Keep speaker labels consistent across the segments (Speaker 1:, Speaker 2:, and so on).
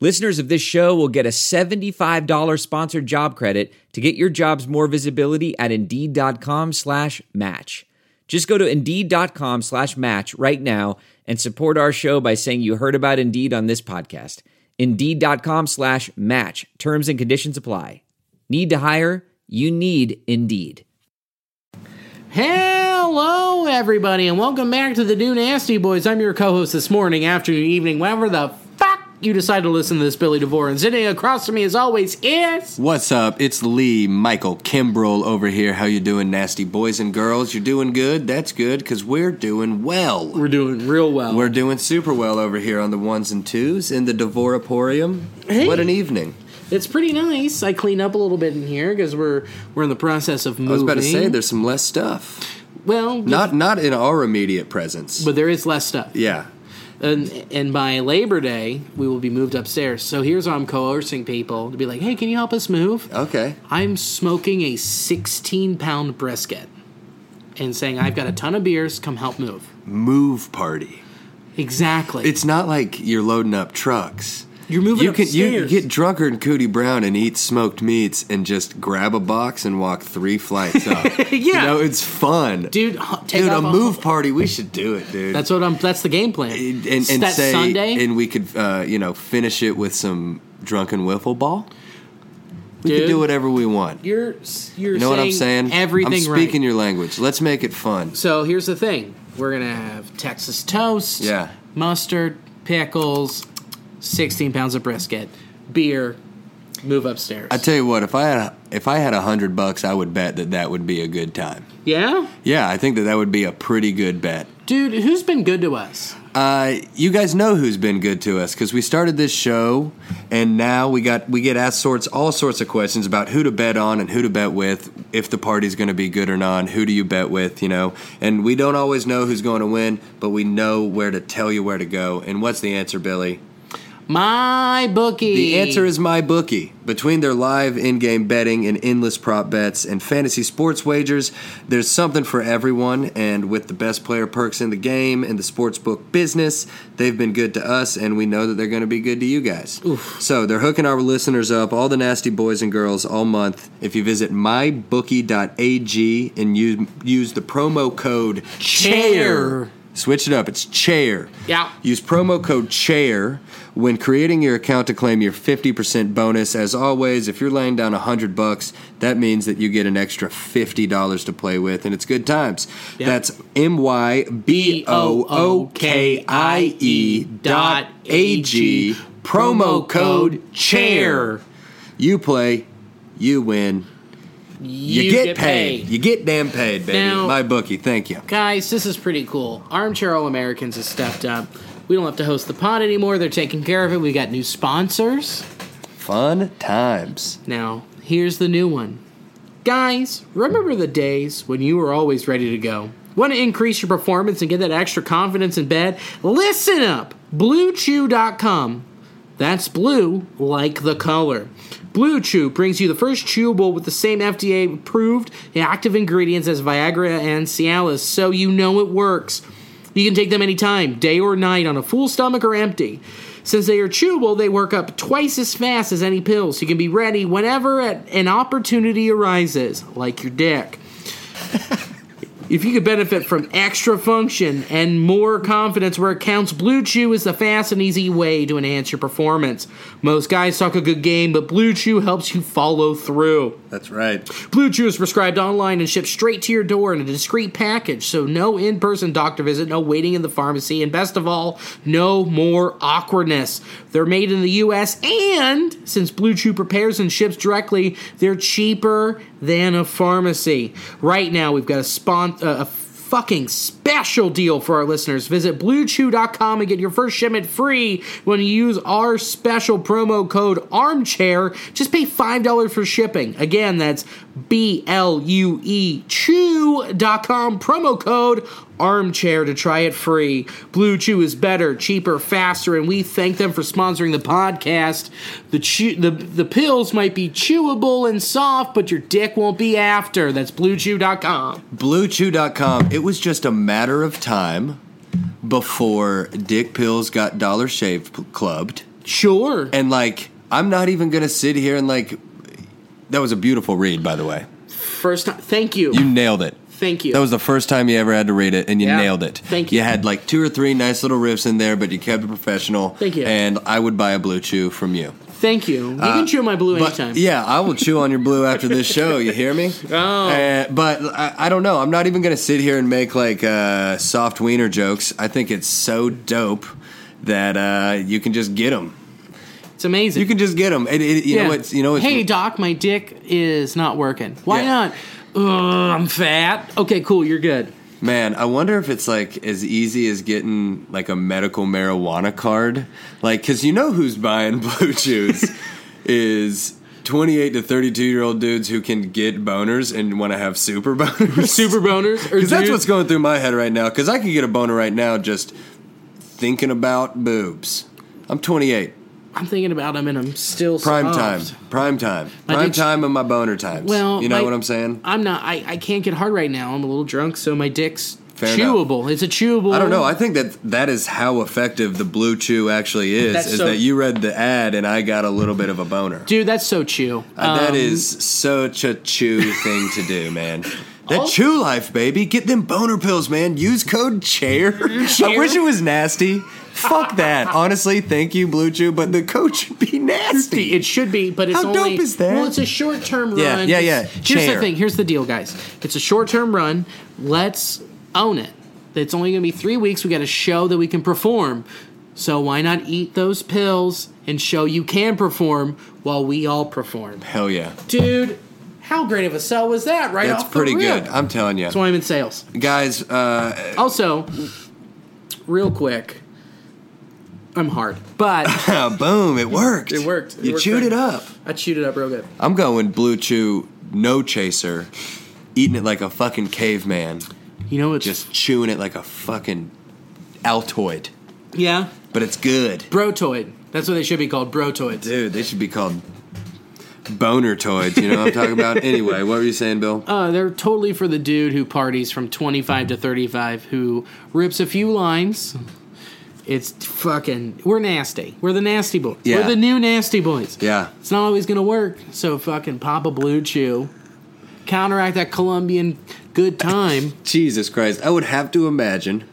Speaker 1: Listeners of this show will get a $75 sponsored job credit to get your jobs more visibility at Indeed.com slash match. Just go to Indeed.com slash match right now and support our show by saying you heard about Indeed on this podcast. Indeed.com slash match. Terms and conditions apply. Need to hire? You need Indeed.
Speaker 2: Hello, everybody, and welcome back to the Do Nasty Boys. I'm your co-host this morning, afternoon, evening, whenever the fuck you decide to listen to this, Billy DeVore. And sitting across from me, as always, is
Speaker 3: What's up? It's Lee Michael Kimbrell over here. How you doing, nasty boys and girls? You're doing good. That's good because we're doing well.
Speaker 2: we're doing real well.
Speaker 3: We're doing super well over here on the ones and twos in the Devoraporium.
Speaker 2: Hey.
Speaker 3: What an evening!
Speaker 2: it's pretty nice. I clean up a little bit in here because we're we're in the process of moving.
Speaker 3: I was about to say there's some less stuff.
Speaker 2: well,
Speaker 3: Not not in our immediate presence.
Speaker 2: but there is less stuff.
Speaker 3: yeah,
Speaker 2: And, and by Labor Day, we will be moved upstairs. So here's how I'm coercing people to be like, hey, can you help us move?
Speaker 3: okay.
Speaker 2: I'm smoking a 16 pound brisket and saying, I've got a ton of beers, come help move.
Speaker 3: Move party.
Speaker 2: Exactly.
Speaker 3: It's not like you're loading up trucks.
Speaker 2: You're moving
Speaker 3: You can you
Speaker 2: upstairs.
Speaker 3: get drunker than Cootie Brown and eat smoked meats and just grab a box and walk three flights up. You
Speaker 2: Yeah.
Speaker 3: know, it's fun,
Speaker 2: dude, h- take
Speaker 3: Dude, a
Speaker 2: off on-
Speaker 3: move party. We should do it, dude.
Speaker 2: That's what I'm, that's the game plan.
Speaker 3: and,
Speaker 2: It's
Speaker 3: and, and
Speaker 2: that
Speaker 3: say
Speaker 2: Sunday,
Speaker 3: and we could uh, you know finish it with some drunken wiffle ball. We
Speaker 2: dude,
Speaker 3: could do whatever we want. You
Speaker 2: You're, s- you're
Speaker 3: know
Speaker 2: saying
Speaker 3: what I'm saying?
Speaker 2: Everything
Speaker 3: I'm speaking
Speaker 2: right.
Speaker 3: your language. Let's make it fun.
Speaker 2: so here's the thing we're going to have Texas toast,
Speaker 3: Yeah.
Speaker 2: mustard, pickles, 16 pounds of brisket, beer, move upstairs.
Speaker 3: I tell you what, if I had if I had a hundred bucks, I would bet that that would be a good time.
Speaker 2: yeah?
Speaker 3: Yeah, I think that that would be a pretty good bet.
Speaker 2: Dude, who's been good to us?
Speaker 3: Uh, you guys know who's been good to us because we started this show, and now we got we get asked sorts all sorts of questions about who to bet on and who to bet with, if the party's going to be good or not. Who do you bet with? You know, and we don't always know who's going to win, but we know where to tell you where to go. And what's the answer, Billy?
Speaker 2: My bookie.
Speaker 3: The answer is my bookie. Between their live in-game betting and endless prop bets and fantasy sports wagers, there's something for everyone. And with the best player perks in the game and the sportsbook business, they've been good to us, and we know that they're going to be good to you guys. So they're hooking our listeners up, all the nasty boys and girls, all month. If you visit mybookie.ag and use use the promo code
Speaker 2: Chair.
Speaker 3: chair. Switch it up. It's chair.
Speaker 2: Yeah.
Speaker 3: Use promo code chair when creating your account to claim your 50% bonus. As always, if you're laying down 100 bucks, that means that you get an extra $50 to play with and it's good times.
Speaker 2: Yeah.
Speaker 3: That's M Y B O O K I E dot A G promo code chair. You play, you win. You, get, paid. You get damn paid, baby.
Speaker 2: Now-
Speaker 3: My bookie, thank you.
Speaker 2: Guys, this is pretty cool. Armchair All Americans has stepped up. We don't have to host the pod anymore. They're taking care of it. We got new sponsors.
Speaker 3: Fun times.
Speaker 2: Now, here's the new one. Guys, remember the days when you were always ready to go? Want to increase your performance and get that extra confidence in bed? Listen up! BlueChew.com. That's blue like the color. Blue Chew brings you the first chewable with the same FDA approved active ingredients as Viagra and Cialis, so you know it works. You can take them anytime, day or night, on a full stomach or empty. Since they are chewable, they work up twice as fast as any pill, so you can be ready whenever at- an opportunity arises, like your dick. If you could benefit from extra function and more confidence where it counts, Blue Chew is the fast and easy way to enhance your performance. Most guys talk a good game, but Blue Chew helps you follow through.
Speaker 3: That's right.
Speaker 2: Blue Chew is prescribed online and shipped straight to your door in a discreet package, so no in person doctor visit, no waiting in the pharmacy, and best of all, no more awkwardness. They're made in the US, and since Blue Chew prepares and ships directly, they're cheaper than a pharmacy. Right now, we've got a, spon- uh, a fucking special special deal for our listeners. Visit bluechew.com and get your first shipment free when you use our special promo code armchair. Just pay $5 for shipping. Again, that's B L U E chew.com promo code armchair to try it free. Blue Chew is better, cheaper, faster, and we thank them for sponsoring the podcast. The chew, the the pills might be chewable and soft, but your dick won't be after. That's bluechew.com.
Speaker 3: BlueChew.com. It was just a matter of time before Dick Pills got Dollar Shave p- clubbed.
Speaker 2: Sure.
Speaker 3: And like, I'm not even gonna sit here and like. That was a beautiful read, by the way.
Speaker 2: First time. Thank you.
Speaker 3: You nailed it.
Speaker 2: thank you.
Speaker 3: That was the first time you ever had to read it, and you
Speaker 2: Yeah.
Speaker 3: nailed it.
Speaker 2: Thank you.
Speaker 3: You had like two or three nice little riffs in there, but you kept it professional.
Speaker 2: Thank you.
Speaker 3: And I would buy a blue chew from you.
Speaker 2: thank you. You can chew my blue
Speaker 3: Uh, But,
Speaker 2: anytime.
Speaker 3: yeah, I will chew on your blue after this show. You hear me? Oh. but I, I don't know. I'm not even going to sit here and make like uh, soft wiener jokes. I think it's so dope that uh, you can just get them.
Speaker 2: It's amazing.
Speaker 3: You can just get them. It, it, you know what's you know what's
Speaker 2: hey doc, my dick is not working. Why
Speaker 3: Yeah.
Speaker 2: not? Ugh, I'm fat. Okay, cool. You're good.
Speaker 3: Man, I wonder if it's like as easy as getting like a medical marijuana card. Like, cause you know who's buying blue chews is 28 to 32 year old dudes who can get boners and want to have super boners.
Speaker 2: Super boners. or
Speaker 3: Cause that's
Speaker 2: dudes-
Speaker 3: what's going through my head right now. Cause I could get a boner right now just thinking about boobs. I'm 28.
Speaker 2: I'm thinking about him, and I'm still
Speaker 3: Prime
Speaker 2: soft.
Speaker 3: time. Prime time. Prime
Speaker 2: dick's-
Speaker 3: time and my boner times.
Speaker 2: Well,
Speaker 3: you know
Speaker 2: my-
Speaker 3: what I'm saying?
Speaker 2: I'm not. I, I can't get hard right now. I'm a little drunk, so my dick's
Speaker 3: Fair
Speaker 2: chewable. It's a chewable.
Speaker 3: I don't know. I think that that is how effective the blue chew actually is.
Speaker 2: That's
Speaker 3: is
Speaker 2: so-
Speaker 3: that you read the ad and I got a little bit of a boner.
Speaker 2: dude, that's so chew.
Speaker 3: Uh, that
Speaker 2: Um,
Speaker 3: is such a chew thing to do, man. That
Speaker 2: Oh.
Speaker 3: chew life, baby. Get them boner pills, man. Use code chair. I wish it was nasty. Fuck that. Honestly, thank you, Blue Chew, but the code should be nasty.
Speaker 2: It should be, but it's
Speaker 3: How dope
Speaker 2: only.
Speaker 3: is that?
Speaker 2: Well, it's a short term
Speaker 3: Yeah,
Speaker 2: run.
Speaker 3: yeah,
Speaker 2: It's-
Speaker 3: yeah.
Speaker 2: Here's the
Speaker 3: Chair.
Speaker 2: thing. Here's the deal, guys. It's a short term run. Let's own it. It's only going to be three weeks. We got to show that we can perform. So why not eat those pills and show you can perform while we all perform,
Speaker 3: Hell yeah.
Speaker 2: dude? How great of a sell was that? Right
Speaker 3: That's
Speaker 2: off the
Speaker 3: pretty
Speaker 2: rip?
Speaker 3: good. I'm telling you.
Speaker 2: That's why I'm in sales.
Speaker 3: Guys, uh,
Speaker 2: Also, real quick, I'm hard, but
Speaker 3: boom, it worked.
Speaker 2: It worked. It
Speaker 3: you
Speaker 2: worked
Speaker 3: chewed
Speaker 2: great.
Speaker 3: it up.
Speaker 2: I chewed it up real good.
Speaker 3: I'm going Blue Chew, no chaser, eating it like a fucking caveman,
Speaker 2: You know, it's
Speaker 3: just chewing it like a fucking Altoid.
Speaker 2: yeah,
Speaker 3: But it's good.
Speaker 2: brotoid. That's what they should be called, brotoids.
Speaker 3: Dude, they should be called boner toids. You know what I'm talking about? Anyway, what were you saying, Bill?
Speaker 2: Uh, they're totally for the dude who parties from 25 to 35, who rips a few lines. It's fucking. We're nasty. We're the nasty boys.
Speaker 3: Yeah.
Speaker 2: We're the new nasty boys.
Speaker 3: yeah.
Speaker 2: It's not always gonna work. So fucking pop a blue chew, counteract that Colombian good time.
Speaker 3: Jesus Christ. I would have to imagine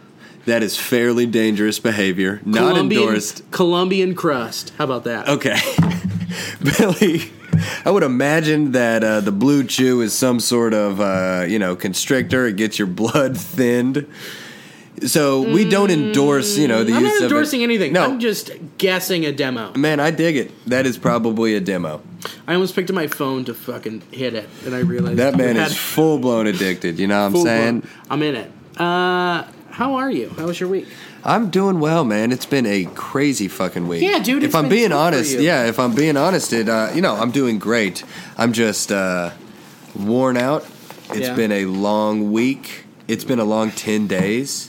Speaker 3: that is fairly dangerous behavior, not
Speaker 2: Colombian,
Speaker 3: endorsed. Oh,
Speaker 2: Colombian crust. How about that?
Speaker 3: Okay. Billy, I would imagine that uh, the blue chew is some sort of, uh, you know, constrictor. It gets your blood thinned. So we don't endorse, you know, the
Speaker 2: Mm, I'm
Speaker 3: use
Speaker 2: not
Speaker 3: of it.
Speaker 2: endorsing anything.
Speaker 3: No.
Speaker 2: I'm just guessing a demo.
Speaker 3: Man, I dig it. That is probably a demo.
Speaker 2: I almost picked up my phone to fucking hit it, and I realized
Speaker 3: That man
Speaker 2: I had
Speaker 3: is full blown addicted. You know what I'm
Speaker 2: full
Speaker 3: saying?
Speaker 2: blown- I'm in it. Uh, how are you? How was your week?
Speaker 3: I'm doing well, man. It's been a crazy fucking week.
Speaker 2: Yeah, dude,
Speaker 3: If
Speaker 2: it's
Speaker 3: I'm
Speaker 2: been
Speaker 3: being
Speaker 2: tough for
Speaker 3: honest,
Speaker 2: you.
Speaker 3: yeah. If I'm being honest, it uh, you know I'm doing great. I'm just uh, worn out. It's
Speaker 2: Yeah.
Speaker 3: been a long week. It's been a long ten days.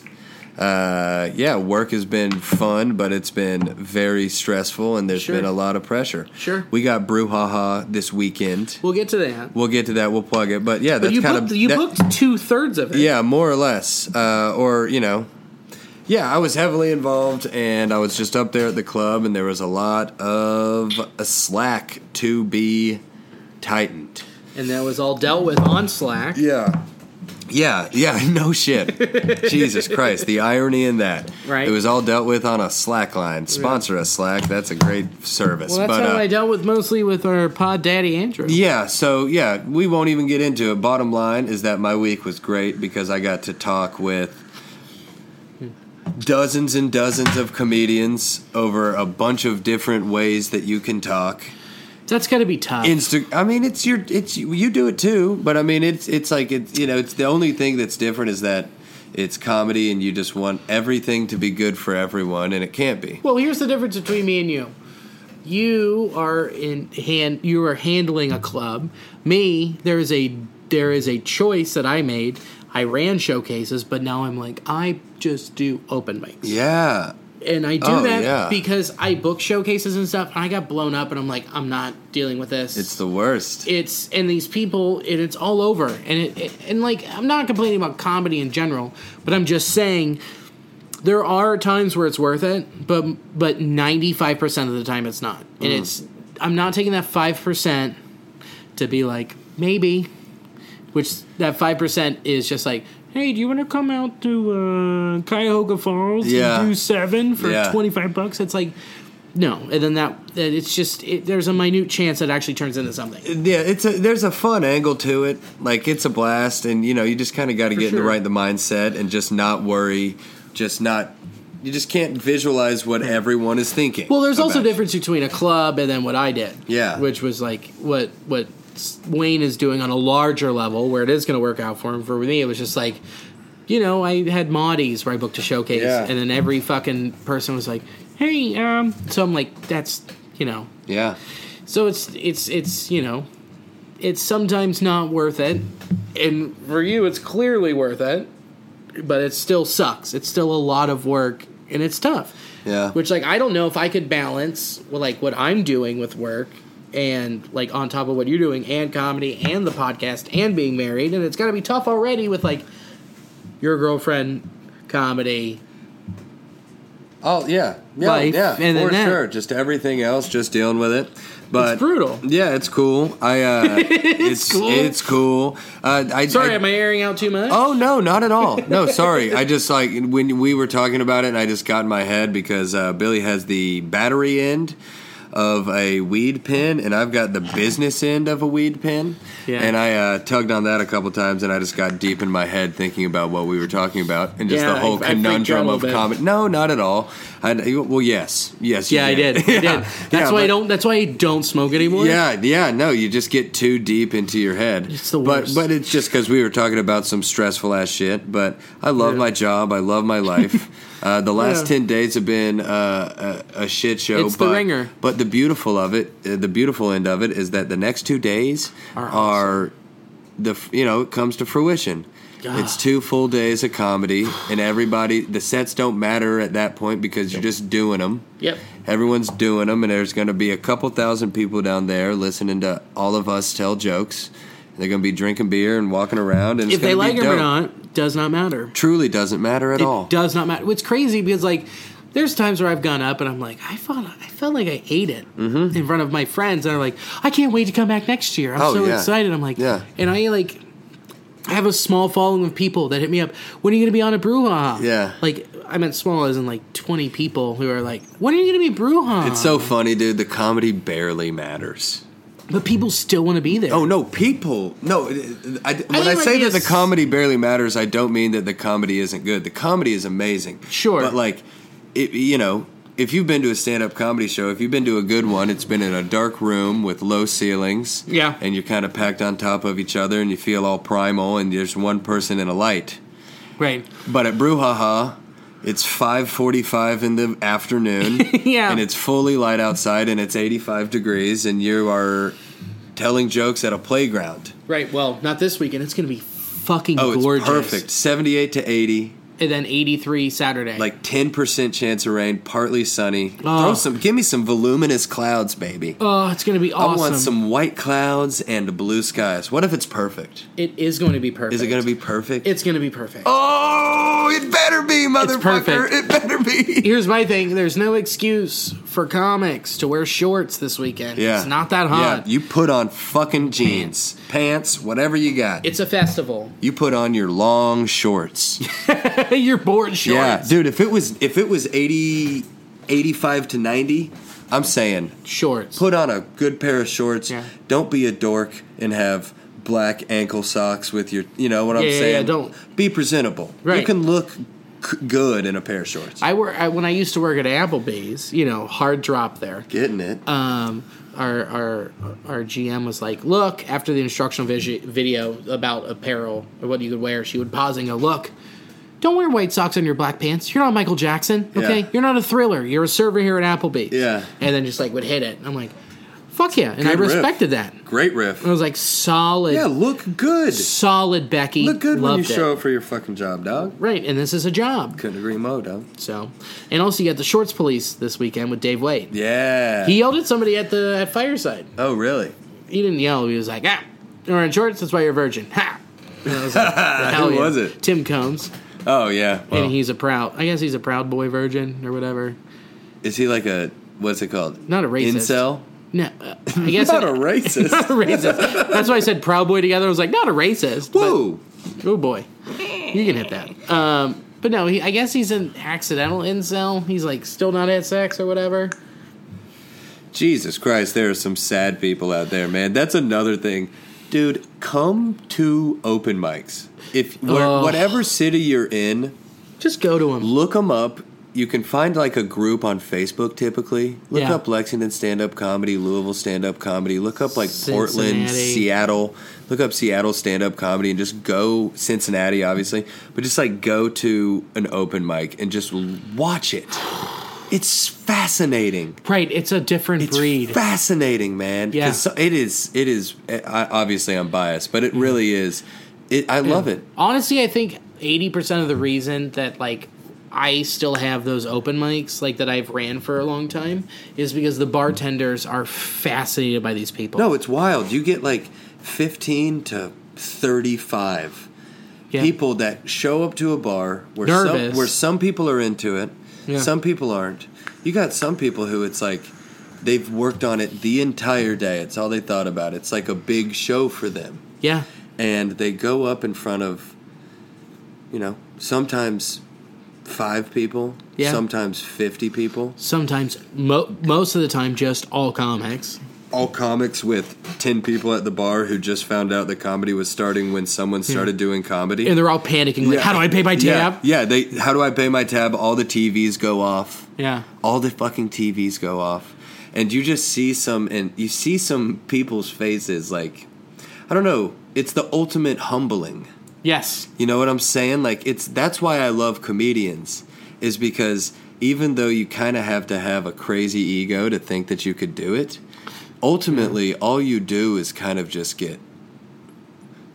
Speaker 3: Uh, yeah, work has been fun, but it's been very stressful, and there's
Speaker 2: Sure.
Speaker 3: been a lot of pressure.
Speaker 2: Sure.
Speaker 3: We got brouhaha this weekend.
Speaker 2: We'll get to that.
Speaker 3: We'll get to that. We'll plug it. But yeah,
Speaker 2: But
Speaker 3: that's
Speaker 2: you
Speaker 3: kind
Speaker 2: booked,
Speaker 3: of
Speaker 2: you
Speaker 3: that-
Speaker 2: booked two thirds of it.
Speaker 3: yeah, more or less. Uh, or, you know, yeah, I was heavily involved and I was just up there at the club and there was a lot of a slack to be tightened.
Speaker 2: and that was all dealt with on Slack.
Speaker 3: Yeah. Yeah, yeah, no shit. Jesus Christ, the irony in that.
Speaker 2: Right.
Speaker 3: It was all dealt with on a Slack line. Sponsor us, Slack. That's a great service.
Speaker 2: Well, that's
Speaker 3: but,
Speaker 2: how
Speaker 3: uh,
Speaker 2: I dealt with mostly with our pod daddy Andrew.
Speaker 3: Yeah, so yeah, we won't even get into it. Bottom line is that my week was great because I got to talk with dozens and dozens of comedians over a bunch of different ways that you can talk.
Speaker 2: That's got to be tough.
Speaker 3: Insta I mean it's your it's you do it too, but I mean it's it's like it's you know, it's the only thing that's different is that it's comedy and you just want everything to be good for everyone and it can't be.
Speaker 2: Well, here's the difference between me and you. You are in hand. You are handling a club. Me, there is a there is a choice that I made. I ran showcases, but now I'm like I just do open mics.
Speaker 3: Yeah.
Speaker 2: and I do
Speaker 3: Oh,
Speaker 2: that
Speaker 3: yeah.
Speaker 2: because I book showcases and stuff, and I got blown up, and I'm like, I'm not dealing with this.
Speaker 3: It's the worst.
Speaker 2: it's and these people, and it's all over, and it, it and like I'm not complaining about comedy in general, but I'm just saying there are times where it's worth it, but but 95 percent of the time it's not, and
Speaker 3: Mm-hmm.
Speaker 2: it's I'm not taking that five percent to be like maybe, which that five percent is just like. Hey, do you want to come out to uh, Cuyahoga Falls
Speaker 3: Yeah.
Speaker 2: and do seven for
Speaker 3: Yeah.
Speaker 2: 25 bucks? It's like, no. And then that, that it's just, it, there's a minute chance that it actually turns into something.
Speaker 3: yeah, it's a there's a fun angle to it. Like it's a blast, and you know you just kind of got to get in
Speaker 2: sure.
Speaker 3: the right the mindset and just not worry, just not. You just can't visualize what everyone is thinking.
Speaker 2: Well, there's also a
Speaker 3: about you.
Speaker 2: difference between a club and then what I did.
Speaker 3: Yeah.
Speaker 2: Which was like what, what S- Wayne is doing on a larger level where it is going to work out for him. For me, it was just like, you know, I had Maudie's where I booked a showcase
Speaker 3: Yeah.
Speaker 2: and then every fucking person was like, hey, um, so I'm like, that's, you know,
Speaker 3: Yeah,
Speaker 2: So it's it's it's you know, it's sometimes not worth it, and for you it's clearly worth it, but it still sucks. It's still a lot of work and it's tough.
Speaker 3: Yeah.
Speaker 2: Which like I don't know if I could balance well, like what I'm doing with work and like on top of what you're doing and comedy and the podcast and being married and it's got to be tough already with like your girlfriend comedy
Speaker 3: Oh yeah, yeah,
Speaker 2: Life,
Speaker 3: yeah,
Speaker 2: and then
Speaker 3: for
Speaker 2: that.
Speaker 3: sure. Just everything else, just dealing with it. But
Speaker 2: It's brutal.
Speaker 3: Yeah, it's cool. I uh, it's it's
Speaker 2: cool.
Speaker 3: cool. Uh, I,
Speaker 2: sorry
Speaker 3: I,
Speaker 2: am i airing out too much
Speaker 3: Oh no, not at all. No, sorry. I just like when we were talking about it, and I just got in my head because uh, Billy has the battery end of a weed pin, and I've got the business end of a weed pin.
Speaker 2: Yeah.
Speaker 3: And I uh, tugged on that a couple times, and I just got deep in my head thinking about what we were talking about, and just
Speaker 2: Yeah,
Speaker 3: the whole
Speaker 2: I- I freaked you out a
Speaker 3: conundrum
Speaker 2: little
Speaker 3: of
Speaker 2: bit.
Speaker 3: comedy. No, not at all. I, well, yes, yes. you
Speaker 2: yeah i did i did that's
Speaker 3: Yeah,
Speaker 2: why i
Speaker 3: but-
Speaker 2: don't that's why i don't smoke anymore
Speaker 3: yeah, yeah, no, you just get too deep into your head.
Speaker 2: It's the worst.
Speaker 3: But but it's just because we were talking about some stressful ass shit. But I love
Speaker 2: Yeah.
Speaker 3: my job. I love my life. uh, the last
Speaker 2: Yeah.
Speaker 3: ten days have been uh, a, a shit show.
Speaker 2: It's the
Speaker 3: but,
Speaker 2: ringer.
Speaker 3: But the beautiful of it, uh, the beautiful end of it, is that the next two days
Speaker 2: Are
Speaker 3: are,
Speaker 2: awesome.
Speaker 3: the f- you know it comes to fruition.
Speaker 2: Ah.
Speaker 3: It's two full days of comedy, and everybody the sets don't matter at that point because you're just doing them.
Speaker 2: Yep.
Speaker 3: Everyone's doing them, and there's going to be a couple thousand people down there listening to all of us tell jokes. They're going to be drinking beer and walking around, and it's
Speaker 2: if they
Speaker 3: gonna
Speaker 2: like
Speaker 3: be
Speaker 2: him or
Speaker 3: dope.
Speaker 2: not does not matter.
Speaker 3: truly doesn't matter at
Speaker 2: It
Speaker 3: all.
Speaker 2: does not matter. It's crazy because like there's times where I've gone up and I'm like I felt I felt like I ate it in front of my friends and they're like I can't wait to come back next year. I'm
Speaker 3: Mm-hmm. Oh,
Speaker 2: so
Speaker 3: yeah.
Speaker 2: excited. I'm like
Speaker 3: Yeah.
Speaker 2: and I like I have a small following of people that hit me up. When are you going to be on a brouhaha?
Speaker 3: Yeah.
Speaker 2: like I meant small as in like 20 people who are like, when are you going to be brouhaha?
Speaker 3: It's so funny, dude. The comedy barely matters.
Speaker 2: but people still want to be there.
Speaker 3: Oh no, people! No, it- it- I, when I
Speaker 2: it might
Speaker 3: say
Speaker 2: be a
Speaker 3: that the
Speaker 2: s-
Speaker 3: comedy barely matters, I don't mean that the comedy isn't good. The comedy is amazing,
Speaker 2: Sure.
Speaker 3: but like, it, you know, if you've been to a stand-up comedy show, if you've been to a good one, it's been in a dark room with low ceilings,
Speaker 2: Yeah.
Speaker 3: and you're kind of packed on top of each other, and you feel all primal, and there's one person in a light.
Speaker 2: right.
Speaker 3: But at Brouhaha, it's five forty-five in the afternoon,
Speaker 2: Yeah.
Speaker 3: and it's fully light outside, and it's eighty-five degrees, and you are telling jokes at a playground.
Speaker 2: Right. Well, not this weekend. It's going to be fucking
Speaker 3: Oh, it's
Speaker 2: gorgeous.
Speaker 3: perfect. 78 to 80,
Speaker 2: And then 83 Saturday.
Speaker 3: like 10% chance of rain, partly sunny.
Speaker 2: Oh.
Speaker 3: Throw some give me some voluminous clouds, baby.
Speaker 2: oh, it's going to be awesome.
Speaker 3: I want some white clouds and blue skies. What if it's perfect?
Speaker 2: It is going to be perfect.
Speaker 3: Is it going to be perfect?
Speaker 2: It's going to be perfect.
Speaker 3: Oh, it better be, motherfucker.
Speaker 2: perfect.
Speaker 3: It better be.
Speaker 2: Here's my thing. There's no excuse for comics to wear shorts this weekend.
Speaker 3: Yeah.
Speaker 2: It's not that hot.
Speaker 3: Yeah, you put on fucking jeans, pants, whatever you got.
Speaker 2: it's a festival.
Speaker 3: you put on your long shorts.
Speaker 2: You're bored shorts.
Speaker 3: Yeah, dude, if it was if it was 80 85 to 90, I'm saying
Speaker 2: Shorts.
Speaker 3: put on a good pair of shorts.
Speaker 2: Yeah.
Speaker 3: Don't be a dork and have black ankle socks with your, you know what I'm
Speaker 2: Yeah, yeah,
Speaker 3: saying?
Speaker 2: yeah, don't.
Speaker 3: be presentable.
Speaker 2: Right.
Speaker 3: You can look c- good in a pair of shorts.
Speaker 2: I were I, when I used to work at Applebee's, you know, hard drop there.
Speaker 3: Getting it.
Speaker 2: um, our, our our GM was like, "Look, after the instructional visi- video about apparel or what you could wear, she would pause and go, look, Don't wear white socks on your black pants. You're not Michael Jackson, okay?
Speaker 3: Yeah.
Speaker 2: You're not a thriller. You're a server here at Applebee's.
Speaker 3: Yeah.
Speaker 2: And then just like would hit it. I'm like, fuck yeah. And I
Speaker 3: Good riff.
Speaker 2: respected that.
Speaker 3: Great riff.
Speaker 2: I was like, solid,
Speaker 3: Yeah, look good.
Speaker 2: solid Becky.
Speaker 3: Look good when you
Speaker 2: Loved it.
Speaker 3: show up for your fucking job, dog.
Speaker 2: Right, and this is a job.
Speaker 3: Couldn't agree more, dog.
Speaker 2: So, and also you got the shorts police this weekend with Dave Wade.
Speaker 3: Yeah.
Speaker 2: He yelled at somebody at the at Fireside.
Speaker 3: oh, really?
Speaker 2: He didn't yell. He was like, "Ah, you're wearing shorts. That's why you're a virgin." Ha! And I was like, "The hell
Speaker 3: Who
Speaker 2: yeah."
Speaker 3: was it?
Speaker 2: Tim Combs,
Speaker 3: Oh, yeah. Well,
Speaker 2: and he's a proud. I guess he's a proud boy virgin or whatever.
Speaker 3: is he like a, what's it called?
Speaker 2: Not a racist.
Speaker 3: Incel?
Speaker 2: No, uh, I guess
Speaker 3: Not a racist.
Speaker 2: not a racist. That's why I said proud boy together. I was like, not a racist. but-
Speaker 3: Whoa.
Speaker 2: oh boy, you can hit that. Um, but no, he, I guess he's an accidental incel. He's like still not at sex or whatever.
Speaker 3: Jesus Christ, there are some sad people out there, man. That's another thing. Dude, come to open mics. If wh-
Speaker 2: Oh.
Speaker 3: whatever city you're in,
Speaker 2: Just go to him.
Speaker 3: look them up. You can find like a group on Facebook typically. Look
Speaker 2: Yeah.
Speaker 3: up Lexington stand up comedy, Louisville stand up comedy. Look up like Portland,
Speaker 2: Cincinnati.
Speaker 3: Seattle. Look up Seattle stand up comedy and just go Cincinnati, obviously, but just like go to an open mic and just l- watch it. It's fascinating.
Speaker 2: Right, it's a different
Speaker 3: It's
Speaker 2: breed.
Speaker 3: fascinating, man. 'Cause
Speaker 2: Yeah.
Speaker 3: so- it is. It is. eh, I, obviously, I'm biased, but it really is. It, I love it.
Speaker 2: Honestly, I think 80% of the reason that like I still have those open mics like that I've ran for a long time is because the bartenders are fascinated by these people.
Speaker 3: No, it's wild. You get like 15 to 35
Speaker 2: Yeah.
Speaker 3: people that show up to a bar where some,
Speaker 2: Nervous.
Speaker 3: where some people are into it,
Speaker 2: Yeah.
Speaker 3: some people aren't. You got some people who it's like they've worked on it the entire day. It's all they thought about. It's like a big show for them.
Speaker 2: Yeah.
Speaker 3: and they go up in front of you know sometimes five people
Speaker 2: Yeah.
Speaker 3: sometimes 50 people
Speaker 2: Sometimes mo- most of the time just all comics.
Speaker 3: all comics with 10 people at the bar who just found out that comedy was starting when someone started doing comedy
Speaker 2: And they're all panicking like,
Speaker 3: Yeah.
Speaker 2: "How do I pay my
Speaker 3: Yeah.
Speaker 2: tab?"
Speaker 3: yeah they how do i pay my tab all the tvs go off
Speaker 2: Yeah.
Speaker 3: all the fucking TVs go off, and you just see some and you see some people's faces like, I don't know, it's the ultimate humbling.
Speaker 2: Yes.
Speaker 3: You know what I'm saying? Like it's that's why I love comedians is because even though you kind of have to have a crazy ego to think that you could do it, ultimately all you do is kind of just get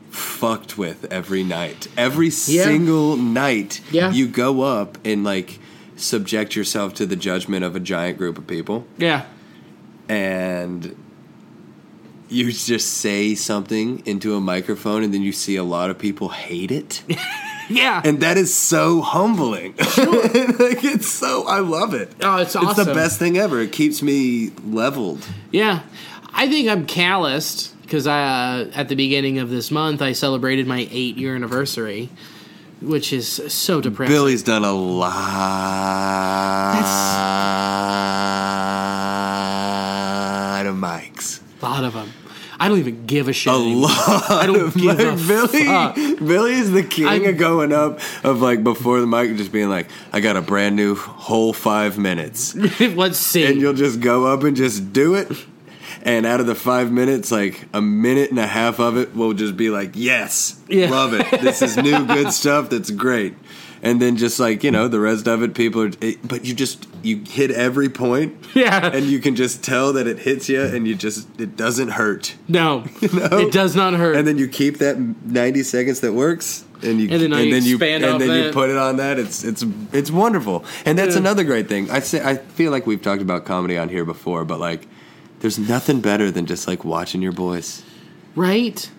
Speaker 3: fucked with every night. Every
Speaker 2: Yeah.
Speaker 3: single night
Speaker 2: Yeah.
Speaker 3: you go up and like subject yourself to the judgment of a giant group of people
Speaker 2: Yeah.
Speaker 3: and you just say something into a microphone and then you see a lot of people hate it.
Speaker 2: Yeah.
Speaker 3: And that is so humbling. like it's so I love it.
Speaker 2: Oh, it's
Speaker 3: It's the
Speaker 2: awesome.
Speaker 3: best thing ever. It keeps me leveled.
Speaker 2: Yeah, I think I'm calloused because I uh, at the beginning of this month I celebrated my eight year anniversary, which is so depressing.
Speaker 3: Billy's done a lot of mics.
Speaker 2: A lot of them. I don't even give a shit.
Speaker 3: A
Speaker 2: anymore.
Speaker 3: lot
Speaker 2: I don't
Speaker 3: of
Speaker 2: give a
Speaker 3: mics. Billy,
Speaker 2: fuck.
Speaker 3: Billy is the king
Speaker 2: I'm-
Speaker 3: of going up of like before the mic just being like, I got a brand new whole five minutes.
Speaker 2: Let's see.
Speaker 3: and you'll just go up and just do it. And out of the five minutes, like a minute and a half of it will just be like, yes,
Speaker 2: Yeah.
Speaker 3: love it. This is new, good stuff. That's great. And then just like, you know, the rest of it, people are, it, but you just, you hit every point.
Speaker 2: Yeah.
Speaker 3: And you can just tell that it hits you and you just, it doesn't hurt.
Speaker 2: no,
Speaker 3: know?
Speaker 2: it does not hurt.
Speaker 3: And then you keep that 90 seconds that works. And you
Speaker 2: And then you expand
Speaker 3: and
Speaker 2: off
Speaker 3: then you
Speaker 2: that.
Speaker 3: put it on that. It's it's it's wonderful, and that's
Speaker 2: Yeah.
Speaker 3: another great thing. I say I feel like we've talked about comedy on here before, but like, there's nothing better than just like watching your boys.
Speaker 2: right?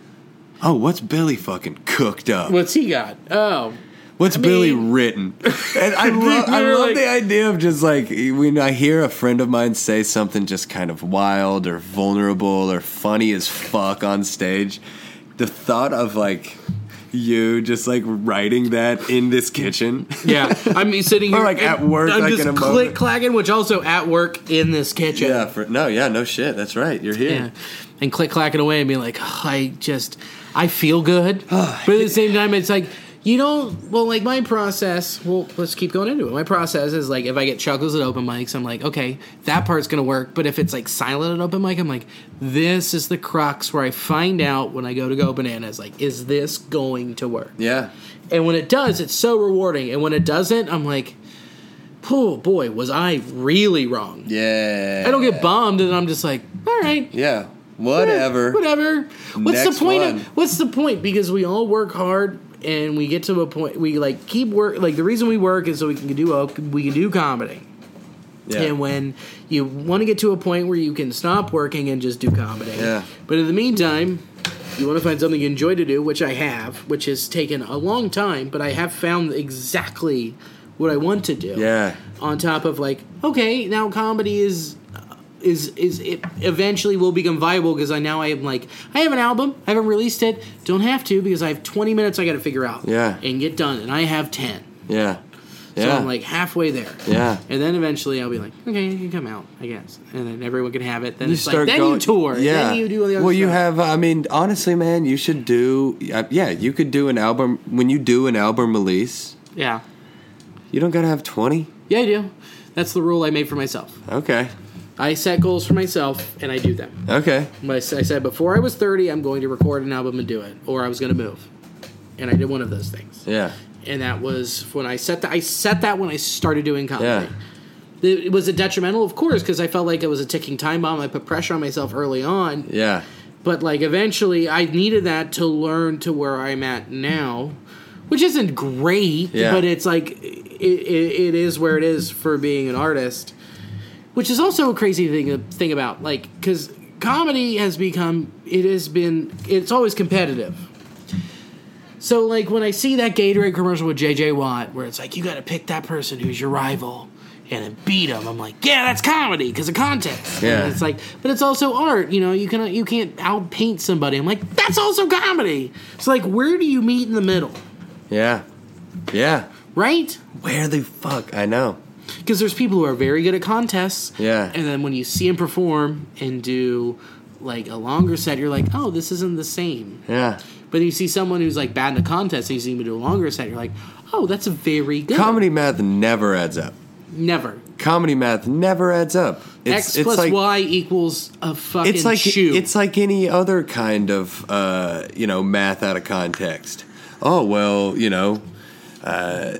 Speaker 3: Oh, what's Billy fucking cooked up?
Speaker 2: What's he got? Oh,
Speaker 3: What's
Speaker 2: I
Speaker 3: Billy
Speaker 2: mean-
Speaker 3: written? And I love, I
Speaker 2: They're
Speaker 3: love
Speaker 2: like-
Speaker 3: the idea of just like when I hear a friend of mine say something just kind of wild or vulnerable or funny as fuck on stage, the thought of like you just like writing that in this kitchen.
Speaker 2: yeah. I'm sitting here
Speaker 3: Or like at
Speaker 2: and
Speaker 3: work,
Speaker 2: I'm
Speaker 3: like in a
Speaker 2: just
Speaker 3: moment.
Speaker 2: click clacking, which also at work in this kitchen.
Speaker 3: yeah, for, no, yeah, no shit. That's right. You're here.
Speaker 2: Yeah. And click clacking away and being like, "Ugh, I just, I feel good. but at the same time, it's like, you don't well like my process well let's keep going into it my process is like if i get chuckles at open mics i'm like okay that part's gonna work but if it's like silent at open mic i'm like this is the crux where i find out when i go to go bananas like is this going to work
Speaker 3: Yeah.
Speaker 2: and when it does it's so rewarding and when it doesn't i'm like oh boy was i really wrong
Speaker 3: Yeah.
Speaker 2: i don't get bummed and i'm just like all right
Speaker 3: Yeah. Whatever.
Speaker 2: Whatever. What's
Speaker 3: Next
Speaker 2: the point?
Speaker 3: one.
Speaker 2: Of, what's the point? Because we all work hard, and we get to a point. We like keep work. Like the reason we work is so we can do op- we can do comedy.
Speaker 3: Yeah.
Speaker 2: And when you want to get to a point where you can stop working and just do comedy.
Speaker 3: Yeah.
Speaker 2: But in the meantime, you want to find something you enjoy to do, which I have, which has taken a long time, but I have found exactly what I want to do
Speaker 3: Yeah.
Speaker 2: on top of like okay now comedy is uh, is is it eventually will become viable because i now i am like i have an album i haven't released it don't have to because i have 20 minutes i gotta figure out
Speaker 3: Yeah.
Speaker 2: and get done and i have 10
Speaker 3: Yeah.
Speaker 2: so
Speaker 3: Yeah.
Speaker 2: i'm like halfway there
Speaker 3: Yeah.
Speaker 2: and then eventually i'll be like okay you can come out i guess and then everyone can have it then
Speaker 3: you
Speaker 2: it's
Speaker 3: start
Speaker 2: like then
Speaker 3: going,
Speaker 2: you tour
Speaker 3: Yeah.
Speaker 2: then you do all the other
Speaker 3: well, you
Speaker 2: stuff.
Speaker 3: have. uh, I mean, honestly, man, you should do. uh, Yeah, you could do an album when you do an album release.
Speaker 2: yeah
Speaker 3: You don't gotta have twenty.
Speaker 2: yeah i do that's the rule i made for myself
Speaker 3: Okay.
Speaker 2: i set goals for myself and i do them
Speaker 3: Okay.
Speaker 2: I s- I said before I was 30, I'm going to record an album and do it, or I was going to move, and I did one of those things.
Speaker 3: Yeah.
Speaker 2: And that was when I set that. I set that when I started doing comedy.
Speaker 3: Yeah.
Speaker 2: It it was a detrimental, of course, because I felt like it was a ticking time bomb. I put pressure on myself early on,
Speaker 3: Yeah.
Speaker 2: but like eventually, I needed that to learn to where I'm at now, which isn't great,
Speaker 3: Yeah.
Speaker 2: but it's like it, it, it is where it is for being an artist which is also a crazy thing thing about like because comedy has become it has been it's always competitive so like when i see that gatorade commercial with jj watt where it's like you gotta pick that person who's your rival and then beat them i'm like yeah that's comedy because of contest
Speaker 3: Yeah.
Speaker 2: And it's like but it's also art you know you can you can't out paint somebody i'm like that's also comedy so like where do you meet in the middle
Speaker 3: Yeah. Yeah.
Speaker 2: right
Speaker 3: Where the fuck? I know.
Speaker 2: because there's people who are very good at contests.
Speaker 3: Yeah.
Speaker 2: And then when you see them perform and do like a longer set, you're like, oh, this isn't the same.
Speaker 3: Yeah.
Speaker 2: But you see someone who's like bad in a contest and you see them do a longer set, you're like, oh, that's very good.
Speaker 3: Comedy math never adds up.
Speaker 2: Never.
Speaker 3: Comedy math never adds up.
Speaker 2: X plus
Speaker 3: like,
Speaker 2: Y equals a fucking
Speaker 3: It's like
Speaker 2: shoe.
Speaker 3: it's like any other kind of uh, you know math out of context. Oh well, you know, uh,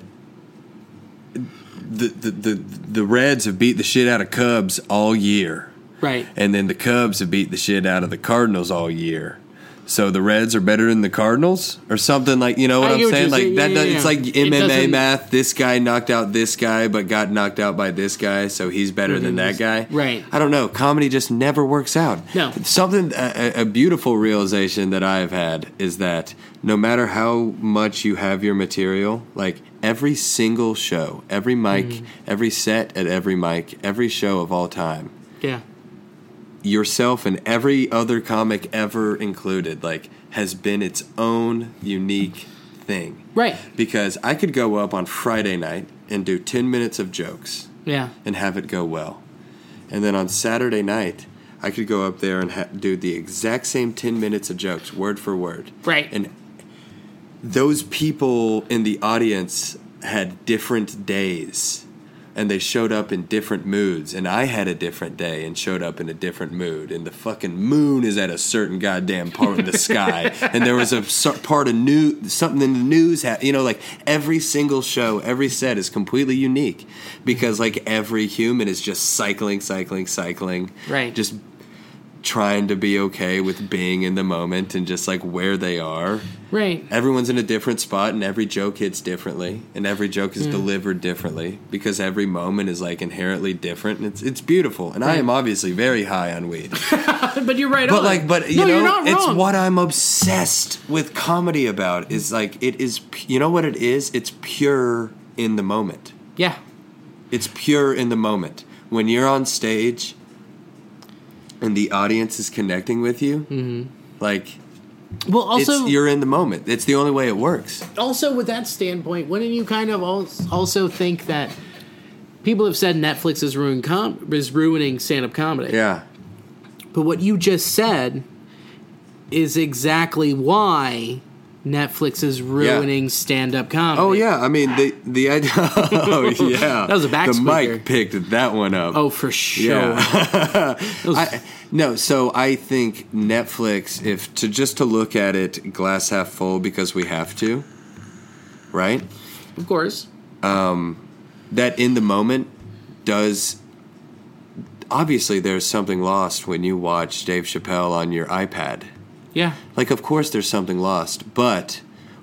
Speaker 3: the, the the the Reds have beat the shit out of Cubs all year,
Speaker 2: right.
Speaker 3: and then the Cubs have beat the shit out of the Cardinals all year. So the Reds are better than the Cardinals, or something like you know what
Speaker 2: I
Speaker 3: I'm
Speaker 2: get what
Speaker 3: saying.
Speaker 2: you're
Speaker 3: Like
Speaker 2: saying.
Speaker 3: that,
Speaker 2: Yeah,
Speaker 3: does-
Speaker 2: yeah,
Speaker 3: it's
Speaker 2: yeah.
Speaker 3: like
Speaker 2: It
Speaker 3: MMA
Speaker 2: doesn't-
Speaker 3: math. This guy knocked out this guy, but got knocked out by this guy, so he's better than that guy.
Speaker 2: Right.
Speaker 3: I don't know. Comedy just never works out.
Speaker 2: No.
Speaker 3: Something a, a- a beautiful realization that I've had is that no matter how much you have your material, like every single show, every mic,
Speaker 2: Mm-hmm.
Speaker 3: every set at every mic, every show of all time,
Speaker 2: yeah.
Speaker 3: yourself and every other comic ever included, like has been its own unique thing.
Speaker 2: Right.
Speaker 3: Because I could go up on Friday night and do 10 minutes of jokes
Speaker 2: Yeah.
Speaker 3: and have it go well. And then on Saturday night, I could go up there and ha- do the exact same 10 minutes of jokes, word for word.
Speaker 2: Right.
Speaker 3: And those people in the audience had different days and they showed up in different moods. And I had a different day and showed up in a different mood. And the fucking moon is at a certain goddamn part of the sky. And there was a cer- part of new something in the news. Ha- you know, like every single show, every set is completely unique because like every human is just cycling, cycling, cycling.
Speaker 2: Right.
Speaker 3: Just trying to be okay with being in the moment and just like where they are
Speaker 2: Right.
Speaker 3: everyone's in a different spot and every joke hits differently and every joke
Speaker 2: Hmm.
Speaker 3: is delivered differently because every moment is like inherently different and it's it's beautiful and I am obviously very high on weed
Speaker 2: But you're right
Speaker 3: but
Speaker 2: on.
Speaker 3: like but you
Speaker 2: no, you're
Speaker 3: know
Speaker 2: not
Speaker 3: it's
Speaker 2: wrong.
Speaker 3: what I'm obsessed with comedy about is like it is pu- you know what it is it's pure in the moment
Speaker 2: yeah.
Speaker 3: it's pure in the moment when you're on stage and the audience is connecting with you like
Speaker 2: Well, Mm-hmm. also
Speaker 3: it's, you're in the moment it's the only way it works
Speaker 2: also with that standpoint, wouldn't you kind of al- also think that people have said Netflix is ruining com- is ruining stand up comedy?
Speaker 3: yeah
Speaker 2: But what you just said is exactly why Netflix is ruining stand-up comedy.
Speaker 3: Oh yeah, I mean the the idea. Oh yeah,
Speaker 2: That was a back
Speaker 3: The
Speaker 2: squeaker.
Speaker 3: mic picked that one up.
Speaker 2: Oh, for sure.
Speaker 3: Yeah.
Speaker 2: was-
Speaker 3: I, no, so I think Netflix, if to just to look at it glass half full because we have to, right?
Speaker 2: Of course.
Speaker 3: That in the moment does. Obviously, there's something lost when you watch Dave Chappelle on your iPad.
Speaker 2: Yeah.
Speaker 3: Like, of course, there's something lost, but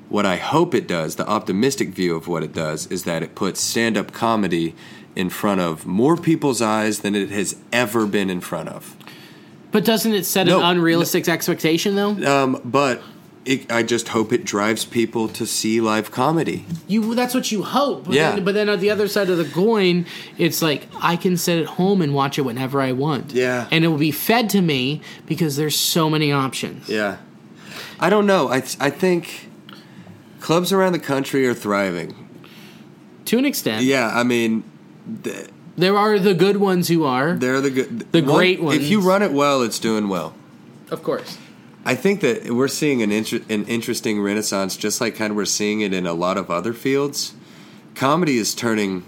Speaker 3: what I hope it does, the optimistic view of what it does, is that it puts stand up comedy in front of more people's eyes than it has ever been in front of.
Speaker 2: But doesn't it set
Speaker 3: No,
Speaker 2: an unrealistic expectation though?
Speaker 3: Um, but it, I just hope it drives people to see live comedy.
Speaker 2: You that's what you hope. But
Speaker 3: Yeah.
Speaker 2: Then, but then on the other side of the coin, it's like I can sit at home and watch it whenever I want.
Speaker 3: Yeah.
Speaker 2: And it will be fed to me because there's so many options.
Speaker 3: Yeah. I don't know. I, th- I think clubs around the country are thriving.
Speaker 2: To an extent.
Speaker 3: Yeah, I mean, th-
Speaker 2: There are the good ones who are.
Speaker 3: they're the good.
Speaker 2: The great
Speaker 3: If you
Speaker 2: ones.
Speaker 3: run it well, it's doing well.
Speaker 2: Of course.
Speaker 3: I think that we're seeing an inter- an interesting renaissance, just like kind of we're seeing it in a lot of other fields. Comedy is turning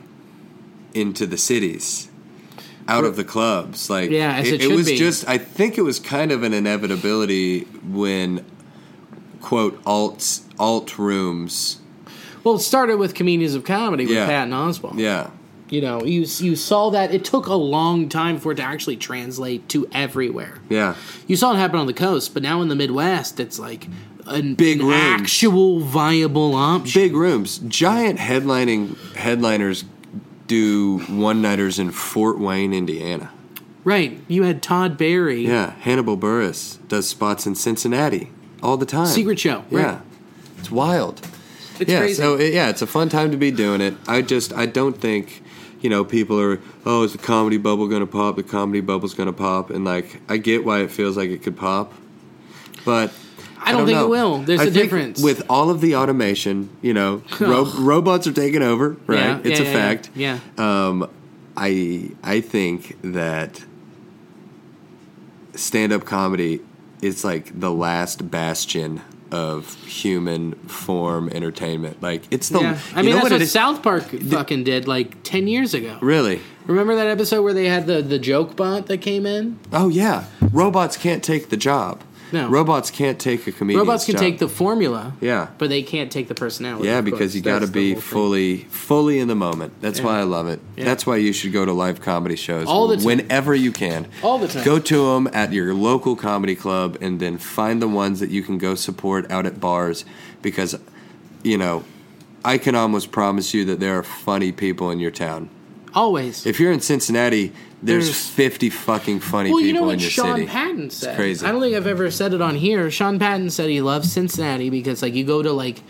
Speaker 3: into the cities, out of the clubs. Like
Speaker 2: Yeah, as it should
Speaker 3: was
Speaker 2: be.
Speaker 3: just. I think it was kind of an inevitability when quote alt alt rooms.
Speaker 2: Well, it started with comedians of comedy with
Speaker 3: Yeah.
Speaker 2: Patton Oswalt.
Speaker 3: Yeah,
Speaker 2: You know, you you saw that it took a long time for it to actually translate to everywhere.
Speaker 3: yeah,
Speaker 2: You saw it happen on the coast, but now in the Midwest, it's like a
Speaker 3: Big
Speaker 2: an
Speaker 3: rooms.
Speaker 2: actual viable option.
Speaker 3: big rooms, giant headlining headliners do one nighters in Fort Wayne, Indiana.
Speaker 2: Right? You had Todd Barry,
Speaker 3: Yeah, Hannibal Burris does spots in Cincinnati all the time.
Speaker 2: Secret Show. Right?
Speaker 3: Yeah, it's wild.
Speaker 2: it's
Speaker 3: yeah,
Speaker 2: crazy.
Speaker 3: so it, yeah, it's a fun time to be doing it. I just I don't think you know people are oh is the comedy bubble gonna pop? The comedy bubble's gonna pop, and like I get why it feels like it could pop, but.
Speaker 2: I don't think it
Speaker 3: know.
Speaker 2: will. There's a
Speaker 3: I think
Speaker 2: difference.
Speaker 3: With all of the automation, you know, ro- robots are taking over, right?
Speaker 2: Yeah,
Speaker 3: it's
Speaker 2: yeah,
Speaker 3: a
Speaker 2: yeah,
Speaker 3: fact.
Speaker 2: Yeah.
Speaker 3: Um, I I think that stand up comedy is like the last bastion of human form entertainment. Like it's the
Speaker 2: yeah. I mean,
Speaker 3: you know
Speaker 2: that's what,
Speaker 3: what it is?
Speaker 2: South Park fucking did like ten years ago.
Speaker 3: really.
Speaker 2: Remember that episode where they had the the joke bot that came in?
Speaker 3: Oh yeah, robots can't take the job.
Speaker 2: No.
Speaker 3: robots can't take a comedian.
Speaker 2: Robots can take the formula.
Speaker 3: yeah.
Speaker 2: But they can't take the personality.
Speaker 3: Yeah,
Speaker 2: of
Speaker 3: because
Speaker 2: course.
Speaker 3: you got to
Speaker 2: That's the
Speaker 3: be
Speaker 2: whole thing.
Speaker 3: fully, fully in the moment. That's why I love it.
Speaker 2: Yeah.
Speaker 3: That's why you should go to live comedy shows
Speaker 2: All the time.
Speaker 3: whenever you can.
Speaker 2: All the time.
Speaker 3: Go to them at your local comedy club, and then find the ones that you can go support out at bars, because, you know, I can almost promise you that there are funny people in your town.
Speaker 2: Always.
Speaker 3: If you're in Cincinnati, there's,
Speaker 2: There's-
Speaker 3: 50 fucking funny
Speaker 2: well,
Speaker 3: people
Speaker 2: you know
Speaker 3: in
Speaker 2: what
Speaker 3: your
Speaker 2: Sean
Speaker 3: city.
Speaker 2: Patton said.
Speaker 3: crazy.
Speaker 2: I don't think I've ever said it on here. Sean Patton said he loves Cincinnati because like you go to like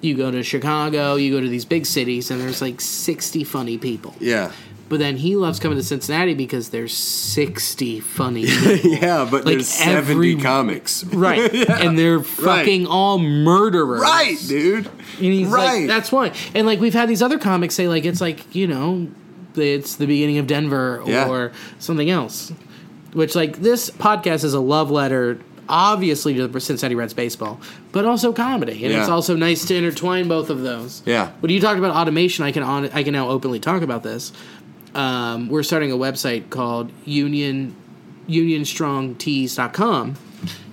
Speaker 2: you go to Chicago, you go to these big cities, and there's like sixty funny people.
Speaker 3: yeah,
Speaker 2: But then he loves coming to Cincinnati because there's sixty funny people.
Speaker 3: yeah, but
Speaker 2: Like
Speaker 3: there's 70
Speaker 2: every-
Speaker 3: comics.
Speaker 2: Right. And they're fucking all murderers.
Speaker 3: Right, dude.
Speaker 2: And he's
Speaker 3: right.
Speaker 2: like, that's why. And like we've had these other comics say like it's like you know, it's the beginning of Denver or
Speaker 3: Yeah.
Speaker 2: something else. Which like this podcast is a love letter, obviously to the Cincinnati Reds baseball, but also comedy, and it's
Speaker 3: Yeah.
Speaker 2: also nice to intertwine both of those.
Speaker 3: Yeah.
Speaker 2: When you talked about automation, I can on, I can now openly talk about this. Um, we're starting a website called Union unionstrongtees.com.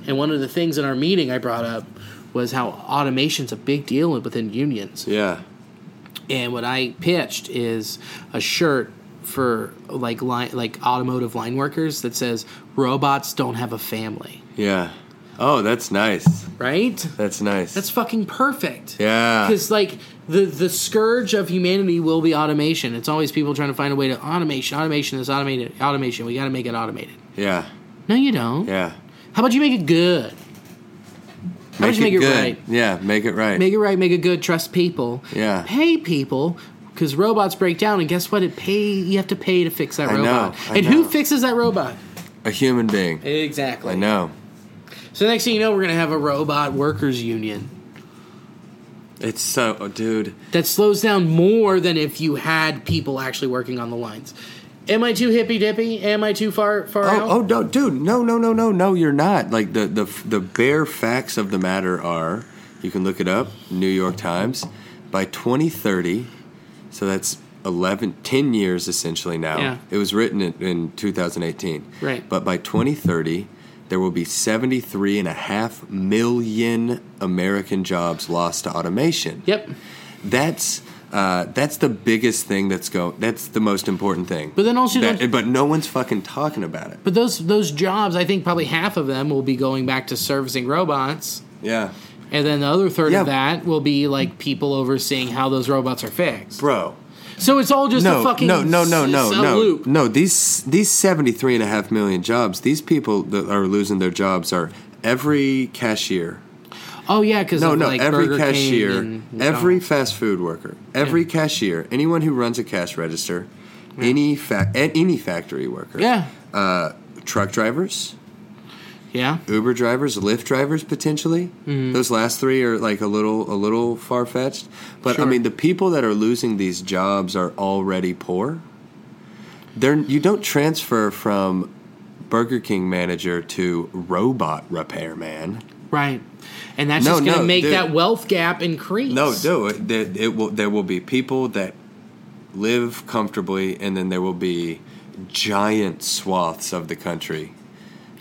Speaker 2: And one of the things in our meeting I brought up was how automation's a big deal within unions.
Speaker 3: yeah.
Speaker 2: And what I pitched is a shirt for like line, like automotive line workers that says robots don't have a family,
Speaker 3: Yeah. Oh, that's nice.
Speaker 2: right?
Speaker 3: That's nice.
Speaker 2: That's fucking perfect.
Speaker 3: yeah.
Speaker 2: Because like the the scourge of humanity will be automation. It's always people trying to find a way to automation. Automation is automated. Automation. We got to make it automated.
Speaker 3: Yeah.
Speaker 2: No, you don't.
Speaker 3: Yeah.
Speaker 2: How about you make it good? How about you make it
Speaker 3: good.
Speaker 2: right?
Speaker 3: Yeah, make it right.
Speaker 2: Make it right. Make it good. Trust people.
Speaker 3: Yeah.
Speaker 2: Pay people. Because robots break down, and guess what? It pay you have to pay to fix that
Speaker 3: I know,
Speaker 2: robot.
Speaker 3: I
Speaker 2: and who
Speaker 3: know.
Speaker 2: fixes that robot?
Speaker 3: a human being.
Speaker 2: Exactly.
Speaker 3: I know.
Speaker 2: So next thing you know, we're gonna have a robot workers union
Speaker 3: It's so, oh, dude.
Speaker 2: that slows down more than if you had people actually working on the lines. Am I too hippy dippy? Am I too far far out?
Speaker 3: Oh, oh, no, dude. No, no, no, no, no. You're not. Like the the the bare facts of the matter are You can look it up, New York Times. By 2030, so that's 11, 10 years essentially now.
Speaker 2: Yeah.
Speaker 3: It was written in, in 2018.
Speaker 2: Right.
Speaker 3: But by 2030, there will be 73.5 million American jobs lost to automation
Speaker 2: Yep.
Speaker 3: that's uh, that's the biggest thing that's go. That's the most important thing.
Speaker 2: But then also
Speaker 3: That-
Speaker 2: don't-
Speaker 3: but no one's fucking talking about it.
Speaker 2: But those those jobs, I think probably half of them will be going back to servicing robots,
Speaker 3: Yeah,
Speaker 2: and then the other third
Speaker 3: Yeah.
Speaker 2: of that will be like people overseeing how those robots are fixed.
Speaker 3: bro.
Speaker 2: So it's all just a
Speaker 3: No,
Speaker 2: fucking
Speaker 3: no, no, no,
Speaker 2: s-
Speaker 3: no,
Speaker 2: s- a
Speaker 3: no,
Speaker 2: loop.
Speaker 3: no. These these seventy three and a half million jobs. These people that are losing their jobs are every cashier.
Speaker 2: Oh yeah, because
Speaker 3: No, no.
Speaker 2: like
Speaker 3: every
Speaker 2: Burger King
Speaker 3: cashier,
Speaker 2: and
Speaker 3: every
Speaker 2: McDonald's.
Speaker 3: fast food worker, every cashier, anyone who runs a cash register, any fa- a- any factory worker,
Speaker 2: yeah,
Speaker 3: uh, truck drivers,
Speaker 2: yeah,
Speaker 3: Uber drivers, Lyft drivers potentially. Those last three are like a little a little far fetched. But
Speaker 2: Sure.
Speaker 3: I mean, the people that are losing these jobs are already poor. They're, you don't transfer from Burger King manager to robot repairman.
Speaker 2: right. And that's
Speaker 3: No,
Speaker 2: just going to
Speaker 3: no,
Speaker 2: make
Speaker 3: dude.
Speaker 2: that wealth gap increase.
Speaker 3: No, no, it, there- it will. There will be people that live comfortably, and then there will be giant swaths of the country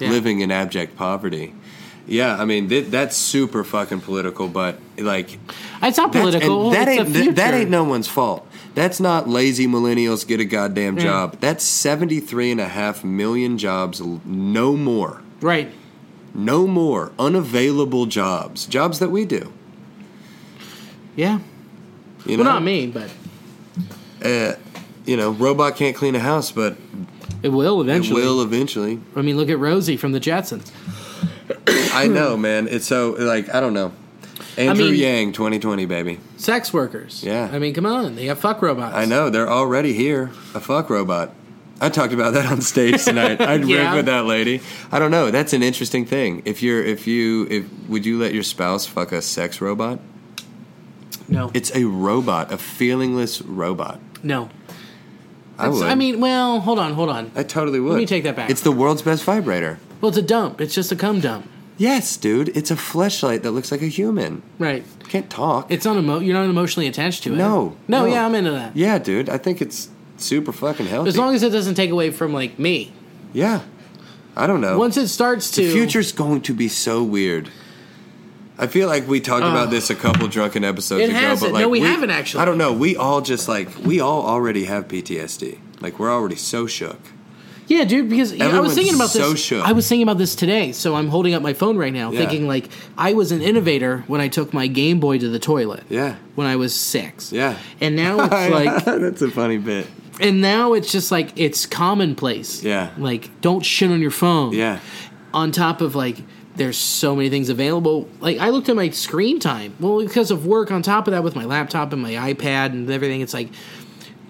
Speaker 2: Yeah.
Speaker 3: living in abject poverty. Yeah, I mean th- that's super fucking political, but like
Speaker 2: It's not
Speaker 3: that's- and
Speaker 2: political.
Speaker 3: that
Speaker 2: it's
Speaker 3: ain't
Speaker 2: the
Speaker 3: th- that
Speaker 2: future.
Speaker 3: ain't no one's fault. That's not lazy millennials get a goddamn
Speaker 2: Yeah.
Speaker 3: job. That's 73 and a half million jobs, l- no more.
Speaker 2: right.
Speaker 3: No more unavailable jobs. Jobs that we do.
Speaker 2: Yeah.
Speaker 3: You
Speaker 2: Well,
Speaker 3: know?
Speaker 2: not me, but
Speaker 3: You know, robot can't clean a house, but
Speaker 2: it will eventually.
Speaker 3: It will eventually.
Speaker 2: I mean, look at Rosie from the Jetsons.
Speaker 3: I know, man. It's so like I don't know. Andrew
Speaker 2: mean-
Speaker 3: Yang, 2020, baby.
Speaker 2: Sex workers.
Speaker 3: Yeah.
Speaker 2: I mean, come on, they have fuck robots.
Speaker 3: I know they're already here. A fuck robot. I talked about that on stage tonight. I'd
Speaker 2: Yeah.
Speaker 3: rip with that lady. I don't know. That's an interesting thing. If you're, if you, if would you let your spouse fuck a sex robot?
Speaker 2: No.
Speaker 3: It's a robot, a feelingless robot.
Speaker 2: no.
Speaker 3: I would.
Speaker 2: I mean, well, hold on, hold on.
Speaker 3: I totally would.
Speaker 2: me take that back.
Speaker 3: It's the world's best vibrator.
Speaker 2: Well, it's a dump. It's just a cum dump.
Speaker 3: Yes, dude. It's a fleshlight that looks like a human.
Speaker 2: Right.
Speaker 3: Can't talk.
Speaker 2: It's not emo- You're not emotionally attached to it.
Speaker 3: No,
Speaker 2: No.
Speaker 3: no.
Speaker 2: Yeah, I'm into that.
Speaker 3: Yeah, dude. I think it's super fucking healthy.
Speaker 2: As long as it doesn't take away from like me.
Speaker 3: yeah, I don't know.
Speaker 2: Once it starts to
Speaker 3: the future's going to be so weird. I feel like we talked about this a couple drunken episodes
Speaker 2: It
Speaker 3: ago,
Speaker 2: hasn't.
Speaker 3: but like
Speaker 2: No, we haven't actually.
Speaker 3: I don't know. We all just like we all already have PTSD. Like we're already so shook.
Speaker 2: Yeah, dude, because yeah, I was
Speaker 3: Everyone's
Speaker 2: thinking about
Speaker 3: so
Speaker 2: this.
Speaker 3: shook.
Speaker 2: I was thinking about this today, so I'm holding up my phone right now,
Speaker 3: Yeah.
Speaker 2: thinking like I was an innovator when I took my Game Boy to the toilet.
Speaker 3: Yeah.
Speaker 2: When I was six.
Speaker 3: Yeah.
Speaker 2: And now it's like
Speaker 3: that's a funny bit.
Speaker 2: and now it's just like it's commonplace.
Speaker 3: Yeah.
Speaker 2: Like, don't shit on your phone.
Speaker 3: Yeah.
Speaker 2: On top of like there's so many things available. Like I looked at my screen time. Well, because of work on top of that with my laptop and my iPad and everything, it's like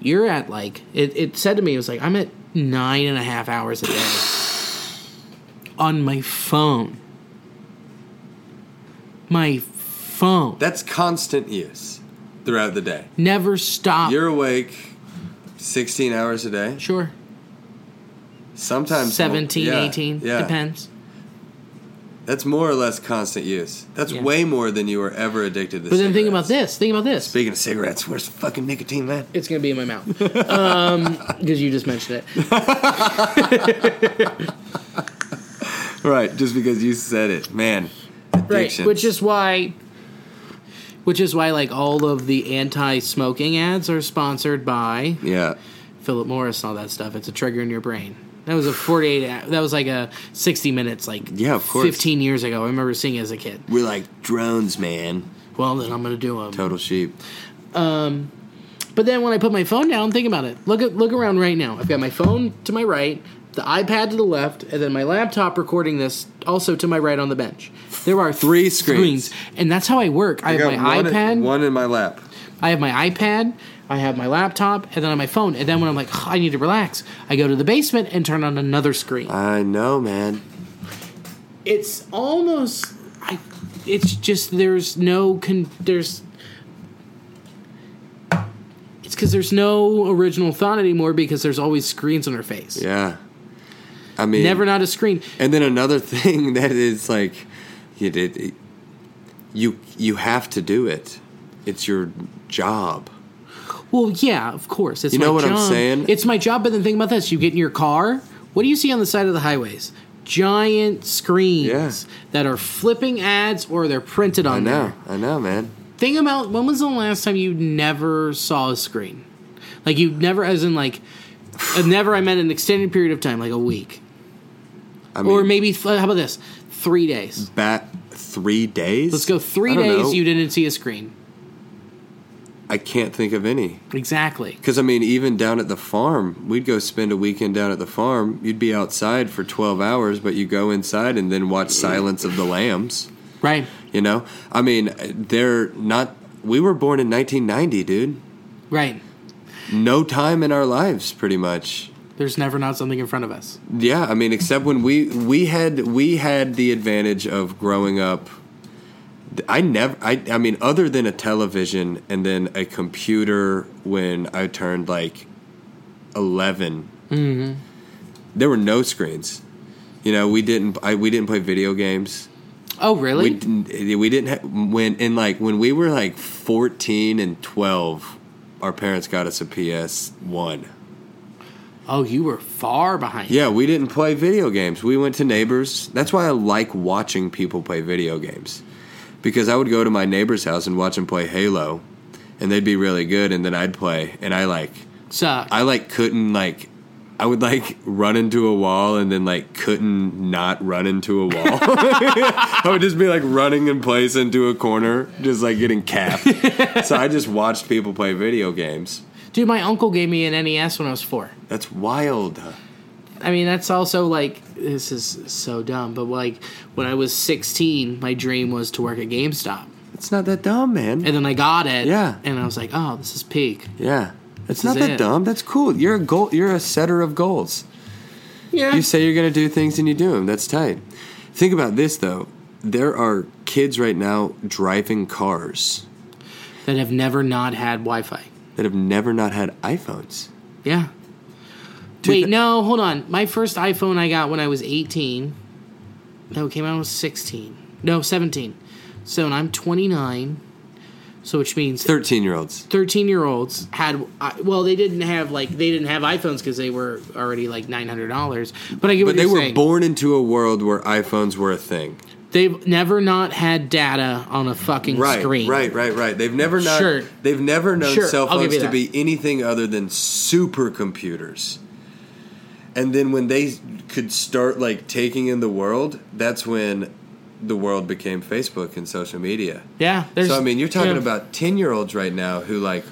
Speaker 2: you're at like it, it said to me, it was like, I'm at nine and a half hours a day on my phone. My phone.
Speaker 3: That's constant use throughout the day.
Speaker 2: Never stop.
Speaker 3: You're awake 16 hours a day.
Speaker 2: sure.
Speaker 3: Sometimes
Speaker 2: 17,
Speaker 3: yeah,
Speaker 2: 18.
Speaker 3: Yeah.
Speaker 2: Depends.
Speaker 3: That's more or less constant use. That's
Speaker 2: Yeah.
Speaker 3: way more than you were ever addicted to.
Speaker 2: But then think about
Speaker 3: cigarettes.
Speaker 2: this. Think about this.
Speaker 3: Speaking of cigarettes, where's the fucking nicotine, man?
Speaker 2: It's gonna be in my mouth because you just mentioned it.
Speaker 3: Right, just because you said it, man.
Speaker 2: Right,
Speaker 3: Addiction.
Speaker 2: which is why, which is why, like all of the anti-smoking ads are sponsored by
Speaker 3: yeah,
Speaker 2: Philip Morris and all that stuff. It's a trigger in your brain. That was a forty-eight. a- That was like a sixty minutes. Like
Speaker 3: Yeah, of course.
Speaker 2: fifteen years ago. I remember seeing it as a kid.
Speaker 3: we're like drones, man.
Speaker 2: Well, then I'm gonna do them.
Speaker 3: Total sheep.
Speaker 2: But then when I put my phone down, think about it. Look at look around right now. I've got my phone to my right, the iPad to the left, and then my laptop recording this also to my right on the bench. There are
Speaker 3: Three screens.
Speaker 2: and that's how I work. I, have my
Speaker 3: one,
Speaker 2: iPad.
Speaker 3: one in my lap.
Speaker 2: I have my iPad. I have my laptop, and then on my phone. And then when I'm like, "Ugh, I need to relax, I go to the basement and turn on another screen.
Speaker 3: I know, man.
Speaker 2: It's almost, I, it's just there's no con, there's. It's because there's no original thought anymore because there's always screens in our face.
Speaker 3: Yeah, I mean,
Speaker 2: Never not a screen.
Speaker 3: And then another thing that is like, you did. You you have to do it. It's your job.
Speaker 2: Well, yeah, of course. It's
Speaker 3: You
Speaker 2: my
Speaker 3: know what I'm
Speaker 2: job.
Speaker 3: saying?
Speaker 2: It's my job. But then think about this: you get in your car. What do you see on the side of the highways? Giant screens
Speaker 3: Yeah.
Speaker 2: that are flipping ads, or they're printed on
Speaker 3: I know.
Speaker 2: there.
Speaker 3: I know, man.
Speaker 2: Think about when was the last time you never saw a screen? Like you never, as in like, uh, never. I meant an extended period of time, like a week,
Speaker 3: I mean,
Speaker 2: or maybe th- how about this? Three days.
Speaker 3: back three days.
Speaker 2: Let's go
Speaker 3: I
Speaker 2: three
Speaker 3: don't
Speaker 2: days.
Speaker 3: know.
Speaker 2: You didn't see a screen.
Speaker 3: I can't think of any.
Speaker 2: Exactly.
Speaker 3: Because I mean, even down at the farm, we'd go spend a weekend down at the farm. You'd be outside for twelve hours, but you go inside and then watch Silence of the Lambs.
Speaker 2: Right.
Speaker 3: You know, I mean, they're not. We were born in 1990, dude.
Speaker 2: Right.
Speaker 3: No time in our lives, pretty much.
Speaker 2: There's never not something in front of us.
Speaker 3: Yeah, I mean, except when we we had we had the advantage of growing up. I never. I I mean, other than a television and then a computer when I turned like 11 there were no screens. You know, we didn't. I we didn't play video games.
Speaker 2: Oh, really?
Speaker 3: We didn't. We didn't ha- when in like when we were like fourteen and twelve, our parents got us a PS one.
Speaker 2: Oh, you were far behind.
Speaker 3: Yeah, we didn't play video games. We went to neighbors. That's why I like watching people play video games, because I would go to my neighbor's house and watch them play Halo, and they'd be really good, and then I'd play, and I like
Speaker 2: Suck.
Speaker 3: I like couldn't like. I would like run into a wall and then like couldn't not run into a wall. I would just be like running in place into a corner, just like getting capped. so I just watched people play video games.
Speaker 2: Dude, my uncle gave me an NES when I was four.
Speaker 3: That's wild.
Speaker 2: I mean, that's also like, this is so dumb, but like, when I was 16, my dream was to work at GameStop.
Speaker 3: It's not that dumb, man.
Speaker 2: And then I got it.
Speaker 3: Yeah.
Speaker 2: And I was like, oh, this is peak.
Speaker 3: yeah. It's
Speaker 2: This
Speaker 3: not
Speaker 2: is
Speaker 3: that
Speaker 2: it.
Speaker 3: dumb. That's cool. You're a goal you're a setter of goals.
Speaker 2: Yeah.
Speaker 3: You say you're going to do things and you do them. That's tight. Think about this though. There are kids right now driving cars
Speaker 2: that have never not had Wi Fi.
Speaker 3: that have never not had iPhones.
Speaker 2: Yeah.
Speaker 3: Dude,
Speaker 2: Wait,
Speaker 3: that-
Speaker 2: no, hold on. My first iPhone I got when I was 18. No, it came out when I was 16. No, 17. So and I'm 29. So which means
Speaker 3: 13 year olds.
Speaker 2: 13 year olds had I- well they didn't have like they didn't have iphones because they were already like $900 but i get what
Speaker 3: But they
Speaker 2: you're
Speaker 3: were
Speaker 2: saying.
Speaker 3: born into a world where iPhones were a thing.
Speaker 2: they've never not had data on a fucking screen
Speaker 3: right, right, right. They've never not,
Speaker 2: Sure.
Speaker 3: they've never known
Speaker 2: Sure,
Speaker 3: cell
Speaker 2: I'll give
Speaker 3: phones
Speaker 2: you
Speaker 3: to
Speaker 2: that.
Speaker 3: be anything other than supercomputers. And then when they could start like taking in the world, that's when the world became Facebook and social media.
Speaker 2: yeah there's,
Speaker 3: so I mean, you're talking
Speaker 2: yeah.
Speaker 3: about ten-year-olds right now who like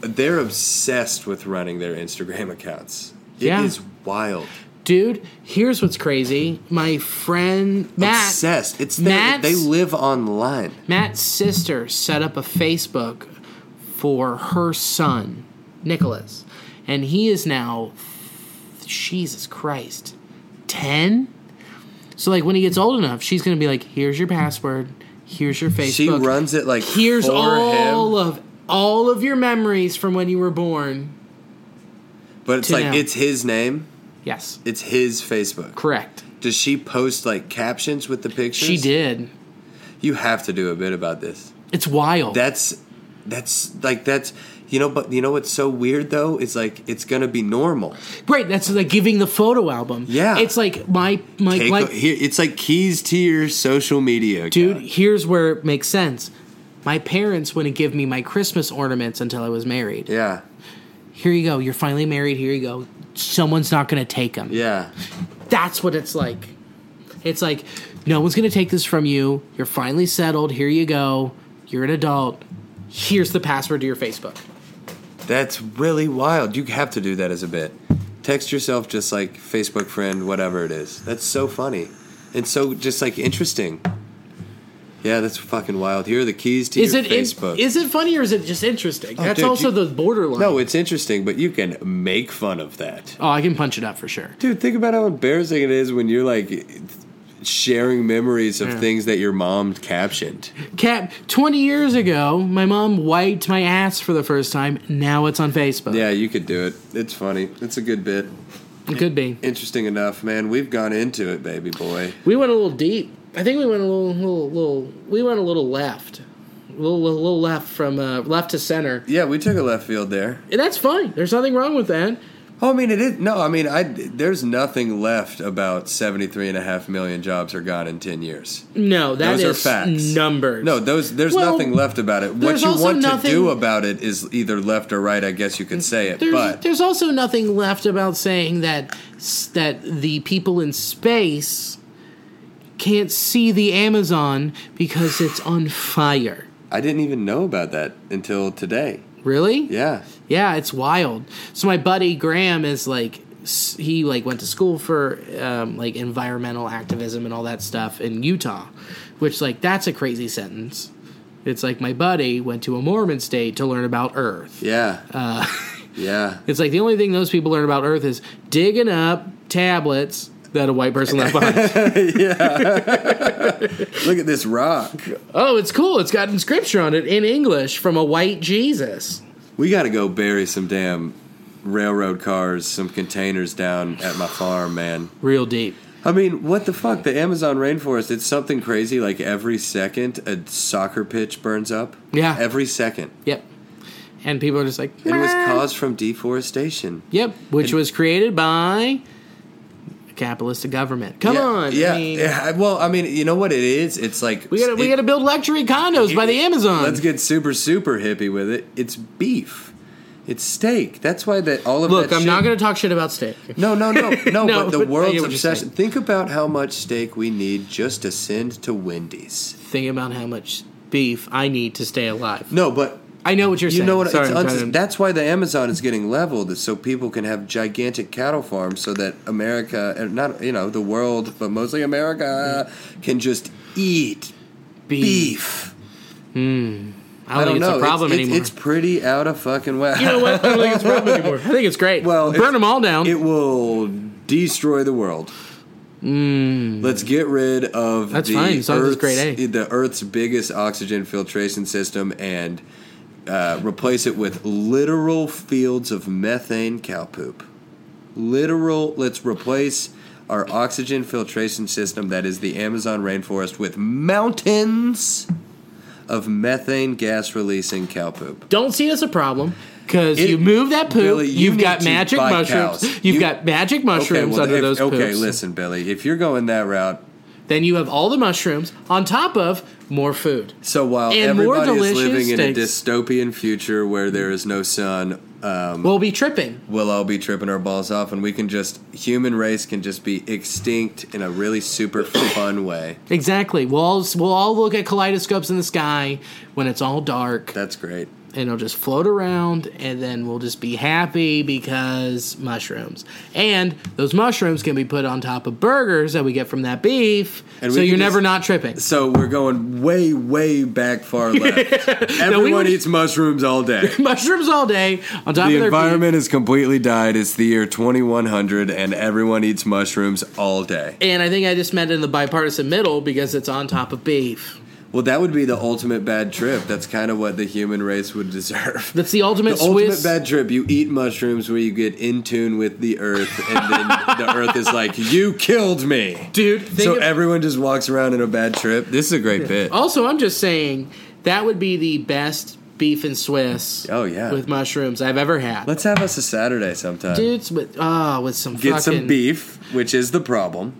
Speaker 3: they're obsessed with running their Instagram accounts. It is
Speaker 2: Yeah.
Speaker 3: wild,
Speaker 2: dude here's what's crazy my friend matt
Speaker 3: obsessed. It's their,
Speaker 2: Matt's-
Speaker 3: they live online.
Speaker 2: matt's sister set up a facebook for her son nicholas and he is now jesus christ 10 so like when he gets old enough she's gonna be like here's your password here's your facebook
Speaker 3: She runs it like
Speaker 2: here's
Speaker 3: for
Speaker 2: all
Speaker 3: him,
Speaker 2: of all of your memories from when you were born
Speaker 3: but it's
Speaker 2: to
Speaker 3: like
Speaker 2: now.
Speaker 3: it's his name.
Speaker 2: yes
Speaker 3: It's his Facebook.
Speaker 2: correct
Speaker 3: Does she post like captions with the pictures?
Speaker 2: she did
Speaker 3: You have to do a bit about this.
Speaker 2: it's wild
Speaker 3: That's that's like that's you know. But you know what's so weird though is like it's gonna be normal.
Speaker 2: right that's like giving the photo album
Speaker 3: Yeah.
Speaker 2: it's like my my
Speaker 3: Take
Speaker 2: like
Speaker 3: here, it's like keys to your social media,
Speaker 2: dude
Speaker 3: account.
Speaker 2: here's where it makes sense my parents wouldn't give me my christmas ornaments until i was married
Speaker 3: Yeah,
Speaker 2: here you go you're finally married here you go someone's not gonna take them
Speaker 3: yeah,
Speaker 2: that's what it's like it's like no one's gonna take this from you you're finally settled here you go you're an adult here's the password to your facebook
Speaker 3: that's really wild. You have to do that as a bit. Text yourself just like Facebook friend, whatever it is. That's so funny, and so just like interesting. Yeah, that's fucking wild. Here are the keys to
Speaker 2: is
Speaker 3: your
Speaker 2: it in-
Speaker 3: Facebook. Oh,
Speaker 2: is it funny or is it just interesting? That's
Speaker 3: dude,
Speaker 2: also
Speaker 3: you-
Speaker 2: the borderline.
Speaker 3: no, it's interesting, but you can make fun of that,
Speaker 2: oh, I can punch it up for sure.
Speaker 3: dude. Think about how embarrassing it is when you're like sharing memories of things that your mom captioned.
Speaker 2: Cap, twenty years ago, my mom wiped my ass for the first time. Now it's on Facebook.
Speaker 3: Yeah, you could do it. It's funny. It's a good bit.
Speaker 2: it could be.
Speaker 3: Interesting enough, man. We've gone into it, baby boy.
Speaker 2: We went a little deep. I think we went a little, little, little we went a little left, a little, little, little left from uh, left to center.
Speaker 3: Yeah, we took a left field there.
Speaker 2: And that's fine. There's nothing wrong with that.
Speaker 3: Oh, I mean, it is. No, I mean, I, there's nothing left about 73 and a half million jobs are gone in 10 years.
Speaker 2: No, that is
Speaker 3: Those are facts.
Speaker 2: numbers.
Speaker 3: No, those there's
Speaker 2: Well,
Speaker 3: nothing left about it. What
Speaker 2: there's
Speaker 3: you
Speaker 2: also
Speaker 3: want
Speaker 2: nothing-
Speaker 3: to do about it is either left or right, I guess you could say it.
Speaker 2: there's,
Speaker 3: but
Speaker 2: there's also nothing left about saying that s- that the people in space can't see the Amazon because it's on fire.
Speaker 3: I didn't even know about that until today.
Speaker 2: Really?
Speaker 3: Yeah.
Speaker 2: Yeah, it's wild. So my buddy Graham is like s- he like went to school for um, like environmental activism and all that stuff in Utah, which like that's a crazy sentence. It's like my buddy went to a Mormon state to learn about Earth.
Speaker 3: Yeah.
Speaker 2: Uh,
Speaker 3: yeah.
Speaker 2: It's like the only thing those people learn about Earth is digging up tablets that a white person left behind.
Speaker 3: Look at this rock.
Speaker 2: oh, it's cool. It's got inscription on it in English from a white Jesus.
Speaker 3: We got to go bury some damn railroad cars, some containers down at my farm, man.
Speaker 2: Real deep.
Speaker 3: I mean, what the fuck? The Amazon rainforest, it's something crazy. Like every second, a soccer pitch burns up.
Speaker 2: Yeah.
Speaker 3: Every second.
Speaker 2: Yep. And people are just like,
Speaker 3: It was
Speaker 2: "Meh."
Speaker 3: caused from deforestation.
Speaker 2: Yep, which was created by a capitalist government. Come
Speaker 3: yeah,
Speaker 2: on,
Speaker 3: Yeah,
Speaker 2: I mean,
Speaker 3: yeah. Well, I mean, you know what it is? It's like.
Speaker 2: we gotta we
Speaker 3: it-
Speaker 2: gotta build luxury condos by the Amazon.
Speaker 3: Let's get super, super hippie with it. It's beef. It's steak. That's why that all of
Speaker 2: Look,
Speaker 3: that
Speaker 2: I'm
Speaker 3: shit-
Speaker 2: not gonna talk shit about steak.
Speaker 3: No, no, no, no.
Speaker 2: No,
Speaker 3: but the
Speaker 2: but I
Speaker 3: world's
Speaker 2: get what you're
Speaker 3: obsession.
Speaker 2: saying.
Speaker 3: Think about how much steak we need just to send to Wendy's.
Speaker 2: Think about how much beef I need to stay alive.
Speaker 3: No, but
Speaker 2: I know what you're
Speaker 3: you
Speaker 2: saying.
Speaker 3: know what?
Speaker 2: Sorry,
Speaker 3: it's
Speaker 2: I'm
Speaker 3: unsus-
Speaker 2: trying to-
Speaker 3: that's why the Amazon is getting leveled, is so people can have gigantic cattle farms, so that America, and not you know the world, but mostly America, can just eat
Speaker 2: beef.
Speaker 3: beef.
Speaker 2: I don't, think it's a problem
Speaker 3: it's,
Speaker 2: anymore.
Speaker 3: It's pretty out of fucking whack.
Speaker 2: you know what? I don't think it's a problem anymore. I think it's great.
Speaker 3: Well,
Speaker 2: burn
Speaker 3: it's-
Speaker 2: them all down.
Speaker 3: It will destroy the world. Let's get rid of
Speaker 2: Hmm. That's
Speaker 3: the
Speaker 2: fine, as long as it's
Speaker 3: Earth's-
Speaker 2: grade A.
Speaker 3: the Earth's biggest oxygen filtration system and uh, replace it with literal fields of methane cow poop. Literal. Let's replace our oxygen filtration system that is the Amazon rainforest with mountains of methane gas releasing cow poop.
Speaker 2: don't see it as a problem because
Speaker 3: It-
Speaker 2: you move that poop.
Speaker 3: Billy, you
Speaker 2: you've
Speaker 3: need
Speaker 2: got
Speaker 3: to
Speaker 2: magic
Speaker 3: buy
Speaker 2: mushrooms.
Speaker 3: cows.
Speaker 2: You've
Speaker 3: You-
Speaker 2: got magic mushrooms
Speaker 3: well,
Speaker 2: under
Speaker 3: if-
Speaker 2: those.
Speaker 3: Okay,
Speaker 2: poops.
Speaker 3: listen, Billy. If you're going that route,
Speaker 2: Then you have all the mushrooms on top of more food.
Speaker 3: so while
Speaker 2: And more
Speaker 3: everybody is
Speaker 2: delicious
Speaker 3: living in a
Speaker 2: steaks.
Speaker 3: dystopian future where there is no sun, um,
Speaker 2: We'll be tripping.
Speaker 3: we'll all be tripping our balls off, and we can just human race can just be extinct in a really super fun way.
Speaker 2: Exactly. We'll all, we'll all look at kaleidoscopes in the sky when it's all dark,
Speaker 3: That's great.
Speaker 2: and it'll just float around, and then we'll just be happy because mushrooms. And those mushrooms can be put on top of burgers that we get from that beef,
Speaker 3: And
Speaker 2: so
Speaker 3: we can
Speaker 2: you're never
Speaker 3: just-
Speaker 2: not tripping.
Speaker 3: So we're going way, way back far left. Everyone
Speaker 2: would-
Speaker 3: eats mushrooms all day.
Speaker 2: Mushrooms all day on top of
Speaker 3: The
Speaker 2: their
Speaker 3: environment has completely died. It's the year 2100, and everyone eats mushrooms all day.
Speaker 2: Beef. And I think I just meant in the bipartisan middle because it's on top of beef.
Speaker 3: Well, that would be the ultimate bad trip. That's kind of what the human race would deserve.
Speaker 2: That's the ultimate
Speaker 3: the
Speaker 2: Swiss.
Speaker 3: ultimate bad trip. You eat mushrooms where you get in tune with the earth, and then the earth is like, "You killed me."
Speaker 2: Dude, think
Speaker 3: so
Speaker 2: of-
Speaker 3: everyone just walks around in a bad trip. This is a great bit.
Speaker 2: Also, I'm just saying that would be the best beef and Swiss.
Speaker 3: Oh, yeah.
Speaker 2: with mushrooms I've ever had.
Speaker 3: Let's have us a Saturday sometime.
Speaker 2: Dudes with ah with some fucking,
Speaker 3: get some beef, which is the problem.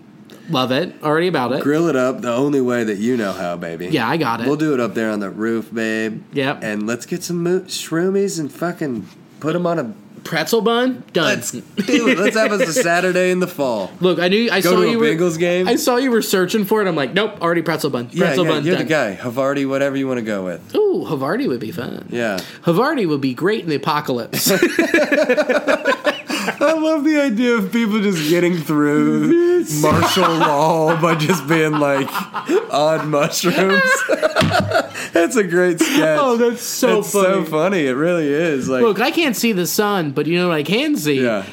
Speaker 2: Love it. Already about it.
Speaker 3: Grill it up the only way that you know how, baby.
Speaker 2: Yeah, I got it.
Speaker 3: We'll do it up there on the roof, babe.
Speaker 2: Yep.
Speaker 3: And let's get some mo- shroomies and fucking put them on a.
Speaker 2: Pretzel bun done.
Speaker 3: Let's do it. Let's have us a Saturday in the fall.
Speaker 2: Look, I knew I
Speaker 3: Go
Speaker 2: saw
Speaker 3: to a
Speaker 2: you were,
Speaker 3: Bengals game.
Speaker 2: I saw you were searching for it. I'm like, nope, already pretzel bun.
Speaker 3: Yeah,
Speaker 2: Pretzel
Speaker 3: yeah,
Speaker 2: bun
Speaker 3: you're
Speaker 2: done.
Speaker 3: the guy. Havarti, whatever you want to go with.
Speaker 2: Ooh, Havarti would be fun.
Speaker 3: Yeah.
Speaker 2: Havarti would be great in the apocalypse.
Speaker 3: I love the idea of people just getting through martial law by just being like on mushrooms. that's a great sketch.
Speaker 2: oh, that's so
Speaker 3: It's
Speaker 2: funny.
Speaker 3: so funny. It really is. Like,
Speaker 2: Look, I can't see the sun, but you know what I can see?
Speaker 3: yeah,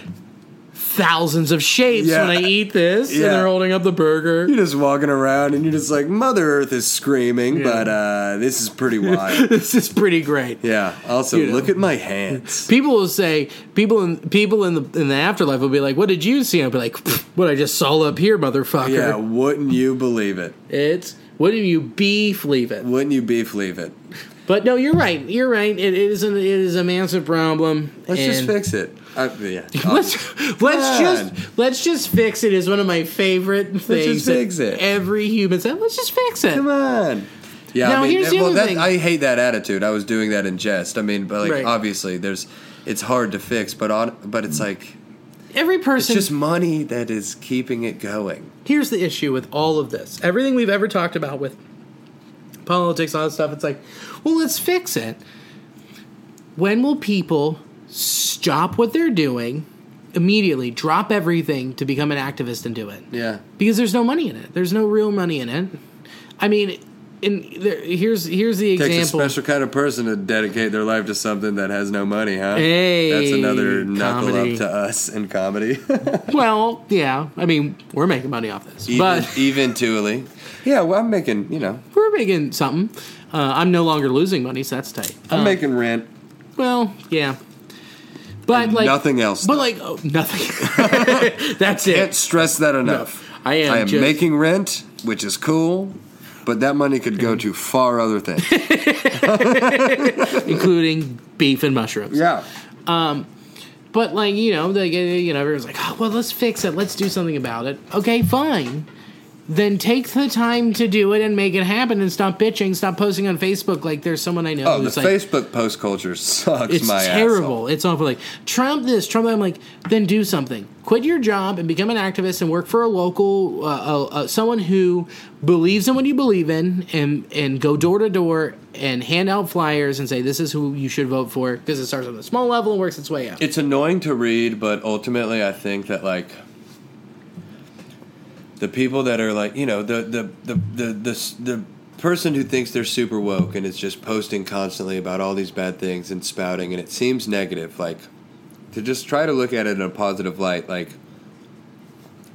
Speaker 2: thousands of shapes
Speaker 3: Yeah.
Speaker 2: when I eat this.
Speaker 3: Yeah.
Speaker 2: And they're holding up the burger.
Speaker 3: You're just walking around and you're just like, Mother Earth is screaming, but uh, this is pretty wild.
Speaker 2: This is pretty great.
Speaker 3: yeah. Also,
Speaker 2: know.
Speaker 3: look at my hands.
Speaker 2: People will say people in people in the in the afterlife will be like, "What did you see?" I'll be like, "What I just saw up here,
Speaker 3: Yeah,
Speaker 2: motherfucker."
Speaker 3: wouldn't you believe it?
Speaker 2: It's what do you beef leave it?
Speaker 3: Wouldn't you beef leave it?
Speaker 2: But no, you're right. You're right. It is an, it is a massive problem.
Speaker 3: Let's just
Speaker 2: and-
Speaker 3: fix it. I, yeah.
Speaker 2: Let's let's
Speaker 3: on.
Speaker 2: just let's just fix it is one of my favorite things.
Speaker 3: just
Speaker 2: that
Speaker 3: fix it.
Speaker 2: Every human said, "Let's just fix it."
Speaker 3: Come on. Yeah,
Speaker 2: Now,
Speaker 3: I mean,
Speaker 2: here's the
Speaker 3: well,
Speaker 2: other
Speaker 3: that,
Speaker 2: thing.
Speaker 3: I hate that attitude. I was doing that in jest. I mean, but like
Speaker 2: Right.
Speaker 3: obviously, there's it's hard to fix, but on, but
Speaker 2: Mm.
Speaker 3: it's like
Speaker 2: Every
Speaker 3: it's
Speaker 2: person.
Speaker 3: just money that is keeping it going.
Speaker 2: here's the issue with all of this. Everything we've ever talked about with politics, all that stuff. It's like, well, let's fix it. When will people stop what they're doing immediately? Drop everything to become an activist and do it.
Speaker 3: Yeah,
Speaker 2: because there's no money in it. There's no real money in it. I mean, in there, here's here's the
Speaker 3: takes
Speaker 2: example.
Speaker 3: a special kind of person to dedicate their life to something that has no money, huh?
Speaker 2: Hey,
Speaker 3: that's another knuckle
Speaker 2: comedy.
Speaker 3: up to us in comedy.
Speaker 2: well, yeah. I mean, we're making money off this, but
Speaker 3: even Thule. Yeah, well, I'm making you know
Speaker 2: we're making something. Uh, I'm no longer losing money, so that's tight.
Speaker 3: I'm
Speaker 2: Uh,
Speaker 3: making rent.
Speaker 2: well, yeah. But like
Speaker 3: nothing else,
Speaker 2: But
Speaker 3: though.
Speaker 2: like oh, nothing. that's
Speaker 3: Can't
Speaker 2: it.
Speaker 3: stress that enough.
Speaker 2: I am
Speaker 3: I am
Speaker 2: just-
Speaker 3: making rent, which is cool, but that money could go
Speaker 2: Mm-hmm.
Speaker 3: to far other things.
Speaker 2: including beef and mushrooms.
Speaker 3: yeah.
Speaker 2: But like you know, like uh, you know, everyone's like, oh, well, let's fix it. Let's do something about it. Okay, fine. Then take the time to do it and make it happen, and stop bitching. Stop posting on Facebook like there's someone I know
Speaker 3: Oh, the
Speaker 2: who's like,
Speaker 3: Facebook post culture sucks.
Speaker 2: it's
Speaker 3: my
Speaker 2: terrible. It's awful. Like Trump this, Trump. that. I'm like, then do something. Quit your job and become an activist and work for a local, uh, uh, uh, someone who believes in what you believe in, and and go door to door and hand out flyers and say this is who you should vote for because it starts on the small level and works its way up.
Speaker 3: It's annoying to read, but ultimately, I think that like the people that are like you know the the the the the, s- the person who thinks they're super woke and is just posting constantly about all these bad things and spouting and it seems negative like to just try to look at it in a positive light like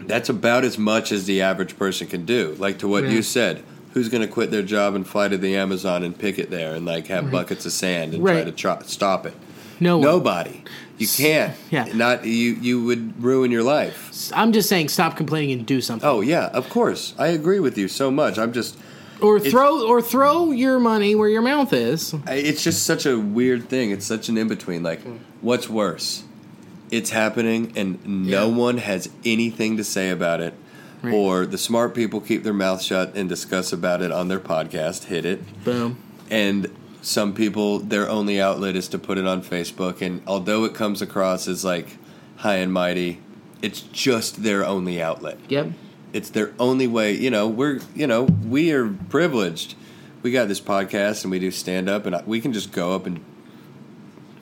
Speaker 3: that's about as much as the average person can do like to what
Speaker 2: Yeah.
Speaker 3: you said who's going to quit their job and fly to the amazon and picket there and like have buckets of sand and
Speaker 2: Right.
Speaker 3: try to tro- stop it
Speaker 2: no, one.
Speaker 3: Nobody. You can't.
Speaker 2: yeah.
Speaker 3: Not you. You would ruin your life.
Speaker 2: I'm just saying, stop complaining and do something,
Speaker 3: Oh yeah, of course. I agree with you so much. I'm just. Oh,
Speaker 2: or throw or throw your money where your mouth is.
Speaker 3: I- It's just such a weird thing. It's such an in between. Like,
Speaker 2: Hmm.
Speaker 3: what's worse? It's happening, and no
Speaker 2: Yeah.
Speaker 3: one has anything to say about it.
Speaker 2: Right.
Speaker 3: Or the smart people keep their mouth shut and discuss about it on their podcast. Hit it.
Speaker 2: Boom.
Speaker 3: and some people their only outlet is to put it on Facebook and although it comes across as like high and mighty it's just their only outlet
Speaker 2: Yep.
Speaker 3: it's their only way you know we're you know we are privileged we got this podcast and we do stand up and I- we can just go up and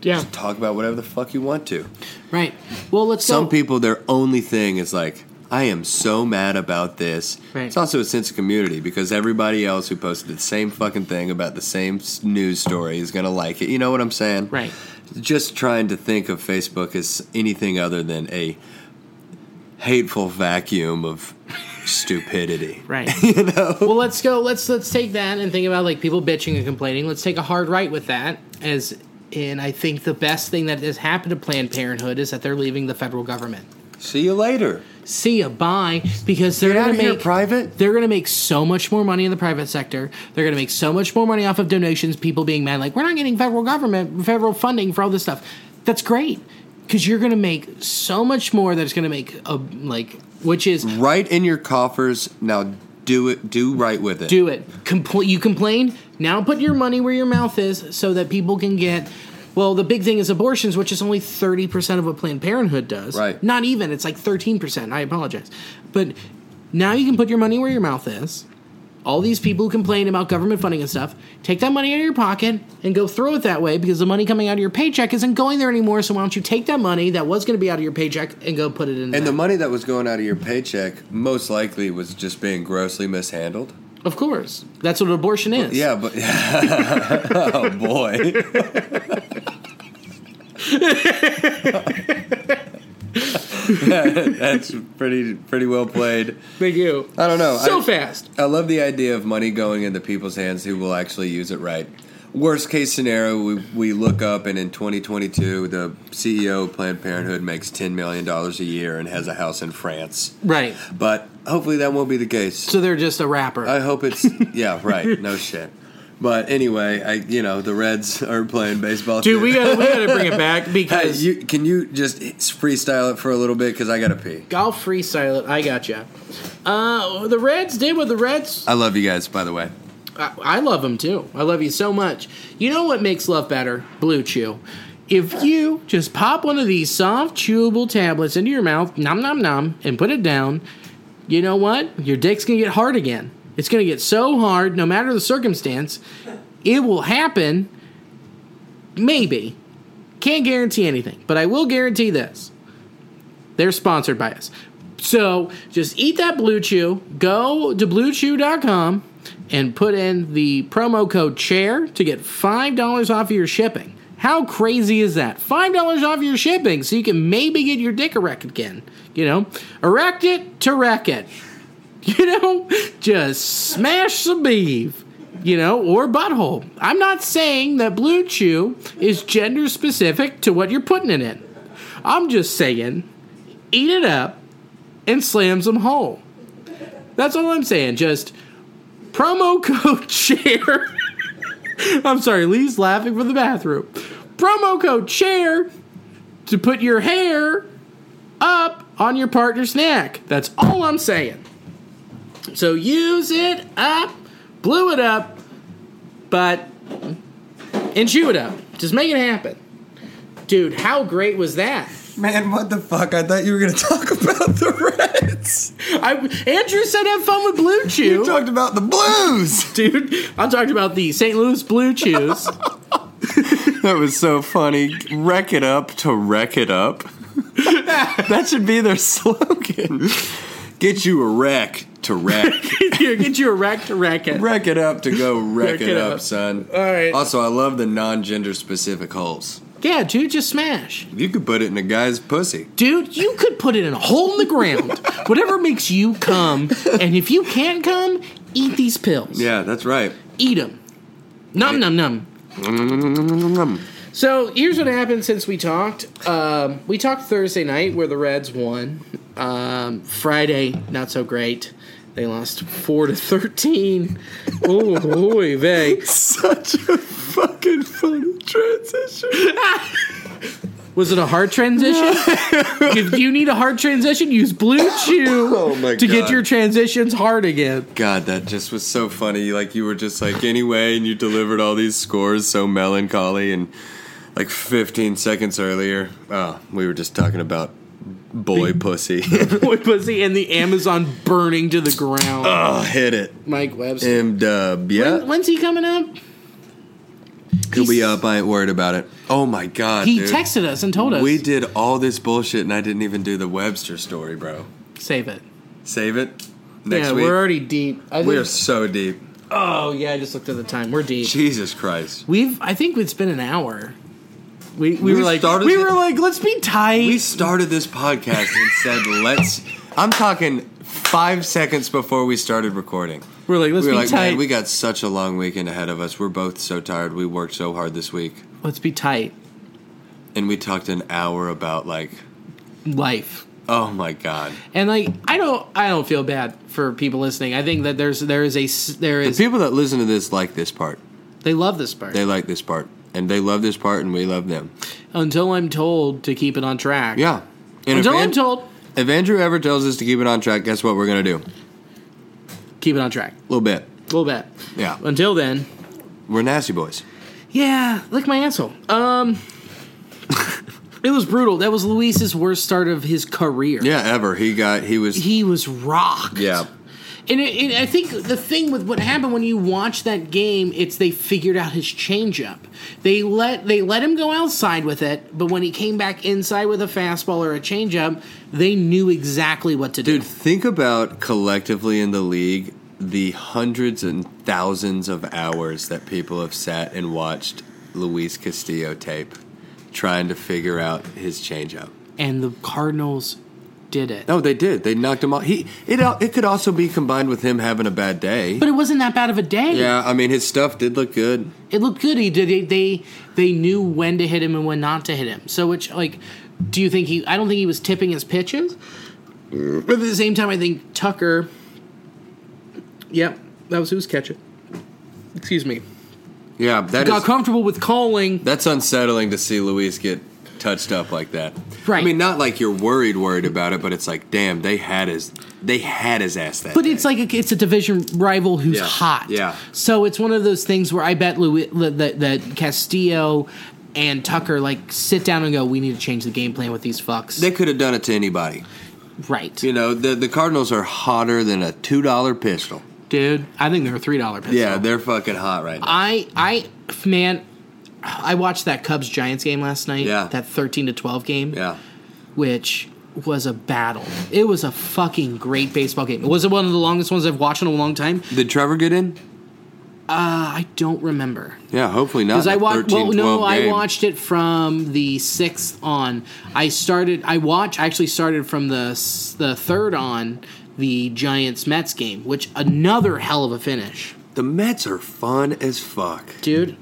Speaker 2: Yeah.
Speaker 3: talk about whatever the fuck you want to
Speaker 2: Right. Well, let's
Speaker 3: some
Speaker 2: go.
Speaker 3: people their only thing is like I am so mad about this.
Speaker 2: Right.
Speaker 3: It's also a sense of community because everybody else who posted the same fucking thing about the same s- news story is going to like it. You know what I'm saying?
Speaker 2: Right.
Speaker 3: Just trying to think of Facebook as anything other than a hateful vacuum of stupidity.
Speaker 2: Right. Well, let's go. Let's let's take that and think about like people bitching and complaining. Let's take a hard right with that. As and I think the best thing that has happened to Planned Parenthood is that they're leaving the federal government.
Speaker 3: See you later.
Speaker 2: See ya, bye. Because they're
Speaker 3: Get out
Speaker 2: gonna
Speaker 3: of here,
Speaker 2: make
Speaker 3: private.
Speaker 2: they're gonna make so much more money in the private sector. They're gonna make so much more money off of donations. People being mad, like we're not getting federal government federal funding for all this stuff. That's great because you're gonna make so much more. That's gonna make a like which is
Speaker 3: Right in your coffers. Now do it. Do right with it.
Speaker 2: Do it. Compl- you complain. Now put your money where your mouth is so that people can get. Well, the big thing is abortions, which is only 30% of what Planned Parenthood does.
Speaker 3: Right.
Speaker 2: Not even. It's like 13%. I apologize. But now you can put your money where your mouth is. All these people who complain about government funding and stuff, take that money out of your pocket and go throw it that way because the money coming out of your paycheck isn't going there anymore. So why don't you take that money that was going to be out of your paycheck and go put it in?
Speaker 3: And
Speaker 2: that.
Speaker 3: the money that was going out of your paycheck most likely was just being grossly mishandled.
Speaker 2: of course, that's what abortion is.
Speaker 3: Yeah, but oh boy, That's pretty pretty well played.
Speaker 2: Thank you.
Speaker 3: I don't know.
Speaker 2: So
Speaker 3: I-
Speaker 2: fast.
Speaker 3: I love the idea of money going into people's hands who will actually use it right. Worst case scenario, we, we look up and in 2022, the CEO of Planned Parenthood makes $10 million a year and has a house in France.
Speaker 2: Right.
Speaker 3: But hopefully that won't be the case.
Speaker 2: So they're just a rapper.
Speaker 3: I hope it's, yeah, right, no shit. But anyway, I you know, the Reds are playing baseball.
Speaker 2: Dude,
Speaker 3: too.
Speaker 2: we gotta, we gotta bring it back
Speaker 3: Hey,
Speaker 2: because
Speaker 3: you, can you just freestyle it for a little bit? Because I got to pee.
Speaker 2: I'll freestyle it. I gotcha. Uh, the Reds did what the Reds.
Speaker 3: I love you guys, by the way.
Speaker 2: I, I love them too. I love you so much. You know what makes love better? Blue Chew. If you just pop one of these soft, chewable tablets into your mouth, nom nom nom, and put it down, you know what? Your dick's gonna get hard again. It's gonna get so hard, no matter the circumstance. It will happen. Maybe. Can't guarantee anything, but I will guarantee this. They're sponsored by us. So just eat that Blue Chew. Go to bluechew.com and put in the promo code chair to get $5 off of your shipping. How crazy is that? $5 off your shipping so you can maybe get your dick erect again. You know, erect it to wreck it. You know, just smash some beef. You know, or butthole. I'm not saying that Blue Chew is gender specific to what you're putting it in. I'm just saying eat it up, and slams them whole. That's all I'm saying. Just promo code chair. I'm sorry, Lee's laughing from the bathroom. Promo code chair to put your hair up on your partner's neck. That's all I'm saying. So use it up, blew it up, but and chew it up. Just make it happen. Dude, how great was that?
Speaker 3: Man, what the fuck? I thought you were going to talk about the Reds.
Speaker 2: I, Andrew said have fun with Blue Chew.
Speaker 3: You talked about the Blues.
Speaker 2: Dude, I'm talking about the St. Louis Blue Chews.
Speaker 3: That was so funny. Wreck it up to wreck it up. that should be their slogan. Get you a wreck to wreck.
Speaker 2: Here, get you a wreck to wreck it.
Speaker 3: wreck it up to go wreck,
Speaker 2: Wreck
Speaker 3: it,
Speaker 2: it
Speaker 3: up,
Speaker 2: up.
Speaker 3: son.
Speaker 2: All right.
Speaker 3: Also, I love the non-gender specific holes.
Speaker 2: Yeah, dude, just smash.
Speaker 3: You could put it in a guy's pussy.
Speaker 2: Dude, you could put it in a hole in the ground. Whatever makes you come. And if you can't come, eat these pills.
Speaker 3: Yeah, that's right.
Speaker 2: Eat them. Num, num, num. So here's what happened since we talked. Um, we talked Thursday night where the Reds won. Um, Friday, not so great. They lost four to thirteen. Oh boy, they
Speaker 3: Such a fucking funny transition.
Speaker 2: was it a hard transition? if you need a hard transition, use Blue Chew
Speaker 3: Oh my
Speaker 2: to get
Speaker 3: God.
Speaker 2: your transitions hard again.
Speaker 3: God, that just was so funny. Like you were just like anyway, and you delivered all these scores so melancholy, and like 15 seconds earlier, oh, we were just talking about boy pussy.
Speaker 2: Boy, pussy, and the Amazon burning to the ground.
Speaker 3: oh, hit it,
Speaker 2: Mike Webster.
Speaker 3: M Dub. Yeah,
Speaker 2: When, when's he coming up?
Speaker 3: he'll be up. I ain't worried about it. Oh my God,
Speaker 2: He
Speaker 3: dude.
Speaker 2: texted us and told us.
Speaker 3: We did all this bullshit, and I didn't even do the Webster story, bro.
Speaker 2: Save it.
Speaker 3: Save it next
Speaker 2: yeah,
Speaker 3: week.
Speaker 2: we're already deep. I
Speaker 3: we are
Speaker 2: think-
Speaker 3: so deep.
Speaker 2: Oh yeah, I just looked at the time. We're deep.
Speaker 3: Jesus Christ.
Speaker 2: We've I think it's been an hour. We we,
Speaker 3: We
Speaker 2: were like
Speaker 3: started
Speaker 2: we
Speaker 3: it-
Speaker 2: were like let's be
Speaker 3: We
Speaker 2: tight.
Speaker 3: started this podcast and said, let's. I'm talking five seconds before we started recording.
Speaker 2: We, are like let's
Speaker 3: We were
Speaker 2: be
Speaker 3: like,
Speaker 2: tight.
Speaker 3: man, we got such a long weekend ahead of us. We're both so tired. We worked so hard this week.
Speaker 2: let's be tight.
Speaker 3: And we talked an hour about, like,
Speaker 2: Life.
Speaker 3: oh my God.
Speaker 2: And like I don't I don't feel bad for people listening. I think that there's there is a s- there
Speaker 3: The
Speaker 2: is
Speaker 3: people that listen to this like this part.
Speaker 2: they love this part.
Speaker 3: They like this part. And they love this part, and we love them.
Speaker 2: Until I'm told to keep it on track.
Speaker 3: Yeah. And
Speaker 2: Until
Speaker 3: if,
Speaker 2: I'm
Speaker 3: An-
Speaker 2: told
Speaker 3: if Andrew ever tells us to keep it on track, guess what we're going to do? A
Speaker 2: keep it on track.
Speaker 3: little bit.
Speaker 2: A little bit.
Speaker 3: Yeah.
Speaker 2: Until then.
Speaker 3: We're nasty boys.
Speaker 2: Yeah, lick my asshole. Um It was brutal. That was Luis's worst start of his career.
Speaker 3: Yeah, ever. He got, he was,
Speaker 2: He was rocked.
Speaker 3: yeah.
Speaker 2: And, it, and I think the thing with what happened when you watch that game, it's they figured out his changeup. They let they let him go outside with it, but when he came back inside with a fastball or a changeup, they knew exactly what to
Speaker 3: Dude,
Speaker 2: do.
Speaker 3: think about collectively in the league the hundreds and thousands of hours that people have sat and watched Luis Castillo tape trying to figure out his changeup.
Speaker 2: And the Cardinals did it.
Speaker 3: No, they did. They knocked him off. He it al- it could also be combined with him having a bad day.
Speaker 2: But it wasn't that bad of a day.
Speaker 3: Yeah, I mean his stuff did look good.
Speaker 2: It looked good. He did. They, they they knew when to hit him and when not to hit him. So which like, do you think he? I don't think he was tipping his pitches. But at the same time, I think Tucker. Yep, that was who was catching. Excuse me.
Speaker 3: Yeah, that
Speaker 2: Got
Speaker 3: is-
Speaker 2: comfortable with calling.
Speaker 3: that's unsettling to see Luis get touched up like that.
Speaker 2: Right.
Speaker 3: I mean, not like you're worried worried about it, but it's like, damn, they had his they had his ass that.
Speaker 2: But
Speaker 3: day.
Speaker 2: it's like a, it's a division rival who's
Speaker 3: Yeah,
Speaker 2: hot.
Speaker 3: yeah.
Speaker 2: So it's one of those things where I bet Louis, that, that Castillo and Tucker like sit down and go, we need to change the game plan with these fucks.
Speaker 3: they could have done it to anybody.
Speaker 2: right.
Speaker 3: You know, the the Cardinals are hotter than a two dollar pistol.
Speaker 2: dude. I think they're a three dollar pistol.
Speaker 3: Yeah, they're fucking hot right now.
Speaker 2: I I man, I watched that Cubs Giants game last night.
Speaker 3: Yeah.
Speaker 2: that thirteen to twelve game.
Speaker 3: Yeah.
Speaker 2: which was a battle. It was a fucking great baseball game. Was it one of the longest ones I've watched in a long time? Uh,
Speaker 3: Did Trevor get in?
Speaker 2: I don't remember.
Speaker 3: Yeah, hopefully not.
Speaker 2: Because
Speaker 3: in
Speaker 2: I
Speaker 3: a
Speaker 2: watched.
Speaker 3: 13,
Speaker 2: Well, no,
Speaker 3: 12
Speaker 2: I
Speaker 3: game.
Speaker 2: watched it from the sixth on. I started. I watched. Actually, started from the s- the third on the Giants Mets game, which another hell of a finish.
Speaker 3: The Mets are fun as fuck.
Speaker 2: Dude,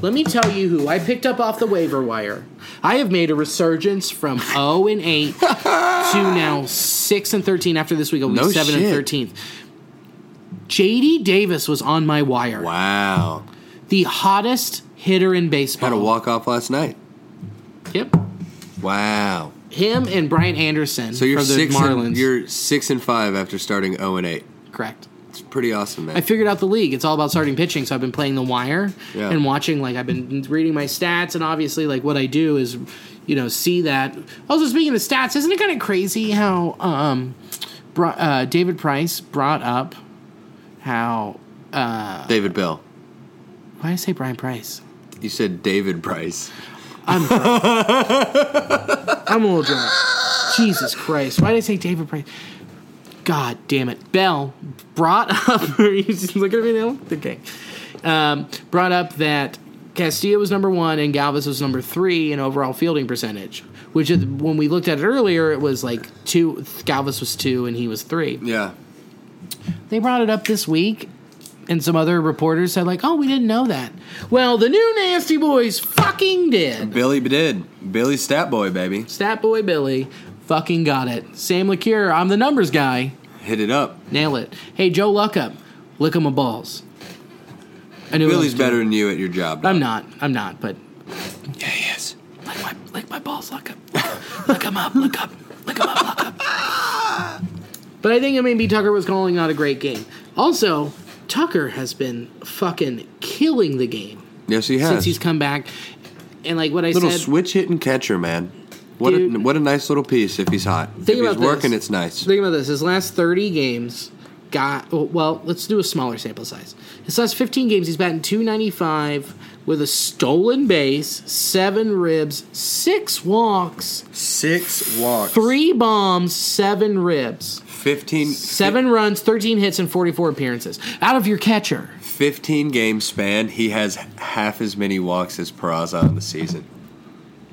Speaker 2: let me tell you who I picked up off the waiver wire. I have made a resurgence from 0 and 8 to now 6 and 13 after this week, I'll be
Speaker 3: No
Speaker 2: 7
Speaker 3: shit.
Speaker 2: and 13th. JD Davis was on my wire.
Speaker 3: Wow.
Speaker 2: The hottest hitter in baseball.
Speaker 3: Had a walk off last night.
Speaker 2: Yep.
Speaker 3: Wow.
Speaker 2: Him and Brian Anderson
Speaker 3: So you're
Speaker 2: from the
Speaker 3: six.
Speaker 2: Marlins.
Speaker 3: And, you're six and five after starting zero and eight.
Speaker 2: Correct.
Speaker 3: It's pretty awesome, man.
Speaker 2: I figured out the league. It's all about starting pitching, so I've been playing the wire
Speaker 3: Yeah.
Speaker 2: and watching. Like I've been reading my stats, and obviously, like what I do is, you know, see that. Also, speaking of stats, isn't it kind of crazy how um, bro- uh, David Price brought up how
Speaker 3: David Bell.
Speaker 2: why did I say Brian Price?
Speaker 3: You said David Price.
Speaker 2: I'm drunk. I'm a little drunk. Jesus Christ. Why did I say David Price? God damn it. Bell brought up. Are you just looking at me now? Okay. Um, brought up that Castillo was number one and Galvis was number three in overall fielding percentage, which is, when we looked at it earlier, it was like two. Galvis was two and he was three
Speaker 3: Yeah.
Speaker 2: they brought it up this week and some other reporters said like oh we didn't know that well the new nasty boys fucking did
Speaker 3: Billy did. Billy Stat Boy, baby.
Speaker 2: stat boy billy fucking got it sam lacure i'm the numbers guy
Speaker 3: Hit it up.
Speaker 2: nail it hey joe luckup lick him a balls i knew
Speaker 3: Billy's
Speaker 2: it was-
Speaker 3: better than you at your job.
Speaker 2: i'm not i'm not but
Speaker 3: Yeah, he is.
Speaker 2: lick my, lick my balls look up look him up look up look him up look up but i think maybe tucker was calling out a great game also tucker has been fucking killing the game
Speaker 3: Yes, he has.
Speaker 2: since he's come back. And like what I
Speaker 3: little
Speaker 2: said,
Speaker 3: switch hitting catcher, man. What a,
Speaker 2: Dude.
Speaker 3: what a nice little piece if he's hot. if
Speaker 2: Think
Speaker 3: he's
Speaker 2: about this.
Speaker 3: working, it's nice.
Speaker 2: think about this: his last thirty games got well. Let's do a smaller sample size. His last fifteen games, he's batting two ninety five with a stolen base, seven ribs, six walks,
Speaker 3: Six walks.
Speaker 2: three bombs, seven ribs,
Speaker 3: 15,
Speaker 2: seven runs, thirteen hits, and forty four appearances out of your catcher.
Speaker 3: 15 game span, he has half as many walks as Peraza on the season.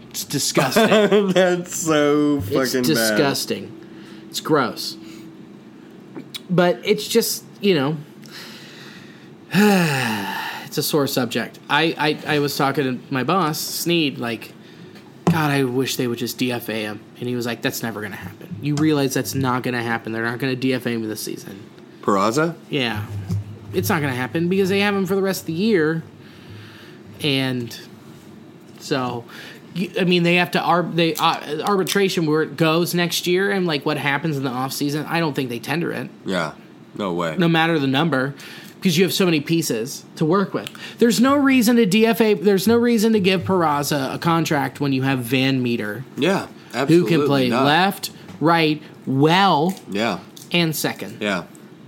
Speaker 2: It's disgusting.
Speaker 3: That's so fucking
Speaker 2: it's disgusting. It's gross. But it's just, you know, it's a sore subject. I, I, I was talking to my boss, Sneed, like, God, I wish they would just DFA him. And he was like, that's never going to happen. You realize that's not going to happen. They're not going to DFA him this season.
Speaker 3: Peraza?
Speaker 2: Yeah. It's not going to happen because they have him for the rest of the year. And so, you- I mean, they have to ar- they uh, arbitration where it goes next year and like what happens in the off season. I don't think they tender it,
Speaker 3: Yeah. No way.
Speaker 2: no matter the number, because you have so many pieces to work with. There's no reason to DFA. There's no reason to give Peraza a contract when you have Van Meter,
Speaker 3: Yeah.
Speaker 2: who
Speaker 3: Absolutely.
Speaker 2: can play
Speaker 3: not.
Speaker 2: left, right, well,
Speaker 3: Yeah.
Speaker 2: and second,
Speaker 3: Yeah.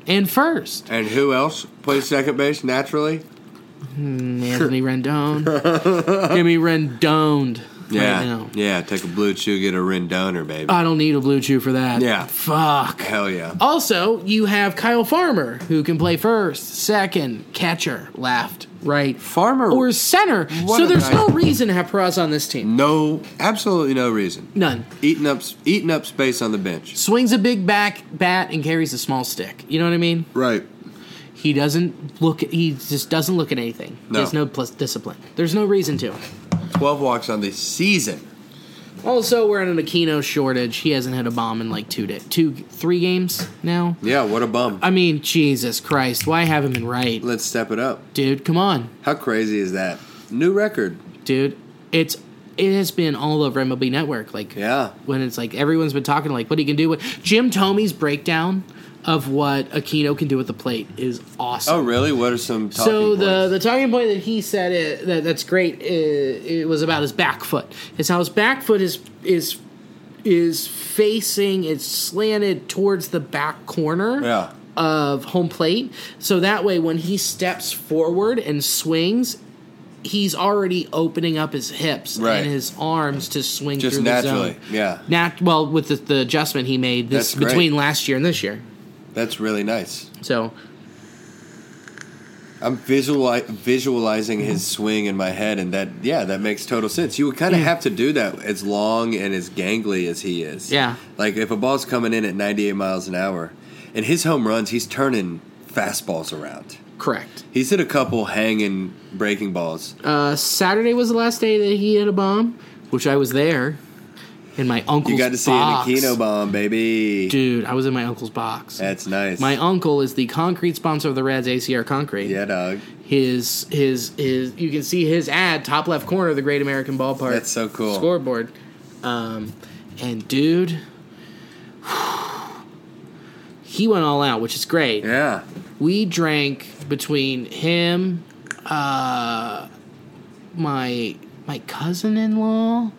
Speaker 2: and first.
Speaker 3: And who else plays second base naturally?
Speaker 2: Anthony Rendon. Give me Rendoned.
Speaker 3: Yeah.
Speaker 2: right now. Uh,
Speaker 3: Yeah. Take a blue chew, get a Rendon, baby.
Speaker 2: I don't need a blue chew for that.
Speaker 3: Yeah.
Speaker 2: Fuck.
Speaker 3: Hell yeah.
Speaker 2: Also, you have Kyle Farmer, who can play first, second, catcher, left, right,
Speaker 3: Farmer-
Speaker 2: or center.
Speaker 3: What
Speaker 2: so
Speaker 3: a
Speaker 2: there's
Speaker 3: guy.
Speaker 2: no reason to have Peraza on this team.
Speaker 3: No, absolutely no reason.
Speaker 2: None.
Speaker 3: Eating up, eating up space on the bench.
Speaker 2: Swings a big back bat and carries a small stick. You know what I mean?
Speaker 3: Right.
Speaker 2: He doesn't look. He just doesn't look at anything.
Speaker 3: No.
Speaker 2: There's no plus discipline. There's no reason to.
Speaker 3: Twelve walks on the season.
Speaker 2: Also, we're in an Aquino shortage. He hasn't hit a bomb in like two, day, two, three games now.
Speaker 3: Yeah. What a bum.
Speaker 2: I mean, Jesus Christ, why haven't been right,
Speaker 3: Let's step it up.
Speaker 2: dude? Come on.
Speaker 3: How crazy is that? New record.
Speaker 2: dude. It's it has been all over MLB Network. Like
Speaker 3: Yeah.
Speaker 2: when it's like everyone's been talking like what he can do. What Jim Tomey's breakdown of what Aquino can do at the plate is
Speaker 3: Oh,
Speaker 2: awesome.
Speaker 3: really? What are some talking
Speaker 2: so the
Speaker 3: points?
Speaker 2: the talking point that he said it, that that's great. uh it was about his back foot. It's how his back foot is is is facing. It's slanted towards the back corner
Speaker 3: yeah.
Speaker 2: of home plate. So that way, when he steps forward and swings, he's already opening up his hips
Speaker 3: Right.
Speaker 2: and his arms to swing
Speaker 3: Just
Speaker 2: through
Speaker 3: naturally.
Speaker 2: the zone.
Speaker 3: Yeah.
Speaker 2: Nat- well, with the, the adjustment he made this
Speaker 3: That's great.
Speaker 2: between last year and this year.
Speaker 3: That's really nice.
Speaker 2: So
Speaker 3: I'm visuali- visualizing his
Speaker 2: Mm-hmm.
Speaker 3: swing in my head, and that yeah, that makes total sense. You would kind of have to do that as long and as gangly as he is.
Speaker 2: Yeah.
Speaker 3: like if a ball's coming in at 98 miles an hour, and his home runs, he's turning fastballs around.
Speaker 2: correct.
Speaker 3: He's hit a couple hanging breaking balls.
Speaker 2: Uh, Saturday was the last day that he hit a bomb, which I was there in my uncle's.
Speaker 3: You got to see
Speaker 2: box.
Speaker 3: an Aquino bomb, baby.
Speaker 2: Dude, I was in my uncle's box.
Speaker 3: That's nice.
Speaker 2: my uncle is the concrete sponsor of the Reds ACR Concrete.
Speaker 3: yeah, dog.
Speaker 2: his his his you can see his ad top left corner of the Great American Ballpark.
Speaker 3: That's so cool.
Speaker 2: Scoreboard. Um and dude he went all out, which is great.
Speaker 3: Yeah,
Speaker 2: We drank between him uh my my cousin-in-law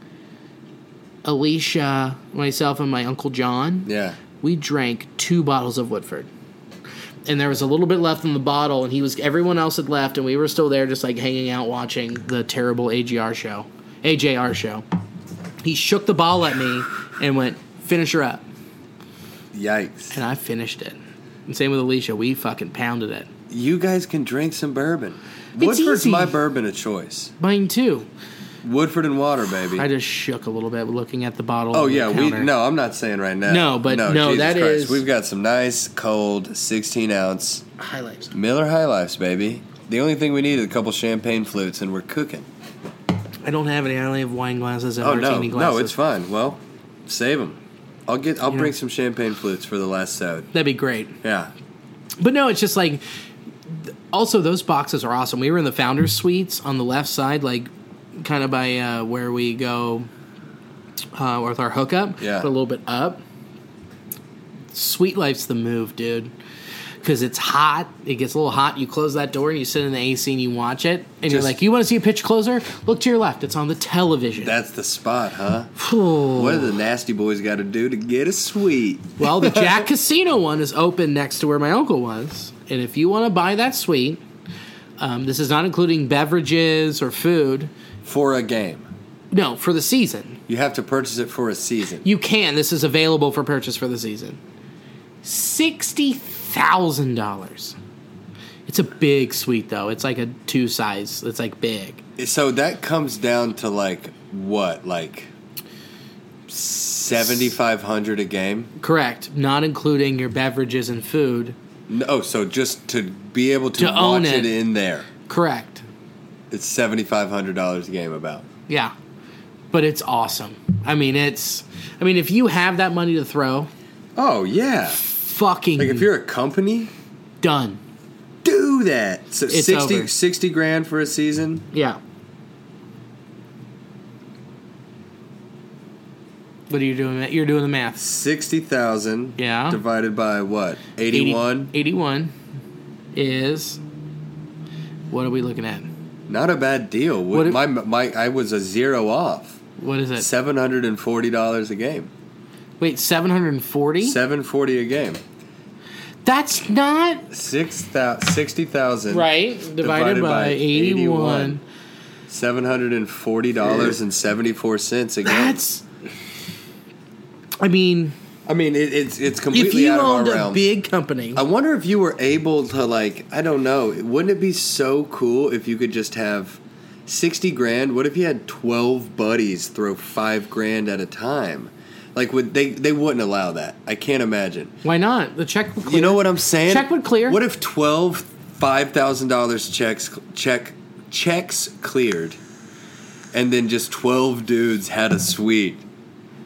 Speaker 2: Alicia, myself and my uncle John
Speaker 3: yeah.
Speaker 2: we drank two bottles of Woodford. And there was a little bit left in the bottle, and he was everyone else had left, and we were still there just like hanging out watching the terrible AGR show. AJR show. He shook the ball at me and went, finish her up.
Speaker 3: Yikes!
Speaker 2: And I finished it. And same with Alicia, we fucking pounded it.
Speaker 3: You guys can drink some bourbon.
Speaker 2: It's
Speaker 3: Woodford's
Speaker 2: easy.
Speaker 3: my bourbon of choice.
Speaker 2: Mine too.
Speaker 3: Woodford and water, baby.
Speaker 2: I just shook a little bit looking at the bottle.
Speaker 3: Oh
Speaker 2: on the
Speaker 3: yeah, we
Speaker 2: counter.
Speaker 3: no, I'm not saying right now.
Speaker 2: No, but no,
Speaker 3: Jesus
Speaker 2: that
Speaker 3: Christ.
Speaker 2: is-
Speaker 3: we've got some nice cold 16 ounce
Speaker 2: highlights.
Speaker 3: Miller High Lifes, baby. The only thing we need is a couple champagne flutes, and we're cooking.
Speaker 2: I don't have any. I only have wine glasses and
Speaker 3: Oh no,
Speaker 2: martini glasses.
Speaker 3: no, it's fine. Well, save them. I'll get. I'll
Speaker 2: You know.
Speaker 3: bring some champagne flutes for the last sound.
Speaker 2: That'd be great.
Speaker 3: Yeah,
Speaker 2: But no, it's just like. th- Also, those boxes are awesome. We were in the founders' suites on the left side, like kind of by uh, where we go uh, with our hookup.
Speaker 3: Yeah.
Speaker 2: but a little bit up. Sweet life's the move, dude. Because it's hot, it gets a little hot. You close that door and you sit in the AC and you watch it, and you're
Speaker 3: Just-
Speaker 2: like, "You want to see a pitch closer? Look to your left. It's on the television."
Speaker 3: that's the spot, huh?
Speaker 2: Phew.
Speaker 3: What do the nasty boys got to do to get a suite?
Speaker 2: Well, the Jack Casino one is open next to where my uncle was, and if you want to buy that suite, um, this is not including beverages or food.
Speaker 3: For a game,
Speaker 2: No, for the season,
Speaker 3: you have to purchase it for a season.
Speaker 2: you can. This is available for purchase for the season. Sixty thousand dollars. It's a big suite, though. It's like a two size. It's like big.
Speaker 3: So that comes down to like what, like seventy five hundred a game.
Speaker 2: Correct. Not including your beverages and food.
Speaker 3: No, oh, so just to be able to,
Speaker 2: To own
Speaker 3: watch
Speaker 2: it.
Speaker 3: it. in there,
Speaker 2: Correct.
Speaker 3: it's seventy five hundred dollars a game. About
Speaker 2: Yeah. But it's awesome. I mean, it's. I mean, if you have that money to throw,
Speaker 3: oh yeah,
Speaker 2: fucking
Speaker 3: like if you're a company,
Speaker 2: done.
Speaker 3: do that. So
Speaker 2: It's
Speaker 3: 60,
Speaker 2: over.
Speaker 3: 60 grand for a season.
Speaker 2: Yeah. What are you doing? Matt? You're doing the math.
Speaker 3: Sixty thousand.
Speaker 2: Yeah.
Speaker 3: Divided by what? Eighty one.
Speaker 2: 80 81 is. What are we looking at?
Speaker 3: Not a bad deal.
Speaker 2: What if-
Speaker 3: my my I was a zero off.
Speaker 2: What is it?
Speaker 3: Seven hundred and forty dollars a game.
Speaker 2: Wait, 740?
Speaker 3: Seven forty a game.
Speaker 2: That's not
Speaker 3: Six thou- 60,000.
Speaker 2: right. Divided, by, 81.
Speaker 3: Seven hundred and forty dollars and seventy four cents again.
Speaker 2: That's. I mean,
Speaker 3: I mean, it, it's it's
Speaker 2: if
Speaker 3: completely
Speaker 2: you
Speaker 3: out of our
Speaker 2: owned a
Speaker 3: realm.
Speaker 2: big company,
Speaker 3: I wonder if you were able to like I don't know. Wouldn't it be so cool if you could just have sixty grand? What if you had twelve buddies throw five grand at a time? Like would they they wouldn't allow that? I can't imagine.
Speaker 2: why not? The check. would
Speaker 3: You
Speaker 2: clear.
Speaker 3: know what I'm saying?
Speaker 2: Check would clear.
Speaker 3: What if twelve five thousand dollars checks check checks cleared, and then just twelve dudes had a suite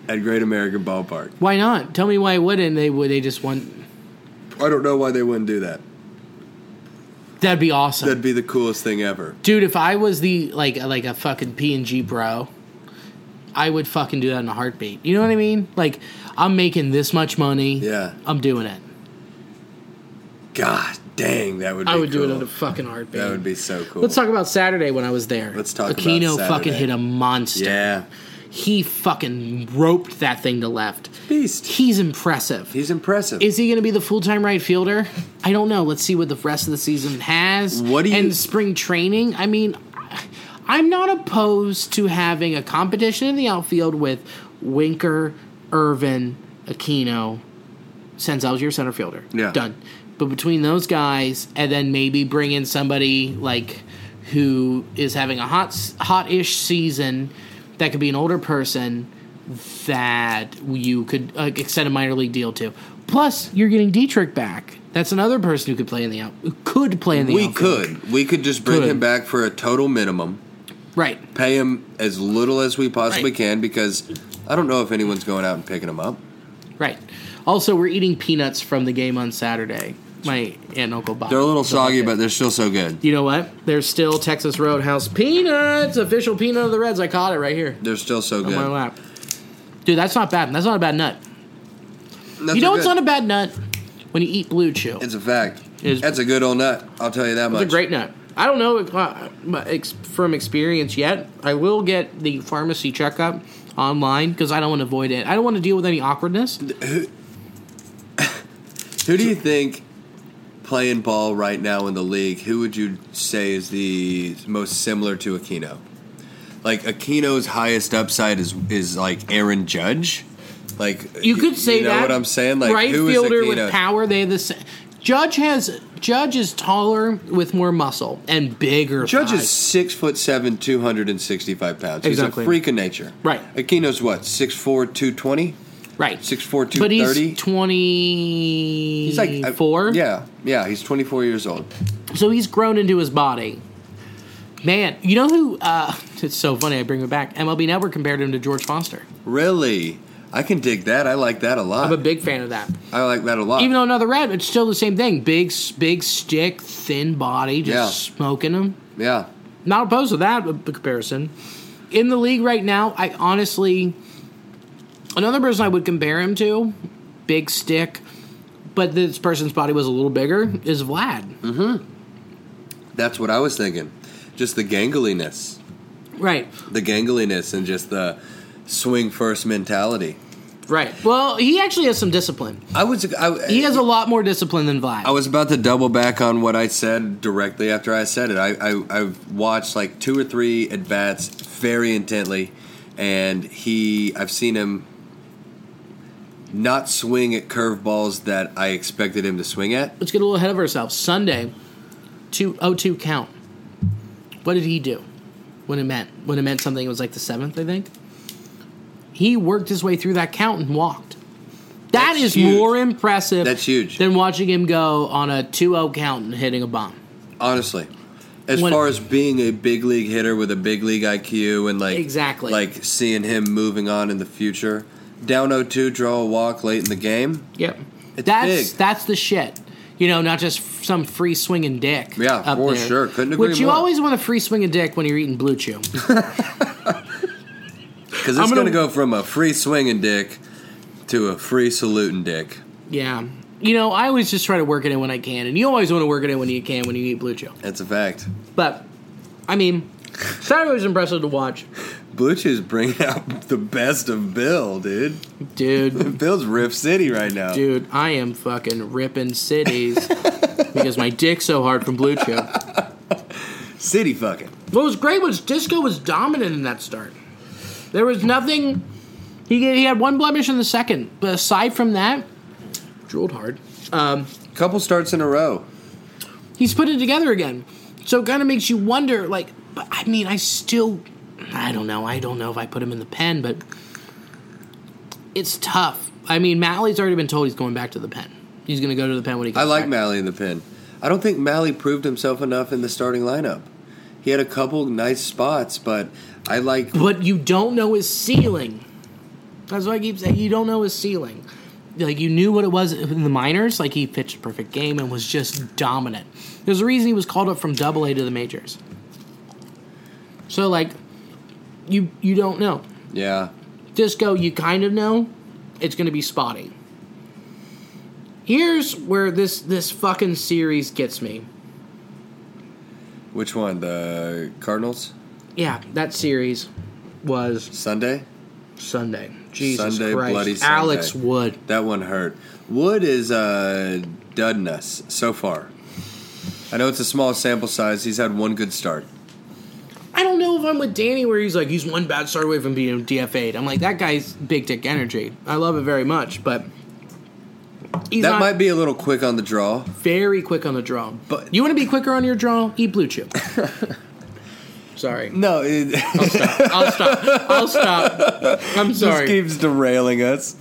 Speaker 3: at Great American Ballpark?
Speaker 2: Why not? Tell me why wouldn't they? Would they just want?
Speaker 3: I don't know why they wouldn't do that.
Speaker 2: That'd be awesome,
Speaker 3: That'd be the coolest thing ever.
Speaker 2: dude. If I was the like like a fucking P and G bro, I would fucking do that in a heartbeat. You know what I mean? Like I'm making this much money.
Speaker 3: Yeah.
Speaker 2: I'm doing it.
Speaker 3: God dang, that would. Be
Speaker 2: I would do
Speaker 3: cool.
Speaker 2: it in a fucking heartbeat.
Speaker 3: That would be so cool.
Speaker 2: Let's talk about Saturday when I was there.
Speaker 3: Let's talk about
Speaker 2: Aquino
Speaker 3: Saturday.
Speaker 2: fucking hit a monster.
Speaker 3: Yeah,
Speaker 2: He fucking roped that thing to left.
Speaker 3: beast.
Speaker 2: He's impressive.
Speaker 3: He's impressive.
Speaker 2: Is he going to be the full time right fielder? I don't know. Let's see what the rest of the season has.
Speaker 3: What do you-
Speaker 2: and spring training? I mean, I'm not opposed to having a competition in the outfield with Winker, Irvin, Aquino, Senzel's your center fielder.
Speaker 3: Yeah.
Speaker 2: done. But between those guys, and then maybe bring in somebody like who is having a hot hot ish season that could be an older person that you could uh, extend a minor league deal to. Plus, you're getting Dietrich back. That's another person who could play in the out, who could play in the
Speaker 3: we
Speaker 2: outfield.
Speaker 3: could we could just bring
Speaker 2: Could.
Speaker 3: him back for a total minimum,
Speaker 2: right.
Speaker 3: pay him as little as we possibly
Speaker 2: Right.
Speaker 3: can because I don't know if anyone's going out and picking him up.
Speaker 2: Right. Also, we're eating peanuts from the game on Saturday. My aunt and uncle Bob.
Speaker 3: They're a little soggy,
Speaker 2: but
Speaker 3: but they're still so good.
Speaker 2: you know what? There's still Texas Roadhouse peanuts. Official peanut of the Reds. I caught it right here
Speaker 3: They're still so
Speaker 2: on
Speaker 3: good.
Speaker 2: my lap. Dude, that's not bad. That's not a bad nut.
Speaker 3: Nuts
Speaker 2: you
Speaker 3: are
Speaker 2: know what's
Speaker 3: good.
Speaker 2: not a bad nut? When you eat Blue Chew. It's,
Speaker 3: It's a fact.
Speaker 2: It is-
Speaker 3: That's a good old nut. I'll tell you that much.
Speaker 2: a great nut. I don't know if, uh, my ex- from experience yet. I will get the pharmacy checkup online because I don't want to avoid it. I don't want to deal with any awkwardness.
Speaker 3: Who do you think playing ball right now in the league? Who would you say is the most similar to Aquino? Like Aquino's highest upside is is like Aaron Judge. Like
Speaker 2: You could say
Speaker 3: you know
Speaker 2: that.
Speaker 3: what I'm saying. Like
Speaker 2: right
Speaker 3: who is
Speaker 2: fielder
Speaker 3: Aquino?
Speaker 2: with power. They have the same. Judge has Judge is taller with more muscle and bigger.
Speaker 3: Judge is
Speaker 2: thighs.
Speaker 3: six foot seven, two hundred and sixty five pounds. He's
Speaker 2: Exactly.
Speaker 3: a freak of nature.
Speaker 2: Right.
Speaker 3: Aquino's what six four, two twenty,
Speaker 2: right.
Speaker 3: six four, two
Speaker 2: but
Speaker 3: thirty.
Speaker 2: he's twenty.
Speaker 3: He's like uh,
Speaker 2: four.
Speaker 3: Yeah, yeah. He's twenty four years old.
Speaker 2: So he's grown into his body. Man, you know who? Uh, it's so funny. I bring it back. MLB Network compared him to George Foster.
Speaker 3: Really, I can dig that. I like that a lot.
Speaker 2: I'm a big fan of that.
Speaker 3: I like that a lot.
Speaker 2: Even though another red, it's still the same thing. Big, s- big stick, thin body, just
Speaker 3: Yeah.
Speaker 2: smoking him.
Speaker 3: yeah.
Speaker 2: not opposed to that uh, comparison. In the league right now, I honestly another person I would compare him to, big stick, but this person's body was a little bigger is Vlad.
Speaker 3: That's what I was thinking. Just the gangliness,
Speaker 2: Right,
Speaker 3: the gangliness, and just the swing first mentality.
Speaker 2: right. Well, he actually has some discipline.
Speaker 3: I was I,
Speaker 2: He has a lot more discipline than Vlad.
Speaker 3: I was about to double back on what I said directly after I said it. I, I I've watched like two or three at bats very intently, and he I've seen him not swing at curveballs that I expected him to swing at.
Speaker 2: Let's get a little ahead of ourselves. Sunday, two oh two count. What did he do? When it meant when it meant something, it was like the seventh, I think. He worked his way through that count and walked. That's
Speaker 3: That's huge.
Speaker 2: more impressive.
Speaker 3: That's huge.
Speaker 2: Than watching him go on a 2-0 count and hitting a bomb.
Speaker 3: Honestly, as
Speaker 2: When-
Speaker 3: far as being a big league hitter with a big league IQ and like
Speaker 2: Exactly.
Speaker 3: like seeing him moving on in the future, down 0-2, draw a walk late in the game.
Speaker 2: Yep.
Speaker 3: It's
Speaker 2: that's
Speaker 3: big.
Speaker 2: that's the shit. You know, not just f- some free swinging dick.
Speaker 3: Yeah,
Speaker 2: up
Speaker 3: for
Speaker 2: there.
Speaker 3: sure. Couldn't agree
Speaker 2: Which you
Speaker 3: more.
Speaker 2: always want a free swinging dick when you're eating blue chew.
Speaker 3: because
Speaker 2: I'm
Speaker 3: it's
Speaker 2: gonna-
Speaker 3: going to go from a free swinging dick to a free saluting dick.
Speaker 2: Yeah. You know, I always just try to work it in when I can, and you always want to work it in when you can when you eat blue chew.
Speaker 3: That's a fact.
Speaker 2: But, I mean, Saturday was impressive to watch,
Speaker 3: Blue Chew's bringing out the best of Bill, dude.
Speaker 2: dude.
Speaker 3: Bill's Riff City right now.
Speaker 2: Dude, I am fucking ripping cities because my dick's so hard from blue chew.
Speaker 3: City fucking.
Speaker 2: What was great was Disco was dominant in that start. There was nothing. He, he had one blemish in the second, but aside from that, drilled hard. Um,
Speaker 3: Couple starts in a row.
Speaker 2: he's put it together again. So it kind of makes you wonder, like, but I mean, I still, I don't know. I don't know if I put him in the pen, but it's tough. I mean, Matley's already been told he's going back to the pen. He's going to go to the pen when he.
Speaker 3: I
Speaker 2: Comes
Speaker 3: like
Speaker 2: back.
Speaker 3: Mally in the pin. I don't think Mally proved himself enough in the starting lineup. He had a couple nice spots, but I like
Speaker 2: But you don't know his ceiling. That's why I keep saying you don't know his ceiling. Like you knew what it was in the minors. Like he pitched a perfect game and was just dominant. There's a reason he was called up from Double A to the majors. So like, you you don't know.
Speaker 3: yeah.
Speaker 2: Disco, you kind of know it's going to be spotty. Here's where this this fucking series gets me.
Speaker 3: Which one? The Cardinals
Speaker 2: Yeah, that series was
Speaker 3: Sunday.
Speaker 2: Sunday. Jesus
Speaker 3: Sunday,
Speaker 2: Christ,
Speaker 3: bloody
Speaker 2: Alex
Speaker 3: Sunday.
Speaker 2: Wood.
Speaker 3: That one hurt. Wood is uh, dudding us so far. I know it's a small sample size. He's had one good start.
Speaker 2: I don't know if I'm with Danny where he's like he's one bad start away from being DFA'd. I'm like that guy's big dick energy. I love it very much, but he's
Speaker 3: That
Speaker 2: not
Speaker 3: might be a little quick on the draw.
Speaker 2: very quick on the draw.
Speaker 3: But-
Speaker 2: you want to be quicker on your draw? Eat blue chew. sorry,
Speaker 3: No, it
Speaker 2: I'll stop. I'll stop. I'm
Speaker 3: just
Speaker 2: sorry.
Speaker 3: keeps derailing us.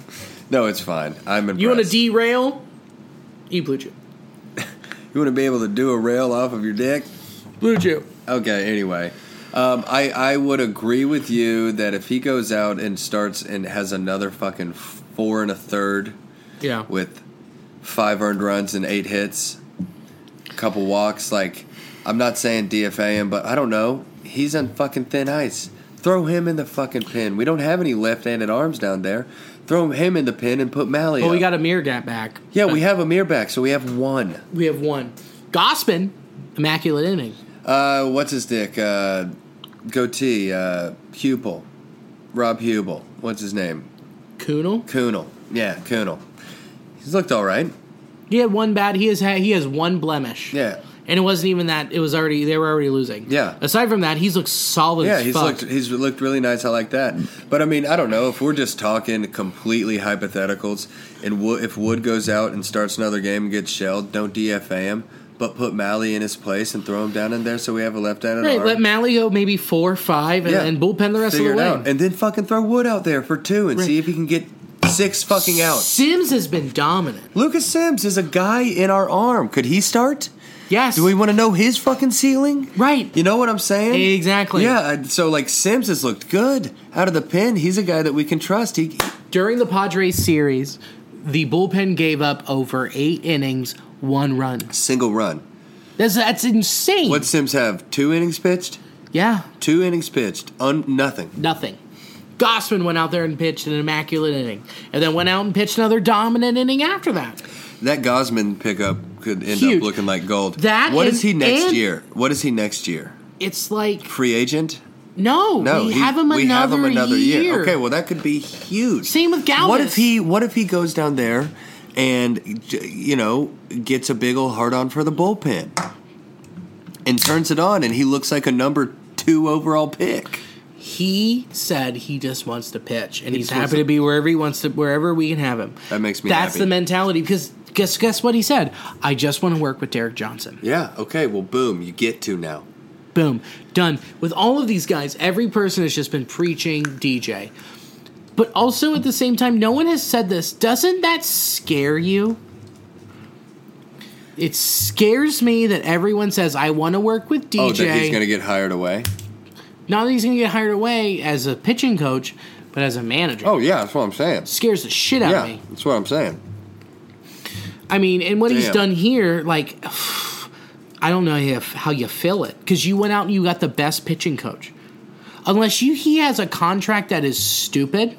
Speaker 3: No, it's fine. I'm impressed.
Speaker 2: you want to derail? Eat blue chew.
Speaker 3: you want to be able to do a rail off of your dick?
Speaker 2: Blue chew.
Speaker 3: Okay, anyway. Um, I, I would agree with you that if he goes out and starts and has another fucking four and a third
Speaker 2: Yeah.
Speaker 3: with five earned runs and eight hits, a couple walks, like, I'm not saying DFA him, but I don't know. He's on fucking thin ice. Throw him in the fucking pin. We don't have any left handed arms down there. Throw him in the pin and put Mally
Speaker 2: But we
Speaker 3: up.
Speaker 2: got a mirror gap back.
Speaker 3: yeah, we have Amir back, so we have one.
Speaker 2: We have one. Gospin, immaculate inning.
Speaker 3: Uh, what's his dick? Uh, goatee. Uh, Hubel. Rob Hubel. What's his name?
Speaker 2: Kunal.
Speaker 3: Kunal. Yeah, Kunal. He's looked all right.
Speaker 2: He had one bad. He has had, he has one blemish.
Speaker 3: Yeah.
Speaker 2: And it wasn't even that. It was already they were already losing.
Speaker 3: Yeah.
Speaker 2: Aside from that, he's looked solid.
Speaker 3: Yeah,
Speaker 2: as
Speaker 3: he's
Speaker 2: fuck.
Speaker 3: looked he's looked really nice. I like that. But I mean, I don't know if we're just talking completely hypotheticals. And Wo- if Wood goes out and starts another game and gets shelled, don't DFA him, but put Mally in his place and throw him down in there so we have a left-handed
Speaker 2: Right,
Speaker 3: arm.
Speaker 2: let Mally go maybe four, five, and,
Speaker 3: Yeah.
Speaker 2: and bullpen the rest
Speaker 3: Figure
Speaker 2: of
Speaker 3: it
Speaker 2: the way.
Speaker 3: out, and then fucking throw Wood out there for two and
Speaker 2: Right.
Speaker 3: see if he can get six fucking out.
Speaker 2: Sims has been dominant.
Speaker 3: Lucas Sims is a guy in our arm. Could he start?
Speaker 2: Yes.
Speaker 3: Do we want to know his fucking ceiling?
Speaker 2: Right.
Speaker 3: You know what I'm saying?
Speaker 2: Exactly.
Speaker 3: Yeah. I- So like Sims has looked good out of the pen. He's a guy that we can trust. He
Speaker 2: During the Padres series, the bullpen gave up over eight innings, one run.
Speaker 3: single run.
Speaker 2: That's that's insane.
Speaker 3: What Sims have? Two innings pitched.
Speaker 2: yeah,
Speaker 3: Two innings pitched. Un- nothing.
Speaker 2: nothing. Gossman went out there and pitched an immaculate inning, and then went out and pitched another dominant inning after that.
Speaker 3: That Gosman pickup could end
Speaker 2: Huge.
Speaker 3: up looking like gold.
Speaker 2: That
Speaker 3: What
Speaker 2: and-
Speaker 3: is he next
Speaker 2: and-
Speaker 3: year? What is he next year?
Speaker 2: It's like
Speaker 3: Free agent?
Speaker 2: no,
Speaker 3: No,
Speaker 2: we
Speaker 3: he-
Speaker 2: have him another,
Speaker 3: we have him another
Speaker 2: year.
Speaker 3: year. Okay, well that could be huge.
Speaker 2: Same with Galvis.
Speaker 3: What if he? What if he goes down there and j- you know gets a big old hard on for the bullpen and turns it on, and he looks like a number two overall pick.
Speaker 2: He said he just wants to pitch, and he's
Speaker 3: just wants
Speaker 2: happy to
Speaker 3: to-
Speaker 2: be wherever he wants to, wherever we can have him.
Speaker 3: That makes me
Speaker 2: That's
Speaker 3: happy.
Speaker 2: the mentality because guess guess what he said. I just want to work with Derek Johnson.
Speaker 3: Yeah. Okay. Well, boom. You get to now.
Speaker 2: Boom, done. With all of these guys, every person has just been preaching DJ, but also at the same time, no one has said this. Doesn't that scare you? It scares me that everyone says I want to work with DJ.
Speaker 3: Oh, that he's going to get hired away.
Speaker 2: Not that he's going to get hired away as a pitching coach, but as a manager.
Speaker 3: Oh yeah, that's what I'm saying.
Speaker 2: Scares the shit out of
Speaker 3: Yeah,
Speaker 2: me.
Speaker 3: that's what I'm saying.
Speaker 2: I mean, and what he's
Speaker 3: Damn.
Speaker 2: done here, like, I don't know if, how you feel it because you went out and you got the best pitching coach. Unless you, he has a contract that is stupid,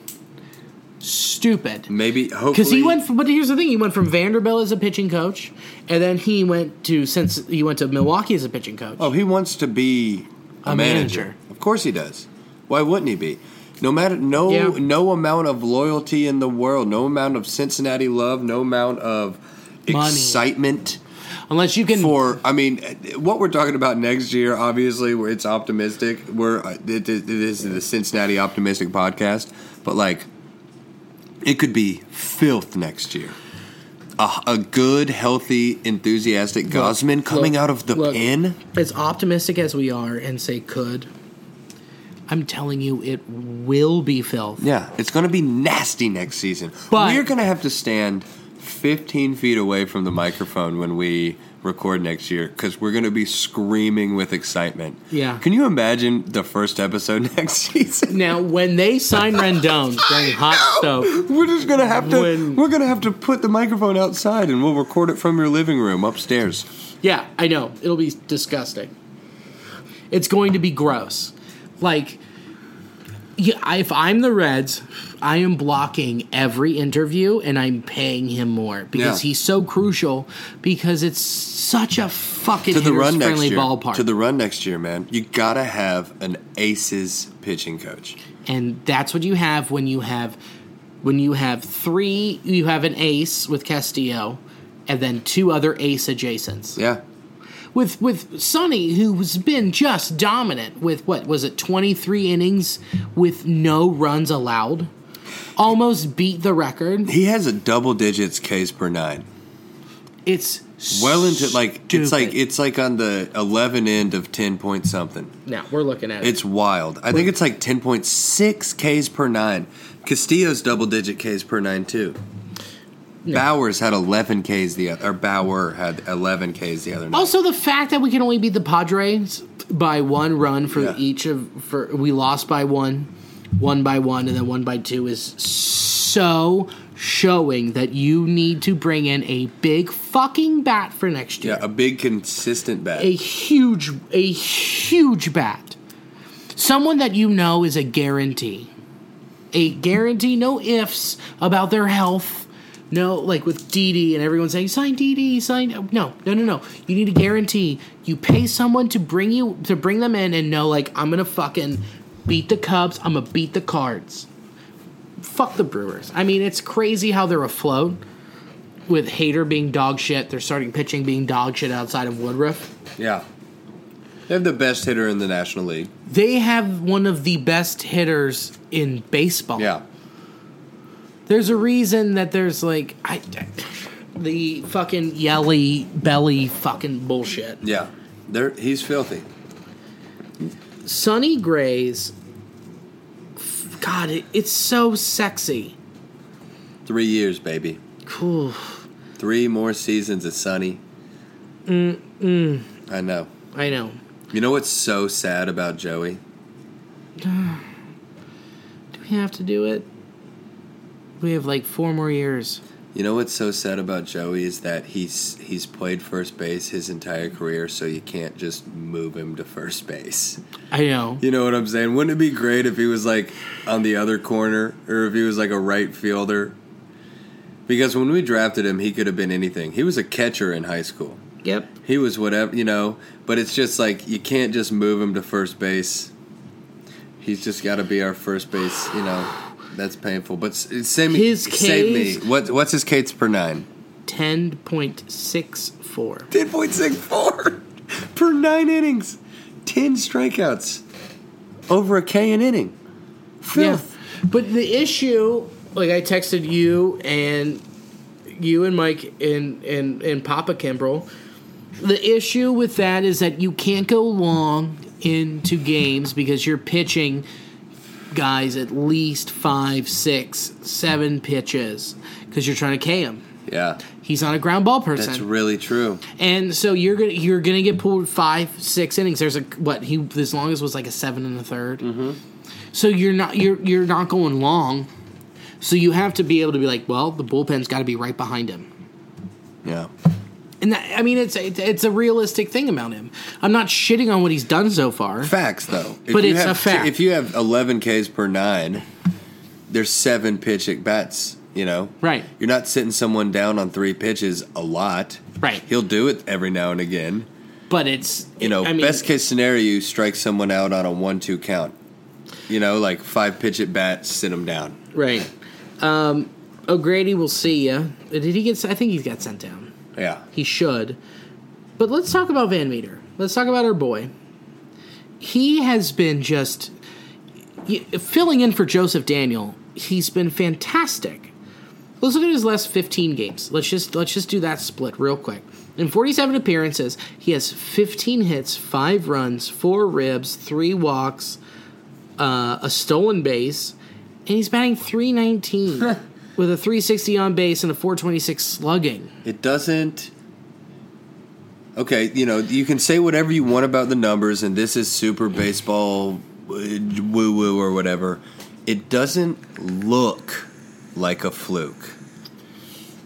Speaker 2: stupid.
Speaker 3: Maybe hopefully
Speaker 2: Because he went, from, but here's the thing: he went from Vanderbilt as a pitching coach, and then he went to since he went to Milwaukee as a pitching coach.
Speaker 3: Oh, he wants to be a,
Speaker 2: A
Speaker 3: manager.
Speaker 2: manager.
Speaker 3: Of course he does. Why wouldn't he be? No matter no
Speaker 2: Yeah.
Speaker 3: no amount of loyalty in the world, no amount of Cincinnati love, no amount of
Speaker 2: Money.
Speaker 3: excitement,
Speaker 2: Unless you can
Speaker 3: for I mean, what we're talking about next year, obviously, where it's optimistic. We're uh, it, it, it is the Cincinnati optimistic podcast, but like, it could be filth next year. A, a good, healthy, enthusiastic Gosman coming
Speaker 2: look,
Speaker 3: out of the
Speaker 2: look.
Speaker 3: pen.
Speaker 2: as optimistic as we are and say could, I'm telling you it will be filth.
Speaker 3: Yeah, it's going to be nasty next season.
Speaker 2: But-
Speaker 3: We're going to have to stand 15 feet away from the microphone when we record next year because we're going to be screaming with excitement.
Speaker 2: Yeah.
Speaker 3: Can you imagine the first episode next season?
Speaker 2: Now, when they sign Rendon during hot stove,
Speaker 3: We're just gonna have to.
Speaker 2: When-
Speaker 3: we're gonna have to put the microphone outside, and we'll record it from your living room upstairs.
Speaker 2: yeah, I know it'll be disgusting. It's going to be gross. Like, yeah, I- if I'm the Reds, I am blocking every interview and I'm paying him more because
Speaker 3: Yeah.
Speaker 2: he's so crucial. Because it's such a fucking
Speaker 3: To the run next
Speaker 2: friendly
Speaker 3: year.
Speaker 2: ballpark,
Speaker 3: To the run next year, man. You gotta have an aces pitching coach.
Speaker 2: and that's what you have when you have when you have three. You have an ace with Castillo, and then two other ace adjacents.
Speaker 3: Yeah.
Speaker 2: with with Sonny, who's been just dominant with what was it, twenty three innings with no runs allowed, almost beat the record.
Speaker 3: He has a double digits Ks per nine.
Speaker 2: It's
Speaker 3: well into like it's like
Speaker 2: stupid.
Speaker 3: it's like on the 11 end of 10 point something
Speaker 2: now we're looking at it.
Speaker 3: it's wild i think it's like 10.6 ks per nine castillo's double digit ks per nine too bowers had 11 ks the other or bauer had 11 ks the other night
Speaker 2: Also, the fact that we can only beat the Padres by one run for
Speaker 3: Yeah.
Speaker 2: each of for we lost by one, one by one, and then one by two is so showing that you need to bring in a big fucking bat for next year.
Speaker 3: yeah a big consistent bat
Speaker 2: a huge a huge bat someone that you know is a guarantee a guarantee no ifs about their health no like with dd and everyone saying sign dd sign no no no no you need a guarantee you pay someone to bring you to bring them in and know like i'm gonna fucking beat the cubs i'm gonna beat the cards fuck the brewers i mean it's crazy how they're afloat with Hater being dog shit, they're starting pitching being dog shit outside of Woodruff.
Speaker 3: yeah they have the best hitter in the national league
Speaker 2: They have one of the best hitters in baseball.
Speaker 3: yeah
Speaker 2: There's a reason that there's like I, the fucking yelly belly fucking bullshit.
Speaker 3: yeah They're, he's filthy
Speaker 2: Sonny Gray's God, it, it's so sexy.
Speaker 3: three years baby
Speaker 2: Cool.
Speaker 3: three more seasons of sunny mm, i know
Speaker 2: I know.
Speaker 3: you know what's so sad about joey
Speaker 2: Do we have to do it? We have like four more years.
Speaker 3: You know what's so sad about Joey is that he's he's played first base his entire career, so you can't just move him to first base.
Speaker 2: I know.
Speaker 3: You know what I'm saying? Wouldn't it be great if he was like on the other corner, or if he was like a right fielder? Because when we drafted him, he could have been anything. He was a catcher in high school.
Speaker 2: Yep.
Speaker 3: He was whatever, you know. But it's just like you can't just move him to first base. He's just got to be our first base, you know. That's painful. But s- save me,
Speaker 2: His
Speaker 3: save
Speaker 2: Ks-
Speaker 3: me. What, what's his Kates per nine?
Speaker 2: Ten point six four.
Speaker 3: Ten point six four per nine innings, ten strikeouts, over a K an inning. Filth.
Speaker 2: Yeah. But the issue, like I texted you and you and Mike and and and Papa Kimbrel, the issue with that is that you can't go long into games because you're pitching guys at least five, six, seven pitches because you're trying to K him.
Speaker 3: Yeah,
Speaker 2: He's not a ground ball person.
Speaker 3: that's really true.
Speaker 2: And so you're gonna you're gonna get pulled five six innings. There's a what he as long as was like a seven and a 3rd Mm-hmm. So you're not you're you're not going long. So you have to be able to be like, well, the bullpen's got to be right behind him.
Speaker 3: Yeah,
Speaker 2: And that, I mean, it's, it's it's a realistic thing about him. I'm not shitting on what he's done so far.
Speaker 3: facts though. If
Speaker 2: But
Speaker 3: you
Speaker 2: it's
Speaker 3: have
Speaker 2: a fact.
Speaker 3: If you have eleven Ks per nine, there's seven pitch at bats. You know,
Speaker 2: Right.
Speaker 3: You're not sitting someone down on three pitches a lot.
Speaker 2: Right.
Speaker 3: He'll do it every now and again.
Speaker 2: But it's
Speaker 3: You know,
Speaker 2: I mean,
Speaker 3: best case scenario, you strike someone out on a one-two count. You know, like five pitch at bats, sit him down.
Speaker 2: right. Um, O'Grady will see you. Did he get? s- I think he got sent down.
Speaker 3: Yeah.
Speaker 2: He should. But let's talk about Van Meter. Let's talk about our boy. He has been just y- filling in for Joseph Daniel. He's been fantastic. Let's look at his last 15 games. Let's just let's just do that split real quick. In 47 appearances, he has 15 hits, 5 runs, 4 ribs, 3 walks, uh, a stolen base, and he's batting 319 with a 360 on base and a 426 slugging.
Speaker 3: It doesn't. Okay, you know, you can say whatever you want about the numbers, and this is super baseball woo woo or whatever. It doesn't look like a fluke.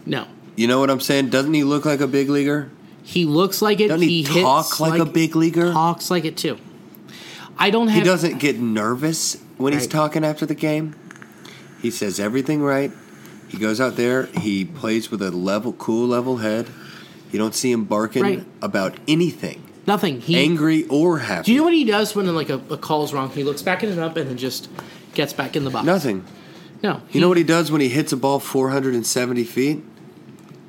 Speaker 2: No.
Speaker 3: You know what I'm saying? Doesn't he look like a big leaguer?
Speaker 2: He looks like it.
Speaker 3: Doesn't he
Speaker 2: hits
Speaker 3: talk like a big leaguer?
Speaker 2: Talks like it too. I don't
Speaker 3: He
Speaker 2: have.
Speaker 3: doesn't get nervous when he's
Speaker 2: Right.
Speaker 3: talking after the game. He says everything right. He goes out there, he plays with a level, cool level head. You don't see him barking
Speaker 2: Right.
Speaker 3: about anything,
Speaker 2: nothing. He.
Speaker 3: angry or happy.
Speaker 2: do you know what he does when like a, a call's wrong? He looks back it up and then just gets back in the box.
Speaker 3: Nothing.
Speaker 2: No.
Speaker 3: You know what he does when he hits a ball 470 feet?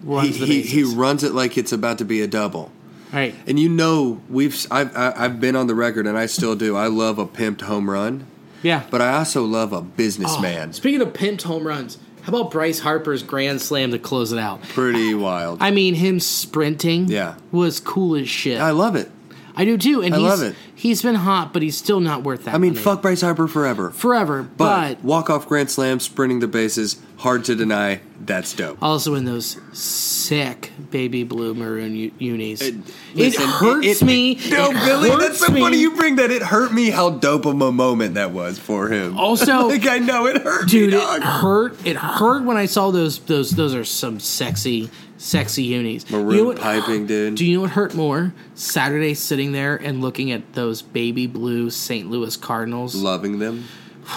Speaker 3: He,
Speaker 2: runs the
Speaker 3: he,
Speaker 2: bases.
Speaker 3: he runs it like it's about to be a double.
Speaker 2: right.
Speaker 3: And you know, we've I've, I- I've been on the record, and I still do. I love a pimped home run,
Speaker 2: Yeah. Oh,
Speaker 3: but I also love a businessman.
Speaker 2: Speaking of pimped home runs, how about Bryce Harper's grand slam to close it out?
Speaker 3: Pretty wild. I,
Speaker 2: I mean, him sprinting.
Speaker 3: Yeah.
Speaker 2: Was cool as shit. I,
Speaker 3: love it.
Speaker 2: do too. And
Speaker 3: I
Speaker 2: he's,
Speaker 3: love it.
Speaker 2: He's been hot, but he's still not worth that.
Speaker 3: I mean,
Speaker 2: money.
Speaker 3: fuck Bryce Harper forever.
Speaker 2: forever,
Speaker 3: But,
Speaker 2: but
Speaker 3: walk off grand slam, sprinting the bases, hard to deny. That's dope.
Speaker 2: also in those sick baby blue maroon u- unis. It,
Speaker 3: Listen,
Speaker 2: hurts me.
Speaker 3: No,
Speaker 2: It
Speaker 3: Billy, that's
Speaker 2: hurts
Speaker 3: so funny
Speaker 2: me.
Speaker 3: you bring that. It hurt me how dope of a moment that was for him.
Speaker 2: Also-
Speaker 3: like I know it hurt,
Speaker 2: Dude,
Speaker 3: me,
Speaker 2: it
Speaker 3: dog.
Speaker 2: hurt. It hurt when I saw those. Those. Those are some sexy, sexy unis.
Speaker 3: Maroon
Speaker 2: you know what,
Speaker 3: piping, dude.
Speaker 2: Do you know what hurt more? Saturday sitting there and looking at those baby blue St. Louis Cardinals.
Speaker 3: Loving them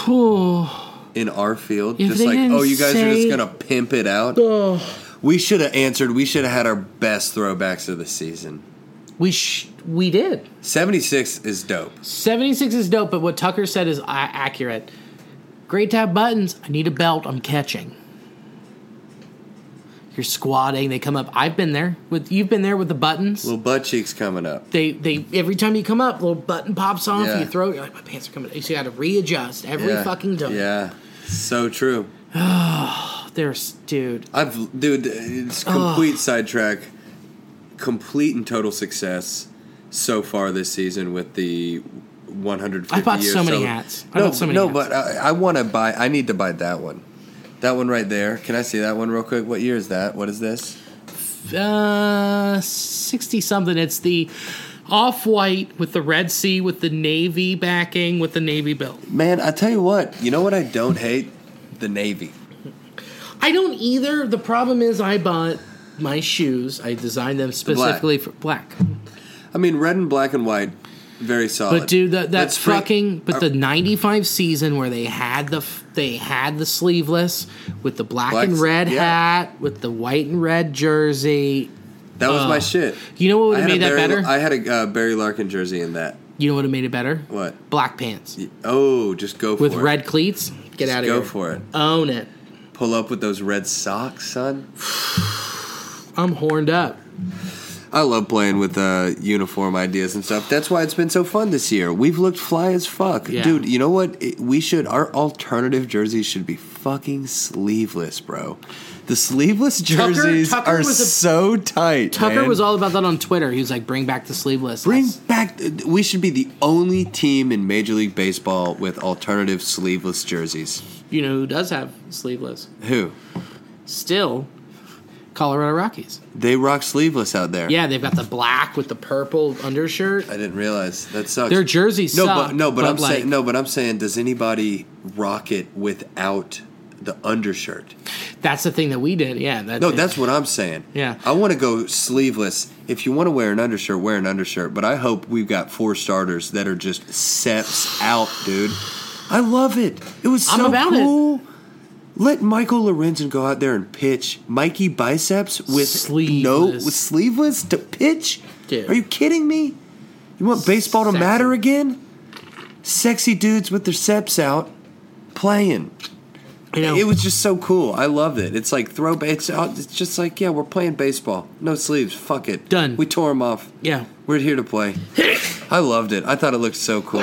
Speaker 2: Whew.
Speaker 3: in our field,
Speaker 2: If
Speaker 3: just
Speaker 2: they
Speaker 3: like
Speaker 2: didn't
Speaker 3: oh, you guys are just
Speaker 2: say-
Speaker 3: gonna pimp it out. We should have answered. We should have had our best throwbacks of the season.
Speaker 2: we sh- we did.
Speaker 3: Seventy six is dope.
Speaker 2: 76 is dope, but what Tucker said is uh, accurate. Great to have buttons. I need a belt. I'm catching. You're squatting. They come up. I've been there with you've been there with the buttons.
Speaker 3: Little butt cheeks coming up.
Speaker 2: They they every time you come up, little button pops off.
Speaker 3: Yeah.
Speaker 2: You throw. You're like my pants are coming. up." So you got to readjust every
Speaker 3: yeah.
Speaker 2: fucking time.
Speaker 3: Yeah, so true.
Speaker 2: There's dude.
Speaker 3: I've dude, it's complete sidetrack. Complete and total success so far this season with the 150.
Speaker 2: I bought
Speaker 3: year
Speaker 2: so many
Speaker 3: celebra-
Speaker 2: hats. I
Speaker 3: No,
Speaker 2: bought so many
Speaker 3: no,
Speaker 2: hats.
Speaker 3: but I, I want to buy. I need to buy that one. That one right there. Can I see that one real quick? What year is that? What is this?
Speaker 2: Uh, sixty something. It's the off white with the red sea with the navy backing with the navy belt.
Speaker 3: Man, I tell you what. You know what I don't hate? The navy.
Speaker 2: I don't either. The problem is I bought my shoes. I designed them specifically for black.
Speaker 3: Oh, I mean, red and black and white, very solid.
Speaker 2: But dude, that that's
Speaker 3: Let's bring-
Speaker 2: fucking. But
Speaker 3: uh,
Speaker 2: the '95 season where they had the f- they had the sleeveless with the black,
Speaker 3: Black-
Speaker 2: and red
Speaker 3: yeah.
Speaker 2: hat with the white and red jersey.
Speaker 3: that was my shit.
Speaker 2: You know what would
Speaker 3: I
Speaker 2: have
Speaker 3: had a
Speaker 2: made that
Speaker 3: Barry-
Speaker 2: better?
Speaker 3: I had a uh, Barry Larkin jersey in that.
Speaker 2: you know what would have made it better?
Speaker 3: What?
Speaker 2: Black pants
Speaker 3: Oh, just go for
Speaker 2: with
Speaker 3: it.
Speaker 2: red cleats. Get
Speaker 3: Just
Speaker 2: out of
Speaker 3: go
Speaker 2: here.
Speaker 3: for it.
Speaker 2: Own it.
Speaker 3: Pull up with those red socks, son.
Speaker 2: I'm horned up.
Speaker 3: I love playing with uh, uniform ideas and stuff. That's why it's been so fun this year. We've looked fly as fuck,
Speaker 2: Yeah.
Speaker 3: dude. You know what? It- we should our alternative jerseys should be fucking sleeveless, bro. The sleeveless
Speaker 2: Tucker-
Speaker 3: jerseys
Speaker 2: Tucker
Speaker 3: are
Speaker 2: was a-
Speaker 3: so tight.
Speaker 2: Tucker
Speaker 3: man.
Speaker 2: was all about that on Twitter. He was like, "Bring back the sleeveless.
Speaker 3: Bring
Speaker 2: That's-
Speaker 3: back. We should be the only team in Major League Baseball with alternative sleeveless jerseys.
Speaker 2: you know who does have sleeveless?
Speaker 3: Who?
Speaker 2: Still, Colorado Rockies.
Speaker 3: They rock sleeveless out there.
Speaker 2: Yeah, they've got the black with the purple undershirt.
Speaker 3: I didn't realize that sucks.
Speaker 2: Their jerseys
Speaker 3: No,
Speaker 2: suck,
Speaker 3: but no, but,
Speaker 2: but
Speaker 3: I'm
Speaker 2: like-
Speaker 3: saying no, but I'm saying does anybody rock it without the undershirt?
Speaker 2: That's the thing that we did. Yeah. That,
Speaker 3: No, that's what I'm saying.
Speaker 2: Yeah.
Speaker 3: I want to go sleeveless. If you want to wear an undershirt, wear an undershirt. But I hope we've got four starters that are just seps out, dude. I love it. It was
Speaker 2: I'm
Speaker 3: so
Speaker 2: about it.
Speaker 3: cool. Let Michael Lorenzen go out there and pitch Mikey biceps with no
Speaker 2: Sleeveless.
Speaker 3: with sleeveless to pitch.
Speaker 2: Dude.
Speaker 3: Are you kidding me? You want baseball to
Speaker 2: Sexy.
Speaker 3: matter again? Sexy dudes with their seps out playing.
Speaker 2: You know,
Speaker 3: It was just so cool. I loved it. It's like throw. It's, it's just like yeah, we're playing baseball. No sleeves. Fuck it.
Speaker 2: Done.
Speaker 3: We tore them off.
Speaker 2: yeah.
Speaker 3: We're here to play. I loved it. I thought it looked so cool.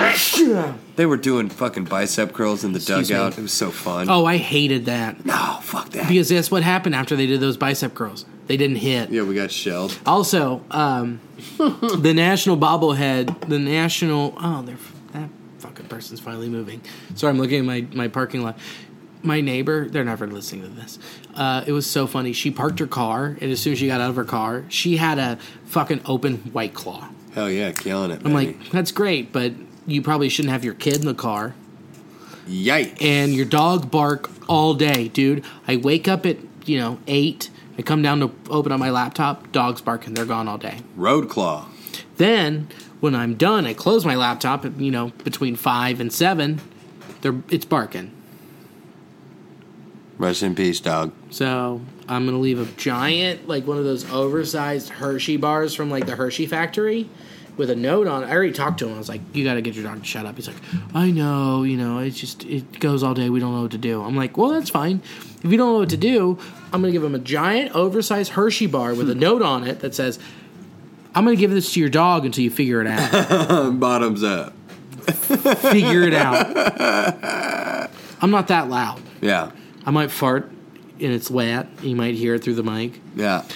Speaker 3: They were doing fucking bicep curls in the
Speaker 2: Excuse
Speaker 3: dugout.
Speaker 2: me.
Speaker 3: It was so fun.
Speaker 2: Oh, I hated that
Speaker 3: no, fuck that.
Speaker 2: because that's what happened after they did those bicep curls. They didn't hit.
Speaker 3: yeah, we got shelled.
Speaker 2: Also, um, the national bobblehead, the national. Oh, they're, that fucking person's finally moving. Sorry, I'm looking at my, my parking lot. My neighbor, they're never listening to this. Uh, it was so funny. She parked her car, and as soon as she got out of her car, she had a fucking open white claw.
Speaker 3: Hell yeah, killing it.
Speaker 2: I'm like, that's great, but you probably shouldn't have your kid in the car
Speaker 3: yikes.
Speaker 2: and your dog bark all day, dude. I wake up at, you know, eight. I come down to open up my laptop, dogs bark and they're gone all day.
Speaker 3: Road claw.
Speaker 2: Then when I'm done, I close my laptop at, you know, between five and seven, they're it's barking.
Speaker 3: Rest in peace, dog.
Speaker 2: So I'm gonna leave a giant, like one of those oversized Hershey bars from like the Hershey factory with a note on it. I already talked to him. I was like, You gotta get your dog to shut up. He's like, I know, you know, it's just it goes all day, we don't know what to do. I'm like, Well that's fine. If you don't know what to do, I'm gonna give him a giant oversized Hershey bar with a note on it that says, I'm gonna give this to your dog until you figure it out.
Speaker 3: Bottoms up.
Speaker 2: figure it out. I'm not that loud.
Speaker 3: Yeah.
Speaker 2: I might fart and it's wet. You might hear it through the mic.
Speaker 3: Yeah.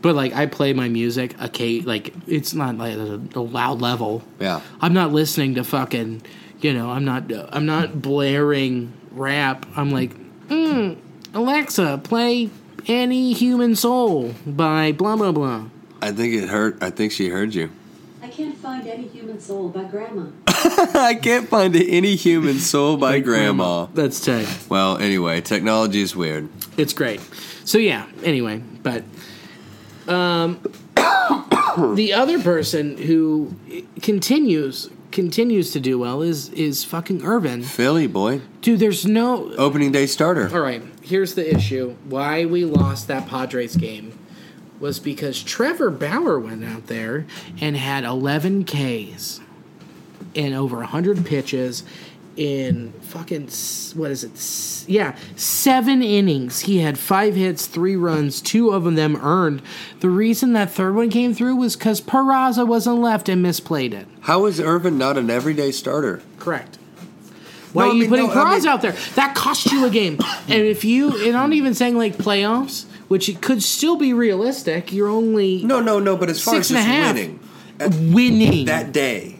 Speaker 2: But like I play my music, okay, like it's not like a, a loud level.
Speaker 3: Yeah.
Speaker 2: I'm not listening to fucking, you know, I'm not I'm not blaring rap. I'm like, mm, Alexa, play Any Human Soul by blah blah blah.
Speaker 3: I think it hurt. I think she heard you.
Speaker 4: I can't find any human soul by grandma.
Speaker 3: I can't find any human soul by grandma.
Speaker 2: That's tight.
Speaker 3: Well, anyway, technology is weird.
Speaker 2: It's great. So yeah. Anyway, but um, the other person who continues continues to do well is is fucking Irvin.
Speaker 3: Philly boy,
Speaker 2: Dude, there's no.
Speaker 3: opening day starter.
Speaker 2: All right. Here's the issue. Why we lost that Padres game was because Trevor Bauer went out there and had 11 Ks and over 100 pitches in fucking s- what is it? S- Yeah, 7 innings. He had 5 hits, 3 runs, 2 of them earned. The reason that third one came through was cuz Peraza wasn't left and misplayed it.
Speaker 3: How is Irvin not an everyday starter?
Speaker 2: Correct. Why
Speaker 3: No,
Speaker 2: are
Speaker 3: I
Speaker 2: you
Speaker 3: mean,
Speaker 2: putting
Speaker 3: no, I
Speaker 2: Peraza
Speaker 3: mean-
Speaker 2: out there? That cost you a game. and if you, and I'm not even saying like playoffs, which it could still be realistic. You're only
Speaker 3: No, no, no. But as far
Speaker 2: Six and
Speaker 3: as
Speaker 2: a
Speaker 3: just
Speaker 2: half.
Speaker 3: winning
Speaker 2: winning.
Speaker 3: that day,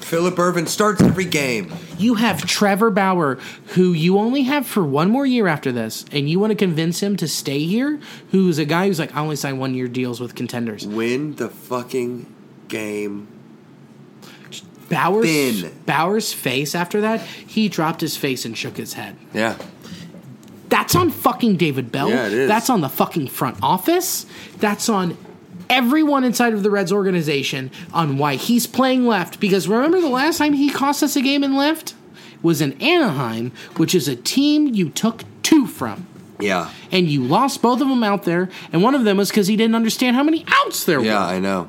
Speaker 3: Philip Irvin starts every game.
Speaker 2: you have Trevor Bauer, who you only have for one more year after this, and you want to convince him to stay here. Who's a guy who's like, I only sign one year deals with contenders.
Speaker 3: Win the fucking game.
Speaker 2: Bauer's
Speaker 3: Thin.
Speaker 2: Bauer's face after that, he dropped his face and shook his head.
Speaker 3: Yeah.
Speaker 2: That's on fucking David Bell.
Speaker 3: Yeah, it is.
Speaker 2: That's on the fucking front office. That's on everyone inside of the Reds organization on why he's playing left. Because remember the last time he cost us a game in left? Was in Anaheim, which is a team you took two from.
Speaker 3: Yeah.
Speaker 2: And you lost both of them out there, and one of them was because he didn't understand how many outs there
Speaker 3: Yeah.
Speaker 2: were.
Speaker 3: I know.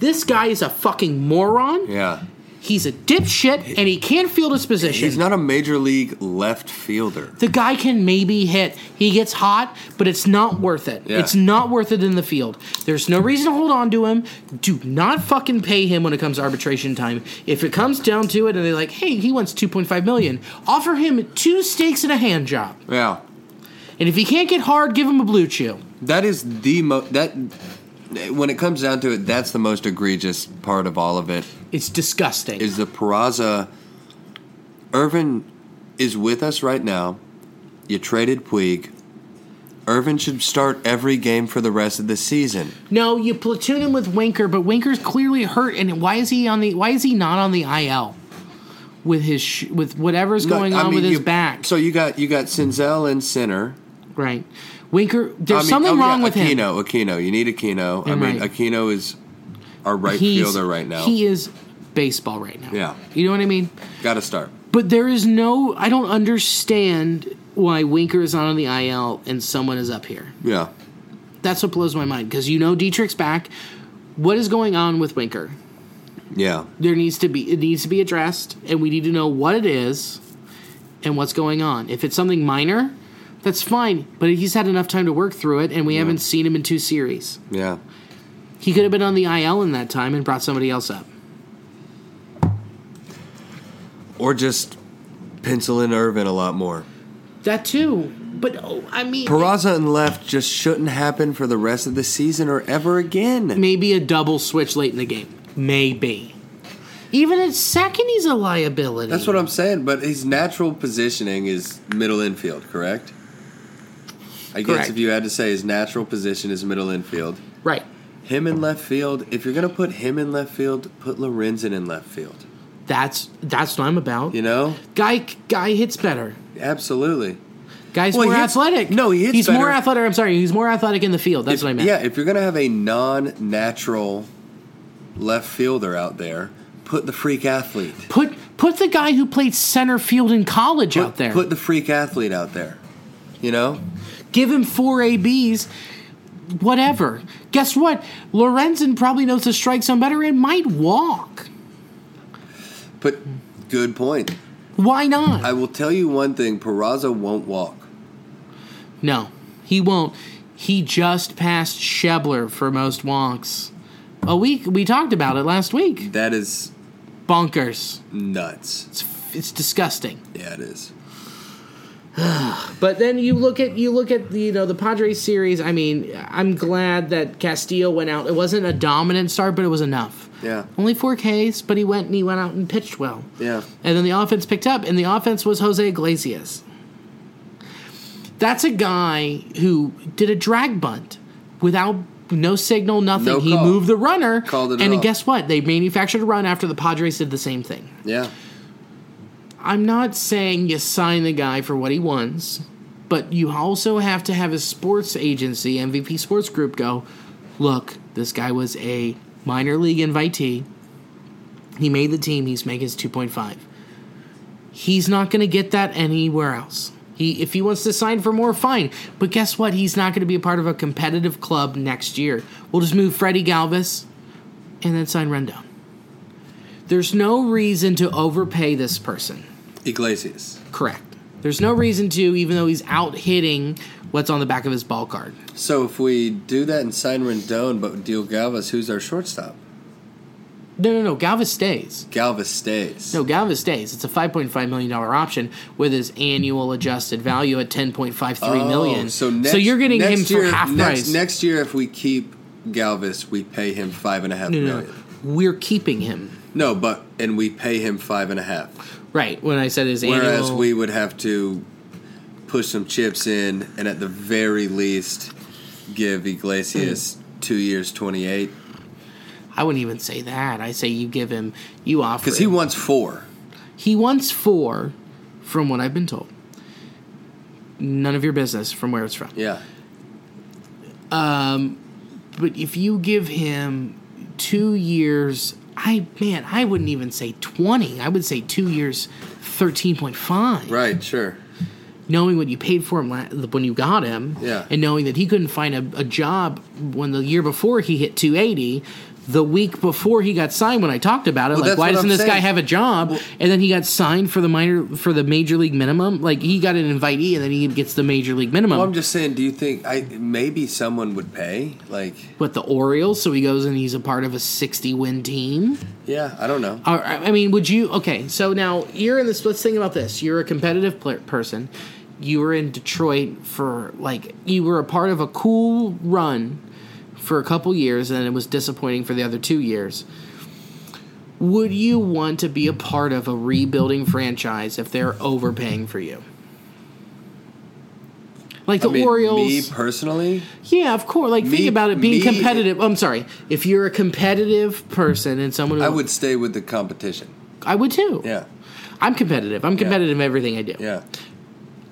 Speaker 2: This guy is a fucking moron.
Speaker 3: Yeah.
Speaker 2: He's a dipshit, and he can't field his position.
Speaker 3: He's not a major league left fielder.
Speaker 2: The guy can maybe hit. He gets hot, but it's not worth it.
Speaker 3: Yeah.
Speaker 2: It's not worth it in the field. There's no reason to hold on to him. Do not fucking pay him when it comes to arbitration time. If it comes down to it and they're like, hey, he wants 2.5 million, offer him two steaks and a hand job.
Speaker 3: Yeah.
Speaker 2: And if he can't get hard, give him a blue chew.
Speaker 3: That is the most. That when it comes down to it, that's the most egregious part of all of it.
Speaker 2: It's disgusting.
Speaker 3: Is the Peraza. Irvin is with us right now. You traded Puig. Irvin should start every game for the rest of the season.
Speaker 2: no, you platoon him with Winker, but Winker's clearly hurt and why is he on the why is he not on the IL? With his sh- with whatever's going
Speaker 3: No, I
Speaker 2: on
Speaker 3: mean,
Speaker 2: with his
Speaker 3: you-
Speaker 2: back.
Speaker 3: So you got you got Sinzel and Center.
Speaker 2: Right. Winker, there's
Speaker 3: I mean,
Speaker 2: something
Speaker 3: oh, yeah,
Speaker 2: wrong with him.
Speaker 3: Aquino, Aquino, you need Aquino. I
Speaker 2: You're
Speaker 3: mean,
Speaker 2: right.
Speaker 3: Aquino is our right fielder right now.
Speaker 2: He is baseball right now.
Speaker 3: Yeah.
Speaker 2: You know what I mean?
Speaker 3: got to start.
Speaker 2: But there is no, I don't understand why Winker is not on the IL and someone is up here.
Speaker 3: Yeah,
Speaker 2: That's what blows my mind because you know Dietrich's back. What is going on with Winker?
Speaker 3: yeah.
Speaker 2: There needs to be, it needs to be addressed and we need to know what it is and what's going on. If it's something minor, that's fine, but he's had enough time to work through it, and we haven't seen him in two series.
Speaker 3: Yeah.
Speaker 2: He could have been on the IL in that time and brought somebody else up.
Speaker 3: Or just pencil in Irvin a lot more.
Speaker 2: That too. But oh, I mean,
Speaker 3: Peraza and left just shouldn't happen for the rest of the season or ever again.
Speaker 2: maybe a double switch late in the game. Maybe. Even at second, he's a liability.
Speaker 3: That's what I'm saying, but his natural positioning is middle infield, correct? I guess
Speaker 2: Correct.
Speaker 3: if you had to say his natural position is middle infield.
Speaker 2: right.
Speaker 3: Him in left field, if you're going to put him in left field, put Lorenzen in left field.
Speaker 2: That's that's what I'm about.
Speaker 3: You know?
Speaker 2: Guy guy hits better.
Speaker 3: Absolutely.
Speaker 2: Guy's
Speaker 3: Well, he
Speaker 2: more
Speaker 3: hits-
Speaker 2: athletic.
Speaker 3: no, he hits
Speaker 2: He's more
Speaker 3: better.
Speaker 2: athletic. I'm sorry. He's more athletic in the field. That's
Speaker 3: If-
Speaker 2: what I meant.
Speaker 3: Yeah, if you're going to have a non natural left fielder out there, put the freak athlete.
Speaker 2: Put put the guy who played center field in college
Speaker 3: Put-
Speaker 2: out there.
Speaker 3: Put the freak athlete out there. You know?
Speaker 2: Give him four ABs. Whatever. Guess what? Lorenzen probably knows the strike zone better and might walk.
Speaker 3: But good point.
Speaker 2: Why not?
Speaker 3: I will tell you one thing Peraza won't walk.
Speaker 2: No, he won't. He just passed Shebler for most walks. A week we talked about it last week.
Speaker 3: That is
Speaker 2: Bonkers.
Speaker 3: nuts.
Speaker 2: It's, it's disgusting.
Speaker 3: Yeah, it is.
Speaker 2: But then you look at you look at the you know the Padres series. I mean, I'm glad that Castillo went out. It wasn't a dominant start, but it was enough.
Speaker 3: Yeah.
Speaker 2: Only four Ks, but he went and he went out and pitched well.
Speaker 3: Yeah.
Speaker 2: And then the offense picked up, and the offense was Jose Iglesias. That's a guy who did a drag bunt without no signal, nothing.
Speaker 3: No
Speaker 2: he
Speaker 3: call.
Speaker 2: moved the runner.
Speaker 3: Called it
Speaker 2: and
Speaker 3: off.
Speaker 2: guess what? They manufactured a run after the Padres did the same thing.
Speaker 3: Yeah.
Speaker 2: I'm not saying you sign the guy for what he wants, but you also have to have his sports agency, MVP Sports Group, go, look, this guy was a minor league invitee. He made the team. He's making his 2.5. He's not going to get that anywhere else. He, if he wants to sign for more, fine. But guess what? He's not going to be a part of a competitive club next year. We'll just move Freddie Galvis and then sign Rendon. There's no reason to overpay this person.
Speaker 3: Iglesias.
Speaker 2: Correct. There's no reason to, even though he's out hitting what's on the back of his ball card.
Speaker 3: So if we do that and sign Rendon, but deal Galvis, who's our shortstop?
Speaker 2: No, no, no. Galvis stays.
Speaker 3: Galvis stays.
Speaker 2: No, Galvis stays. It's a 5.5 million dollar option with his annual adjusted value at 10.53 million.
Speaker 3: Oh, So, next,
Speaker 2: you're getting him
Speaker 3: next year,
Speaker 2: for half
Speaker 3: next,
Speaker 2: price.
Speaker 3: Next year, if we keep Galvis, we pay him five and a half
Speaker 2: no,
Speaker 3: million.
Speaker 2: no, no. We're keeping him.
Speaker 3: No, but and we pay him five and a half.
Speaker 2: Right. When I said his
Speaker 3: Whereas
Speaker 2: annual,
Speaker 3: we would have to push some chips in, and at the very least, give Iglesias
Speaker 2: Hmm.
Speaker 3: two years, twenty eight,
Speaker 2: I wouldn't even say that. I say you give him, you offer.
Speaker 3: because he
Speaker 2: him.
Speaker 3: wants four.
Speaker 2: He wants four, from what I've been told. None of your business from where it's from.
Speaker 3: Yeah,
Speaker 2: But if you give him two years, I man, I wouldn't even say twenty. I would say two years, thirteen point five.
Speaker 3: right. Sure.
Speaker 2: Knowing what you paid for him la- when you got him,
Speaker 3: Yeah.
Speaker 2: and knowing that he couldn't find a, a job when the year before he hit two eighty. The week before he got signed, when I talked about it, like
Speaker 3: that's
Speaker 2: why
Speaker 3: what
Speaker 2: doesn't
Speaker 3: I'm
Speaker 2: this guy
Speaker 3: saying.
Speaker 2: have a job? and then he got signed for the minor for the major league minimum. Like he got an invitee, and then he gets the major league minimum.
Speaker 3: Well, I'm just saying. Do you think I maybe someone would pay? Like,
Speaker 2: But the Orioles, so he goes and he's a part of a sixty win team.
Speaker 3: yeah, I don't know.
Speaker 2: All right, I mean, would you? Okay, so now you're in this. Let's think about this. You're a competitive pl- person. You were in Detroit for like you were a part of a cool run for a couple years, and it was disappointing for the other two years. Would you want to be a part of a rebuilding franchise if they're overpaying for you? Like the
Speaker 3: I mean,
Speaker 2: Orioles,
Speaker 3: me personally,
Speaker 2: yeah, of course. Like
Speaker 3: Me-
Speaker 2: think about it, being
Speaker 3: me-
Speaker 2: competitive. I'm sorry, if you're a competitive person and someone, who,
Speaker 3: I would stay with the competition.
Speaker 2: I would too.
Speaker 3: Yeah,
Speaker 2: I'm competitive. I'm competitive in everything I do.
Speaker 3: yeah,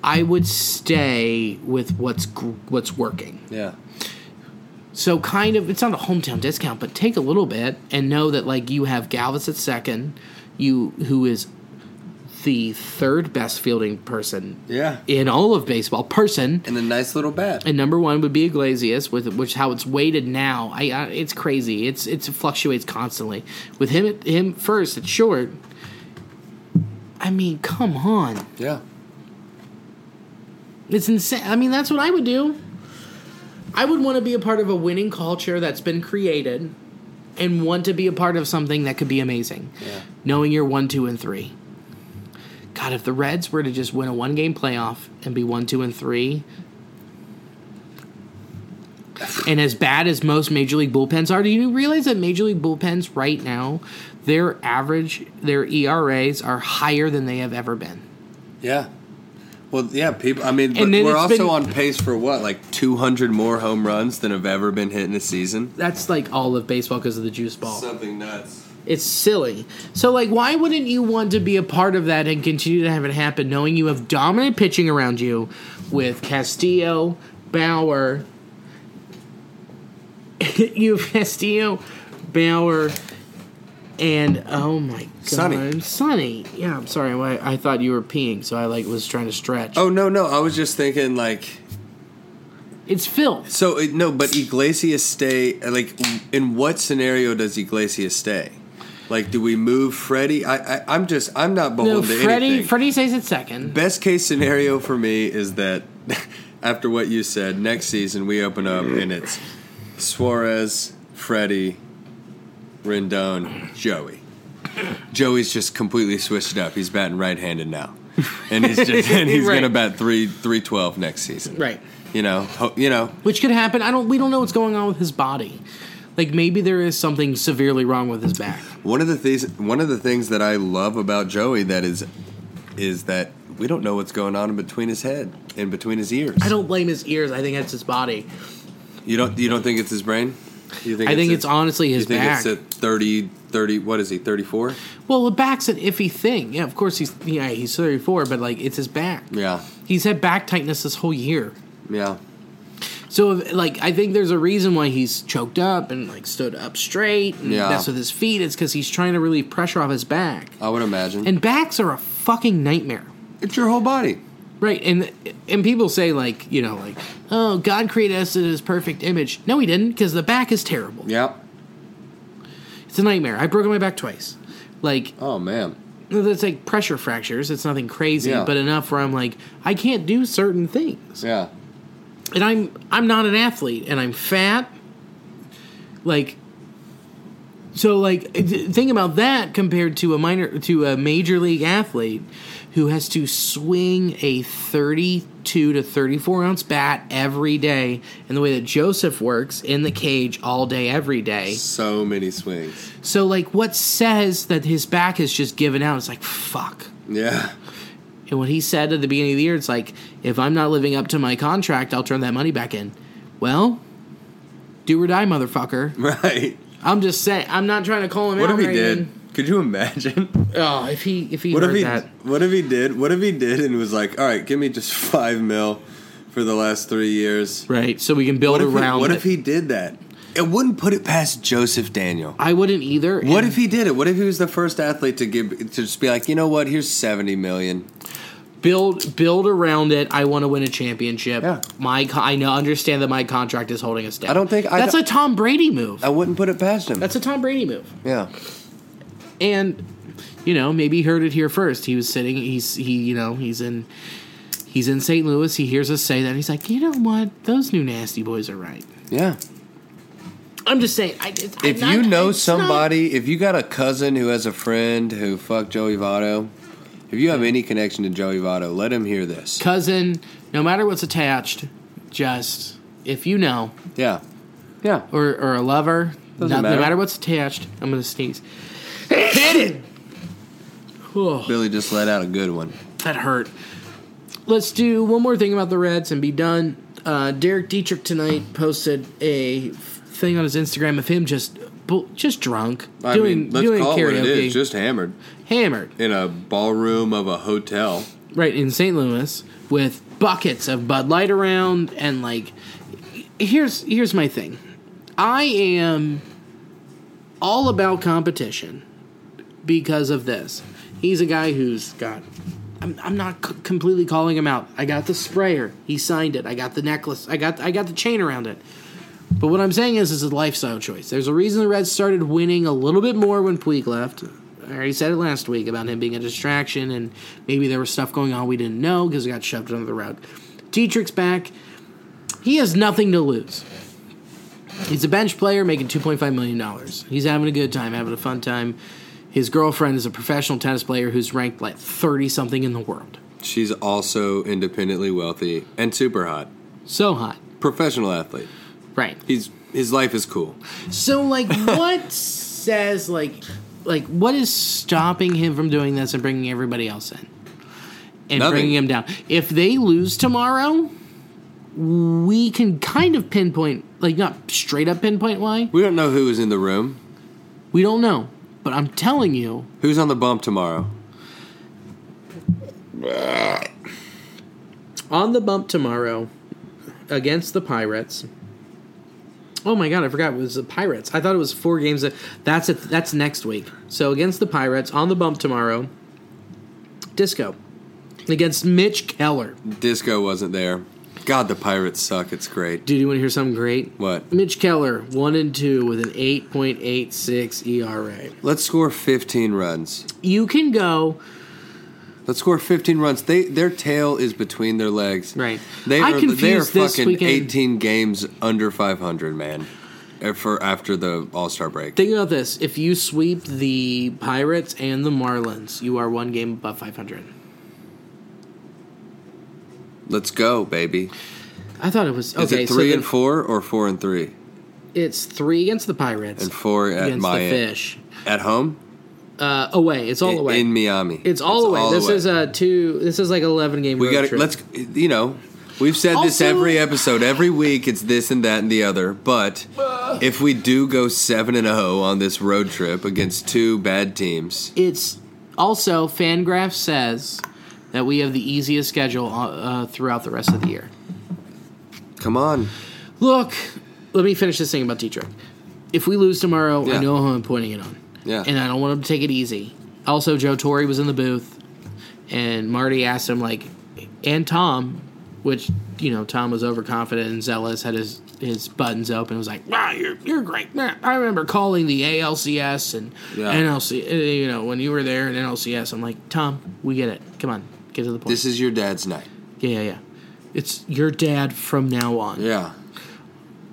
Speaker 2: I would stay with what's gr- what's working.
Speaker 3: yeah.
Speaker 2: So kind of it's not a hometown discount, but take a little bit and know that like you have Galvis at second, you who is the third best fielding person
Speaker 3: Yeah.
Speaker 2: in all of baseball person.
Speaker 3: And a nice little bat.
Speaker 2: And number one would be Iglesias, with which how it's weighted now. I, I it's crazy. It's it's it fluctuates constantly. With him him first, it's short. I mean, come on.
Speaker 3: Yeah.
Speaker 2: It's insane. I mean, that's what I would do. I would want to be a part of a winning culture that's been created and want to be a part of something that could be amazing. Knowing you're one, two, and three. God, if the Reds were to just win a one game playoff and be one, two, and three, and as bad as most major league bullpens are, do you realize that major league bullpens right now, their average, their ERAs are higher than they have ever been?
Speaker 3: Yeah. Well, yeah, people. I mean, but
Speaker 2: And then
Speaker 3: we're
Speaker 2: it's
Speaker 3: also
Speaker 2: been-
Speaker 3: on pace for what, like 200 more home runs than have ever been hit in a season.
Speaker 2: That's like all of baseball because of the juice ball.
Speaker 3: Something nuts.
Speaker 2: It's silly. So, like, why wouldn't you want to be a part of that and continue to have it happen, knowing you have dominant pitching around you with Castillo, Bauer, you have Castillo, Bauer, and oh my god,
Speaker 3: Sonny.
Speaker 2: Sonny. Yeah, I'm sorry. I, I thought you were peeing, so I like was trying to stretch.
Speaker 3: Oh no, no. I was just thinking like
Speaker 2: it's Phil.
Speaker 3: so. It, no, but Iglesias stay. Like, in what scenario does Iglesias stay? Like, do we move Freddie? I, I I'm just I'm not beholden
Speaker 2: No,
Speaker 3: to
Speaker 2: Freddie.
Speaker 3: anything.
Speaker 2: Freddie stays at second.
Speaker 3: Best case scenario for me is that after what you said, next season we open up and it's Suarez, Freddie, Rendon, Joey. Joey's just completely switched up. He's batting right-handed now, and he's just and he's
Speaker 2: Right.
Speaker 3: gonna bat three three twelve next season.
Speaker 2: Right.
Speaker 3: You know. Ho- you know.
Speaker 2: which could happen. I don't. We don't know what's going on with his body. Like maybe there is something severely wrong with his back.
Speaker 3: One of the things one of the things that I love about Joey that is is that we don't know what's going on in between his head and between his ears.
Speaker 2: I don't blame his ears. I think that's his body.
Speaker 3: You don't you don't think it's his brain? You think
Speaker 2: I think
Speaker 3: his-
Speaker 2: it's honestly his
Speaker 3: you think
Speaker 2: back.
Speaker 3: it's at 30, 30 what is he, 34?
Speaker 2: well, the back's an iffy thing. Yeah, of course he's yeah he's thirty four, but like it's his back.
Speaker 3: Yeah.
Speaker 2: he's had back tightness this whole year.
Speaker 3: Yeah.
Speaker 2: So like I think there's a reason why he's choked up and like stood up straight. And
Speaker 3: Yeah.
Speaker 2: that's with his feet. It's because he's trying to relieve pressure off his back.
Speaker 3: I would imagine.
Speaker 2: And backs are a fucking nightmare.
Speaker 3: it's your whole body.
Speaker 2: Right, and and people say like you know like oh God created us in His perfect image. No, He didn't, because the back is terrible.
Speaker 3: Yep.
Speaker 2: It's a nightmare. I've broken my back twice. Like
Speaker 3: Oh man.
Speaker 2: that's like pressure fractures. It's nothing crazy,
Speaker 3: Yeah.
Speaker 2: but enough where I'm like I can't do certain things,
Speaker 3: Yeah.
Speaker 2: and I'm I'm not an athlete, and I'm fat. Like, so like th- think about that compared to a minor to a major league athlete who has to swing a 32 to 34 ounce bat every day and the way that joseph works in the cage all day every day
Speaker 3: So many swings.
Speaker 2: so like what says that his back is just given out it's like fuck
Speaker 3: Yeah.
Speaker 2: and what he said at the beginning of the year it's like if i'm not living up to my contract i'll turn that money back in well do or die motherfucker
Speaker 3: Right.
Speaker 2: i'm just saying i'm not trying to call him
Speaker 3: What
Speaker 2: out
Speaker 3: if he
Speaker 2: or
Speaker 3: did?
Speaker 2: anything.
Speaker 3: Could you imagine?
Speaker 2: Oh, if he if he
Speaker 3: What if
Speaker 2: heard
Speaker 3: he
Speaker 2: that,
Speaker 3: what if he did? What if he did and was like, "All right, give me just 5 mil for the last 3 years."
Speaker 2: right? So we can build
Speaker 3: What if, he,
Speaker 2: around.
Speaker 3: what
Speaker 2: it.
Speaker 3: if he did that? It wouldn't put it past Joseph Daniel.
Speaker 2: I wouldn't either.
Speaker 3: What
Speaker 2: and
Speaker 3: if he did it? What if he was the first athlete to give to just be like, you know what? Here's seventy million.
Speaker 2: build build around it? I want to win a championship.
Speaker 3: Yeah.
Speaker 2: My co- I know understand that my contract is holding us down.
Speaker 3: I don't think- I
Speaker 2: that's
Speaker 3: don't-
Speaker 2: a Tom Brady move.
Speaker 3: I wouldn't put it past him.
Speaker 2: That's a Tom Brady move.
Speaker 3: yeah,
Speaker 2: And you know, maybe he heard it here first. He was sitting. He's he you know he's in. He's in St. Louis. He hears us say that. He's like, you know what? Those new nasty boys are right.
Speaker 3: yeah.
Speaker 2: I'm just saying. I, it's, I'm
Speaker 3: If
Speaker 2: not-
Speaker 3: you know
Speaker 2: it's not-
Speaker 3: somebody, if you got a cousin who has a friend who fucked Joey Votto, if you have any connection to Joey Votto, let him hear this.
Speaker 2: cousin, no matter what's attached, just if you know,
Speaker 3: Yeah, yeah.
Speaker 2: or, or a lover, no,
Speaker 3: Doesn't
Speaker 2: no
Speaker 3: matter.
Speaker 2: matter what's attached, I'm gonna sneeze. Hit it. Oh,
Speaker 3: Billy just let out a good one.
Speaker 2: that hurt. Let's do one more thing about the Reds and be done. Uh, Derek Dietrich tonight posted a thing on his Instagram of him just bu- just drunk
Speaker 3: I
Speaker 2: doing
Speaker 3: mean, let's
Speaker 2: doing
Speaker 3: call
Speaker 2: karaoke,
Speaker 3: it what it is. Just hammered
Speaker 2: hammered
Speaker 3: in a ballroom of a hotel.
Speaker 2: right in St. Louis with buckets of Bud Light around and like here's here's my thing. I am all about competition because of this. He's a guy who's got I'm, I'm not c- completely calling him out. I got the sprayer. He signed it. I got the necklace. I got I got the chain around it. But what I'm saying is, it's a lifestyle choice. There's a reason the Reds started winning a little bit more when Puig left. I already said it last week about him being a distraction, and maybe there was stuff going on we didn't know because it got shoved under the rug. Dietrich's back. He has nothing to lose. He's a bench player making $2.5 million. He's having a good time, having a fun time. His girlfriend is a professional tennis player who's ranked like 30 something in the world.
Speaker 3: She's also independently wealthy and super hot.
Speaker 2: So hot.
Speaker 3: Professional athlete.
Speaker 2: Right.
Speaker 3: He's his life is cool.
Speaker 2: So like what says like like what is stopping him from doing this and bringing everybody else in? And
Speaker 3: Nothing.
Speaker 2: bringing him down. If they lose tomorrow, we can kind of pinpoint like not straight up pinpoint why.
Speaker 3: We don't know who is in the room.
Speaker 2: We don't know, but I'm telling you,
Speaker 3: Who's on the bump tomorrow?
Speaker 2: on the bump tomorrow against the Pirates. Oh my god, I forgot it was the Pirates. I thought it was four games. That, that's it. That's next week. So against the Pirates on the bump tomorrow. Disco against Mitch Keller.
Speaker 3: Disco wasn't there. God, the Pirates suck. It's great.
Speaker 2: Dude, you want to hear something great?
Speaker 3: What?
Speaker 2: Mitch Keller one and two with an eight point eight six ERA.
Speaker 3: Let's score 15 runs.
Speaker 2: You can go
Speaker 3: Let's score 15 runs. They their tail is between their legs.
Speaker 2: Right.
Speaker 3: They
Speaker 2: I
Speaker 3: are, they are
Speaker 2: confused this
Speaker 3: fucking
Speaker 2: weekend-
Speaker 3: 18 games under 500, man. Uh, For after the All Star break.
Speaker 2: Think about this: if you sweep the Pirates and the Marlins, you are one game above five hundred.
Speaker 3: Let's go, baby.
Speaker 2: I thought it was okay.
Speaker 3: Is it three
Speaker 2: so
Speaker 3: and
Speaker 2: the-
Speaker 3: four or four and three
Speaker 2: It's three against the Pirates
Speaker 3: and four at
Speaker 2: against
Speaker 3: my
Speaker 2: the Fish.
Speaker 3: at home
Speaker 2: Uh, away, it's all
Speaker 3: in,
Speaker 2: away.
Speaker 3: in Miami?
Speaker 2: it's all away. this is a two. This is like eleven game.
Speaker 3: we
Speaker 2: road
Speaker 3: got to
Speaker 2: trip.
Speaker 3: let's you know we've said this
Speaker 2: Also-
Speaker 3: every episode every week. It's this and that and the other. But if we do go seven and zero on this road trip against two bad teams,
Speaker 2: It's also Fangraph says that we have the easiest schedule uh, throughout the rest of the year.
Speaker 3: come on,
Speaker 2: Look, let me finish this thing about Dietrich. If we lose tomorrow, I
Speaker 3: Yeah.
Speaker 2: know who I'm pointing it on.
Speaker 3: Yeah.
Speaker 2: And I don't want him to take it easy. Also, Joe Torre was in the booth, and Marty asked him, like, and Tom, which, you know, Tom was overconfident and zealous, had his, his buttons open, was like, wow, you're, you're great. Man, I remember calling the ALCS and
Speaker 3: Yeah.
Speaker 2: NLC, uh, you know, when you were there in NLCS. I'm like, Tom, we get it. Come on, get to the point.
Speaker 3: this is your dad's night.
Speaker 2: yeah, yeah, yeah. It's your dad from now on.
Speaker 3: Yeah,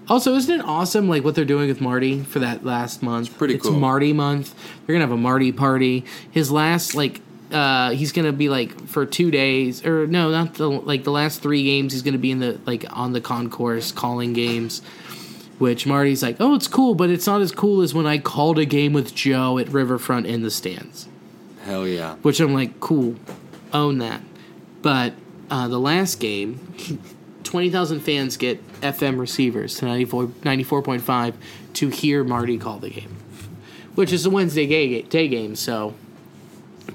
Speaker 2: Also, isn't it awesome like what they're doing with Marty for that last month? It's
Speaker 3: pretty cool.
Speaker 2: Marty month. They're gonna have a Marty party. His last like uh he's gonna be like for two days or no, not the like the last three games he's gonna be in the like on the concourse calling games. Which Marty's like, oh, it's cool, but it's not as cool as when I called a game with Joe at Riverfront in the stands
Speaker 3: hell yeah.
Speaker 2: which I'm like, cool, own that. But uh, the last game, 20,000 fans get FM receivers to 94, 94.5 to hear Marty call the game, which is a Wednesday ga- day game, so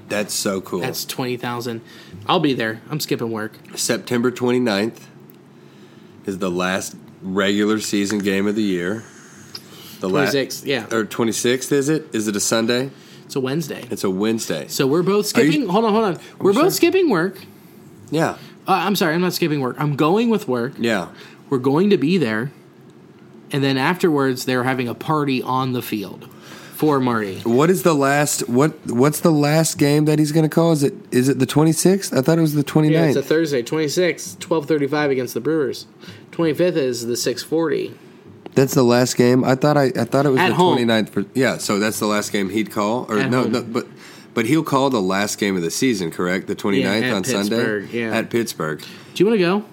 Speaker 3: That's so cool.
Speaker 2: that's 20,000. I'll be there. I'm skipping work.
Speaker 3: September 29th is the last regular season game of the year. The la-
Speaker 2: 26th, yeah.
Speaker 3: Or 26th, is it? Is it a Sunday?
Speaker 2: It's a Wednesday.
Speaker 3: It's a Wednesday.
Speaker 2: So we're both
Speaker 3: Are you-
Speaker 2: skipping. hold on, hold on. We're both
Speaker 3: sure?
Speaker 2: skipping work.
Speaker 3: Yeah.
Speaker 2: Uh, I'm sorry, I'm not skipping work. I'm going with work.
Speaker 3: Yeah.
Speaker 2: We're going to be there. And then afterwards, they're having a party on the field for Marty.
Speaker 3: What is the last what what's the last game that he's going to call? Is it is it the 26th? I thought it was the 29th.
Speaker 2: Yeah, it's a Thursday, 26th, 1235 against the Brewers. 25th is the 640.
Speaker 3: that's the last game. I thought I I thought it was
Speaker 2: At
Speaker 3: the
Speaker 2: home.
Speaker 3: 29th for Yeah, so that's the last game he'd call or
Speaker 2: At
Speaker 3: no,
Speaker 2: home.
Speaker 3: no but but he'll call the last game of the season, correct? The 29th
Speaker 2: at
Speaker 3: on
Speaker 2: Pittsburgh,
Speaker 3: Sunday
Speaker 2: yeah.
Speaker 3: at Pittsburgh.
Speaker 2: Do you want to go?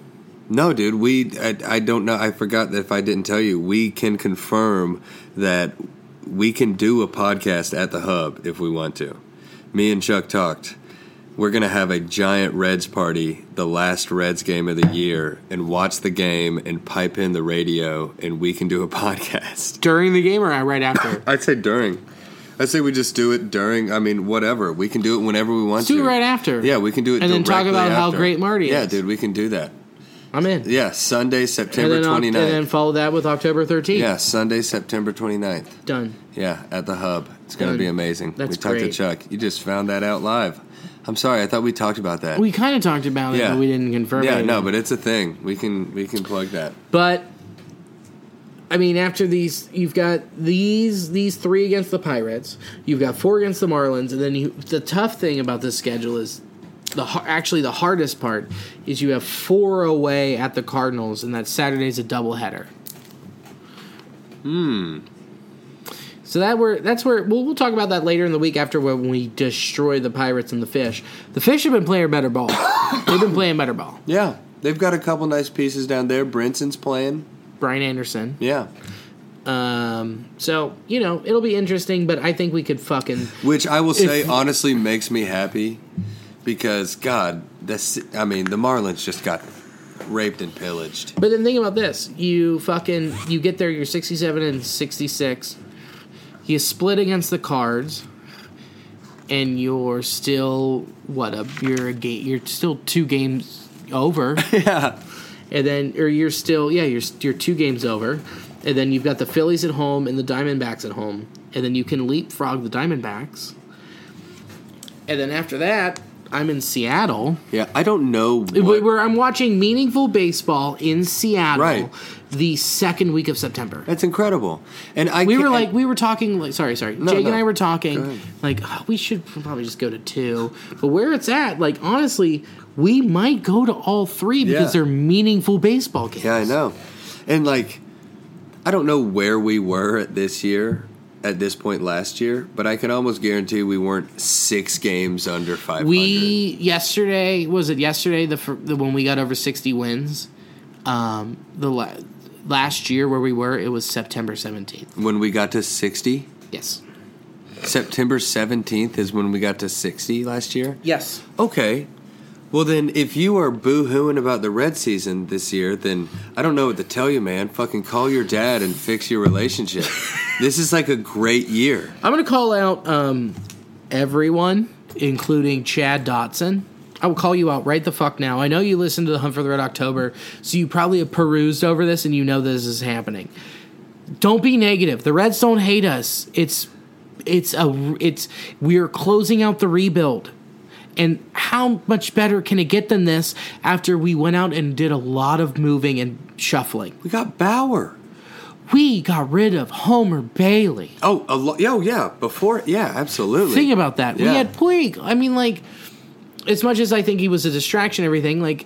Speaker 3: No, dude, we I, I don't know. I forgot that if I didn't tell you, we can confirm that we can do a podcast at the hub if we want to. Me and Chuck talked. We're gonna have a giant Reds party, the last Reds game of the year, and watch the game and pipe in the radio, and we can do a podcast.
Speaker 2: During the game or right after?
Speaker 3: I'd say during. I'd say we just do it during. I mean, whatever. We can do it whenever we want
Speaker 2: Let's do
Speaker 3: to.
Speaker 2: it right after.
Speaker 3: Yeah, we can do it.
Speaker 2: And then talk
Speaker 3: directly
Speaker 2: about how
Speaker 3: after.
Speaker 2: great Marty
Speaker 3: Yeah,
Speaker 2: is.
Speaker 3: dude, we can do that.
Speaker 2: I'm in.
Speaker 3: Yeah, Sunday,
Speaker 2: and,
Speaker 3: September
Speaker 2: then, Oct-
Speaker 3: twenty
Speaker 2: and
Speaker 3: 29th.
Speaker 2: then follow that with October 13th.
Speaker 3: Yeah, Sunday, September 29th.
Speaker 2: Done.
Speaker 3: Yeah, at the Hub. It's going to
Speaker 2: Done.
Speaker 3: be amazing.
Speaker 2: That's
Speaker 3: we talked
Speaker 2: great.
Speaker 3: to Chuck. You just found that out live. I'm sorry. I thought we talked about that.
Speaker 2: We kind of talked about it,
Speaker 3: Yeah.
Speaker 2: but we didn't confirm it.
Speaker 3: yeah, no, but it's a thing. We can we can plug that.
Speaker 2: But I mean, after these, you've got these these three against the Pirates. You've got four against the Marlins, and then you, the tough thing about this schedule is the har- actually the hardest part is you have four away at the Cardinals, and that Saturday's a doubleheader. Hmm. So that we're that's where we'll, we'll talk about that later in the week after when we destroy the Pirates and the Fish. The Fish have been playing better ball. They've been playing better ball.
Speaker 3: Yeah, they've got a couple nice pieces down there. Brinson's playing.
Speaker 2: Brian Anderson.
Speaker 3: Yeah,
Speaker 2: Um. So you know it'll be interesting, but I think we could fucking
Speaker 3: which I will say honestly makes me happy because God, that's I mean the Marlins just got raped and pillaged.
Speaker 2: But then think about this: you fucking you get there, you're 67 and 66. You split against the Cards, and you're still what up? You're a game. You're still two games over,
Speaker 3: Yeah,
Speaker 2: and then or you're still yeah you're you're two games over, and then you've got the Phillies at home and the Diamondbacks at home, and then you can leapfrog the Diamondbacks, and then after that. I'm in Seattle,
Speaker 3: yeah. I don't know.
Speaker 2: where
Speaker 3: what-
Speaker 2: where I'm watching meaningful baseball in Seattle,
Speaker 3: Right.
Speaker 2: the second week of September.
Speaker 3: that's incredible. And I
Speaker 2: We
Speaker 3: can't-
Speaker 2: were like, we were talking, like, sorry, sorry.
Speaker 3: No,
Speaker 2: Jake and
Speaker 3: no.
Speaker 2: I were
Speaker 3: Go
Speaker 2: talking,
Speaker 3: ahead.
Speaker 2: like, "Oh, we should probably just go to two. But where it's at, like, honestly, we might go to all three because
Speaker 3: Yeah.
Speaker 2: they're meaningful baseball games.
Speaker 3: Yeah, I know. And like, I don't know where we were at this year, at this point last year, but I can almost guarantee we weren't six games under five hundred.
Speaker 2: We yesterday was it yesterday the, fir- the when we got over sixty wins, um, the la- last year where we were it was September seventeenth.
Speaker 3: when we got to sixty,
Speaker 2: Yes.
Speaker 3: September seventeenth is when we got to sixty last year.
Speaker 2: Yes.
Speaker 3: Okay. Well then, if you are boo-hooing about the red season this year, then I don't know what to tell you, man. Fucking call your dad and fix your relationship. this is like a great year.
Speaker 2: I'm going to call out um, everyone, including Chad Dotson. I will call you out right the fuck now. I know you listened to the Hunt for the Red October, so you probably have perused over this and you know this is happening. Don't be negative. The Reds don't hate us. It's it's a it's we're closing out the rebuild. And how much better can it get than this after we went out and did a lot of moving and shuffling?
Speaker 3: We got Bauer.
Speaker 2: We got rid of Homer Bailey.
Speaker 3: Oh, a lo- oh yeah. Before, yeah, absolutely.
Speaker 2: Think about that. We
Speaker 3: Yeah.
Speaker 2: had Puig. I mean, like, as much as I think he was a distraction, and everything like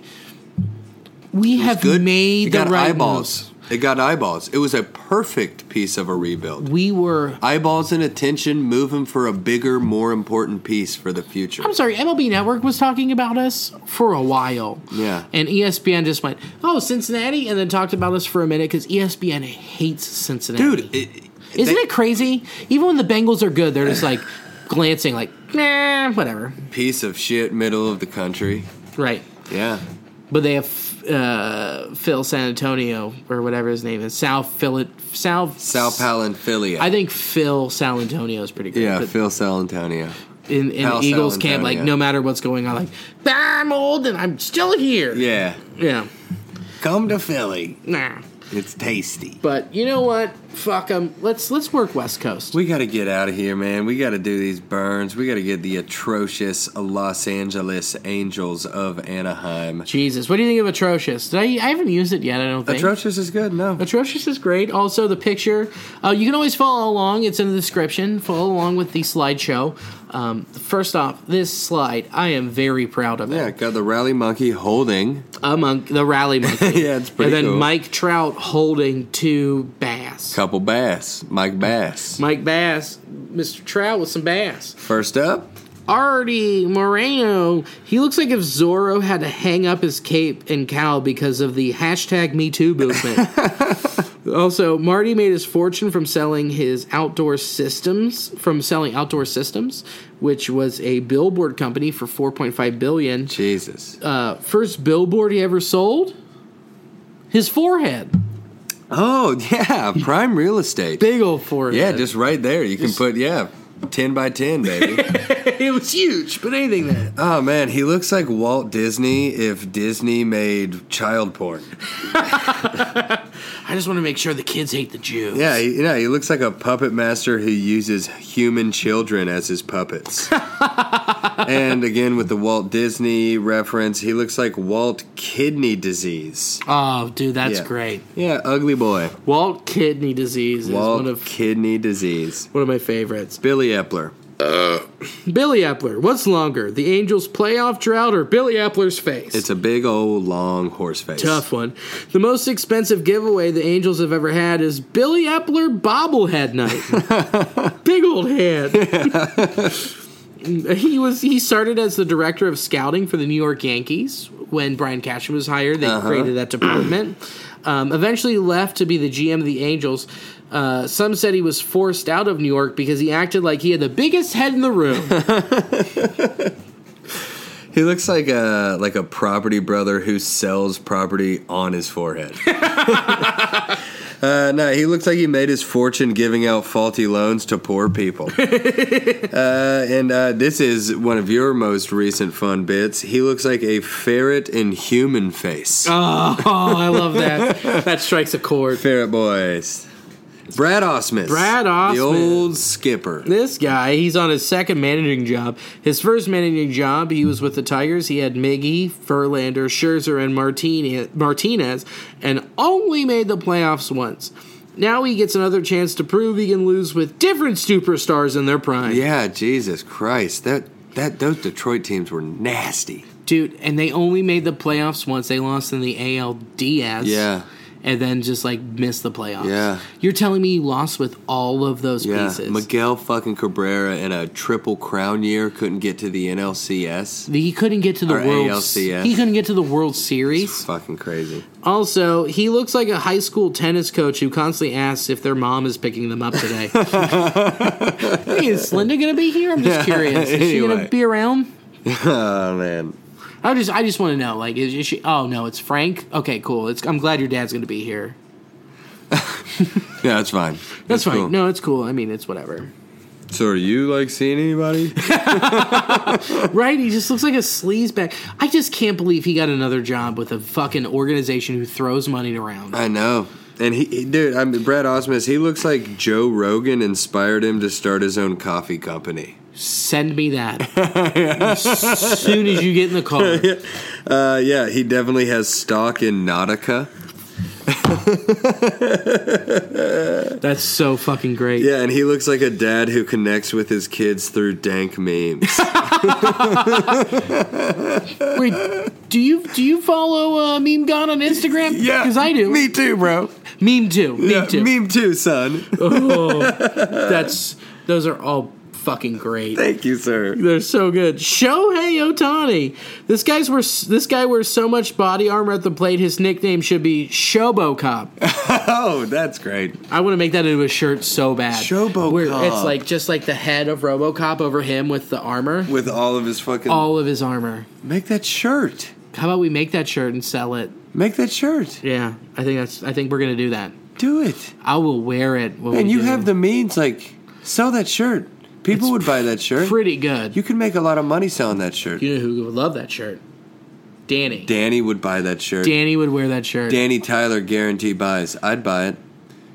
Speaker 2: we
Speaker 3: It was
Speaker 2: have made
Speaker 3: it
Speaker 2: the
Speaker 3: got
Speaker 2: right
Speaker 3: eyeballs.
Speaker 2: moves.
Speaker 3: It got eyeballs. It was a perfect piece of a rebuild.
Speaker 2: We were.
Speaker 3: Eyeballs and attention move him for a bigger, more important piece for the future.
Speaker 2: I'm sorry, MLB Network was talking about us for a while.
Speaker 3: Yeah.
Speaker 2: And E ESPN just went, oh, Cincinnati, and then talked about us for a minute E because ESPN hates Cincinnati.
Speaker 3: Dude, it,
Speaker 2: isn't
Speaker 3: they-
Speaker 2: it crazy? Even when the Bengals are good, they're just like glancing, like, nah, whatever.
Speaker 3: piece of shit middle of the country?
Speaker 2: Right.
Speaker 3: Yeah.
Speaker 2: but they have uh, Phil San Antonio or whatever his name is. Sal Phil Sal
Speaker 3: Sal Palanfilia.
Speaker 2: I think Phil Sal Antonio is pretty good.
Speaker 3: yeah,
Speaker 2: but
Speaker 3: Phil Salantonio.
Speaker 2: in, in the
Speaker 3: Pal
Speaker 2: Eagles
Speaker 3: Sal
Speaker 2: camp, like
Speaker 3: Antonio.
Speaker 2: no matter what's going on, like I'm old and I'm still here.
Speaker 3: Yeah.
Speaker 2: yeah,
Speaker 3: Come to Philly.
Speaker 2: nah.
Speaker 3: It's tasty.
Speaker 2: But you know what? Fuck them. Let's let's work West Coast.
Speaker 3: We got to get out of here, man. We got to do these burns. We got to get the atrocious Los Angeles Angels of Anaheim.
Speaker 2: Jesus, what do you think of Atrocious? Did I, I haven't used it yet. I don't think.
Speaker 3: Atrocious is good, no.
Speaker 2: Atrocious is great. Also, the picture. Uh, you can always follow along. It's in the description. Follow along with the slideshow. Um, first off, this slide, I am very proud of it.
Speaker 3: Yeah, got the rally monkey holding.
Speaker 2: Among the rally monkey.
Speaker 3: Yeah, it's pretty
Speaker 2: And then
Speaker 3: cool.
Speaker 2: Mike Trout holding two bass.
Speaker 3: Couple bass, Mike Bass.
Speaker 2: Mike Bass, Mr. Trout with some bass.
Speaker 3: First up,
Speaker 2: Artie Moreno, he looks like if Zorro had to hang up his cape and cowl because of the hashtag Me Too movement. also, Marty made his fortune from selling his outdoor systems, from selling outdoor systems, which was a billboard company for 4.5 billion.
Speaker 3: Jesus.
Speaker 2: Uh, first billboard he ever sold, his forehead,
Speaker 3: oh yeah, prime real estate.
Speaker 2: big old forehead.
Speaker 3: Yeah, just right there. You can put yeah, ten by ten, baby.
Speaker 2: it was huge, but anything that
Speaker 3: oh man, he looks like Walt Disney if Disney made child porn.
Speaker 2: I just want to make sure the kids hate the Jews.
Speaker 3: Yeah, he, yeah, he looks like a puppet master who uses human children as his puppets. and again with the Walt Disney reference, he looks like Walt kidney disease.
Speaker 2: Oh, dude, that's
Speaker 3: Yeah.
Speaker 2: great.
Speaker 3: Yeah, ugly boy.
Speaker 2: Walt kidney disease is
Speaker 3: Walt
Speaker 2: one of
Speaker 3: kidney disease.
Speaker 2: one of my favorites.
Speaker 3: Billy Epler.
Speaker 2: Billy Epler, what's longer, the Angels' playoff drought or Billy Epler's face?
Speaker 3: It's a big old long horse face.
Speaker 2: tough one. The most expensive giveaway the Angels have ever had is Billy Epler bobblehead night. Big old head. he was he started as the director of scouting for the New York Yankees when Brian Cashman was hired. They created that department. Um, eventually left to be the GM of the Angels. Uh, some said he was forced out of New York because he acted like he had the biggest head in the room.
Speaker 3: He looks like a like a property brother who sells property on his forehead. Uh, no, he looks like he made his fortune giving out faulty loans to poor people. uh, and uh, this is one of your most recent fun bits. He looks like a ferret in human face.
Speaker 2: oh, I love that. That strikes a chord.
Speaker 3: Ferret boys. Brad Osmus.
Speaker 2: Brad
Speaker 3: The
Speaker 2: Osmus.
Speaker 3: old skipper.
Speaker 2: This guy, he's on his second managing job. His first managing job, he was with the Tigers. He had Miggy, Verlander, Scherzer, and Martine- Martinez, and only made the playoffs once. Now he gets another chance to prove he can lose with different superstars in their prime.
Speaker 3: Yeah, Jesus Christ. That that those Detroit teams were nasty.
Speaker 2: Dude, and they only made the playoffs once. They lost in the ALDS.
Speaker 3: Yeah.
Speaker 2: And then just like missed the playoffs.
Speaker 3: Yeah.
Speaker 2: You're telling me you lost with all of those
Speaker 3: Yeah,
Speaker 2: pieces.
Speaker 3: Miguel fucking Cabrera in a triple crown year couldn't get to the NLCS.
Speaker 2: he couldn't get to the
Speaker 3: Or
Speaker 2: World
Speaker 3: ALCS.
Speaker 2: He couldn't get to the World Series.
Speaker 3: Fucking crazy.
Speaker 2: Also, he looks like a high school tennis coach who constantly asks if their mom is picking them up today. hey, is Linda going to be here? I'm just curious. Is she going
Speaker 3: Anyway.
Speaker 2: to be around?
Speaker 3: Oh man,
Speaker 2: I just, I just want to know. Like, is, is she? Oh no, it's Frank. Okay, cool. It's. I'm glad your dad's going to be here.
Speaker 3: yeah, that's fine.
Speaker 2: That's, fine.
Speaker 3: cool.
Speaker 2: No, it's cool. I mean, it's whatever.
Speaker 3: So are you like seeing anybody?
Speaker 2: Right? He just looks like a sleazebag. I just can't believe he got another job with a fucking organization who throws money around.
Speaker 3: I know. And he, he- dude, I mean, Brad Osmus, he looks like Joe Rogan inspired him to start his own coffee company.
Speaker 2: Send me that as soon as you get in the car.
Speaker 3: Uh, yeah, he definitely has stock in Nautica.
Speaker 2: That's so fucking great.
Speaker 3: Yeah, and he looks like a dad who connects with his kids through dank memes.
Speaker 2: Wait, do you do you follow uh, Meme God on Instagram? because I do.
Speaker 3: Me too, bro.
Speaker 2: meme too. Meme
Speaker 3: Yeah,
Speaker 2: too. Oh,
Speaker 3: Meme too, son.
Speaker 2: That's those are all fucking great.
Speaker 3: Thank you, sir.
Speaker 2: They're so good. Shohei Otani. This guy's wears this guy wears so much body armor at the plate. His nickname should be Shobocop.
Speaker 3: Oh, that's great.
Speaker 2: I want to make that into a shirt so bad.
Speaker 3: Shobocop.
Speaker 2: Where it's like just like the head of RoboCop over him with the armor,
Speaker 3: With all of his fucking.
Speaker 2: all of his armor.
Speaker 3: Make that shirt.
Speaker 2: How about we make that shirt and sell it?
Speaker 3: Make that shirt.
Speaker 2: Yeah, I think that's. I think we're gonna do that.
Speaker 3: Do it.
Speaker 2: I will wear it. When
Speaker 3: And
Speaker 2: we
Speaker 3: you
Speaker 2: do.
Speaker 3: have the means. Like, sell that shirt. People would buy that shirt.
Speaker 2: pretty good.
Speaker 3: You could make a lot of money selling that shirt.
Speaker 2: You know who would love that shirt? Danny.
Speaker 3: Danny would buy that shirt.
Speaker 2: Danny would wear that shirt.
Speaker 3: Danny Tyler guarantee buys. I'd buy it.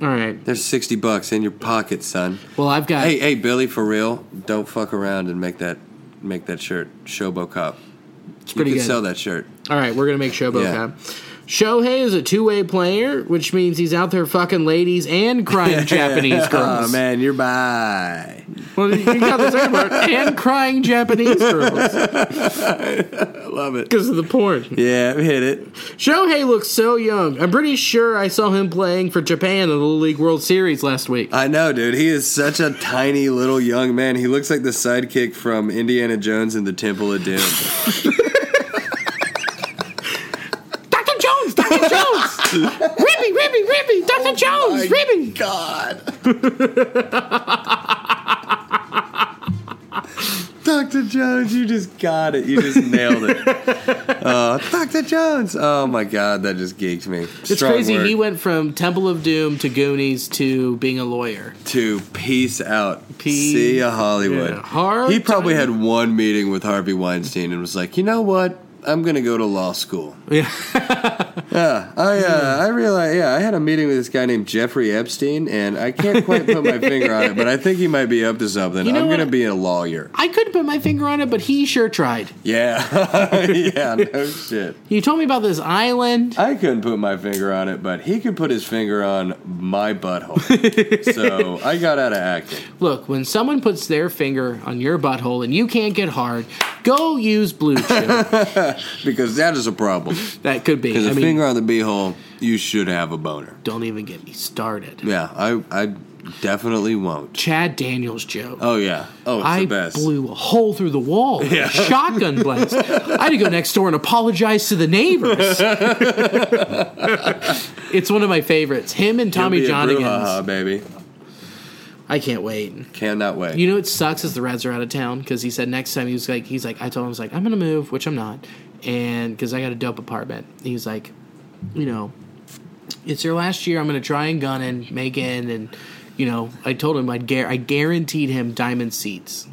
Speaker 2: All right.
Speaker 3: There's 60 bucks in your pocket, son.
Speaker 2: Well, I've got.
Speaker 3: Hey, hey, Billy, for real, don't fuck around and make that make that shirt Shobocop.
Speaker 2: it's
Speaker 3: You
Speaker 2: pretty
Speaker 3: can
Speaker 2: good.
Speaker 3: sell that shirt.
Speaker 2: All right, we're gonna make Shobo
Speaker 3: Yeah.
Speaker 2: come. Shohei is a two-way player, which means he's out there fucking ladies and crying Japanese girls.
Speaker 3: Oh man, you're by.
Speaker 2: Well, you got the second part. And crying Japanese girls
Speaker 3: I love it.
Speaker 2: because of the porn.
Speaker 3: Yeah, hit it.
Speaker 2: Shohei looks so young. I'm pretty sure I saw him playing for Japan in the Little League World Series last week.
Speaker 3: I know, dude. He is such a tiny little young man. He looks like the sidekick from Indiana Jones and the Temple of Doom.
Speaker 2: Dr. Jones, Dr. Jones, Ribby, Ribby, Ribby, Dr.
Speaker 3: Oh
Speaker 2: Jones, Ribby.
Speaker 3: God. Dr. Jones, you just got it. You just nailed it. Uh, Dr. Jones. Oh my God, that just geeked me.
Speaker 2: It's crazy. He went from Temple of Doom to Goonies to being a lawyer.
Speaker 3: to peace out.
Speaker 2: Peace.
Speaker 3: See ya, Hollywood.
Speaker 2: Yeah. Hard
Speaker 3: he probably
Speaker 2: time.
Speaker 3: had one meeting with Harvey Weinstein and was like, you know what? I'm going to go to law school.
Speaker 2: Yeah.
Speaker 3: Yeah, I uh, I realized. Yeah, I had a meeting with this guy named Jeffrey Epstein, and I can't quite put my finger on it, but I think he might be up to something.
Speaker 2: You know
Speaker 3: I'm
Speaker 2: what?
Speaker 3: gonna be a lawyer.
Speaker 2: I couldn't put my finger on it, but he sure tried.
Speaker 3: Yeah, yeah, no shit.
Speaker 2: You told me about this island.
Speaker 3: I couldn't put my finger on it, but he could put his finger on my butthole. so I got out of acting.
Speaker 2: Look, when someone puts their finger on your butthole and you can't get hard, go use Blue Chew.
Speaker 3: Because that is a problem.
Speaker 2: that could be.
Speaker 3: Because a
Speaker 2: I mean,
Speaker 3: finger on the beehole, you should have a boner.
Speaker 2: don't even get me started.
Speaker 3: Yeah, I, I definitely won't.
Speaker 2: Chad Daniels joke.
Speaker 3: Oh yeah. Oh, it's
Speaker 2: I
Speaker 3: the best.
Speaker 2: blew a hole through the wall. with a Shotgun blast. I had to go next door and apologize to the neighbors. it's one of my favorites. Him and
Speaker 3: It'll
Speaker 2: Tommy
Speaker 3: be a
Speaker 2: Johnigans.
Speaker 3: brouhaha, baby.
Speaker 2: I can't wait.
Speaker 3: Cannot wait.
Speaker 2: You know what sucks is the Reds are out of town because he said next time he was like he's like I told him I was like I'm gonna move which I'm not and because I got a dope apartment And he's like you know it's your last year I'm gonna try and gun and make in and you know I told him I'd gar- I guaranteed him diamond seats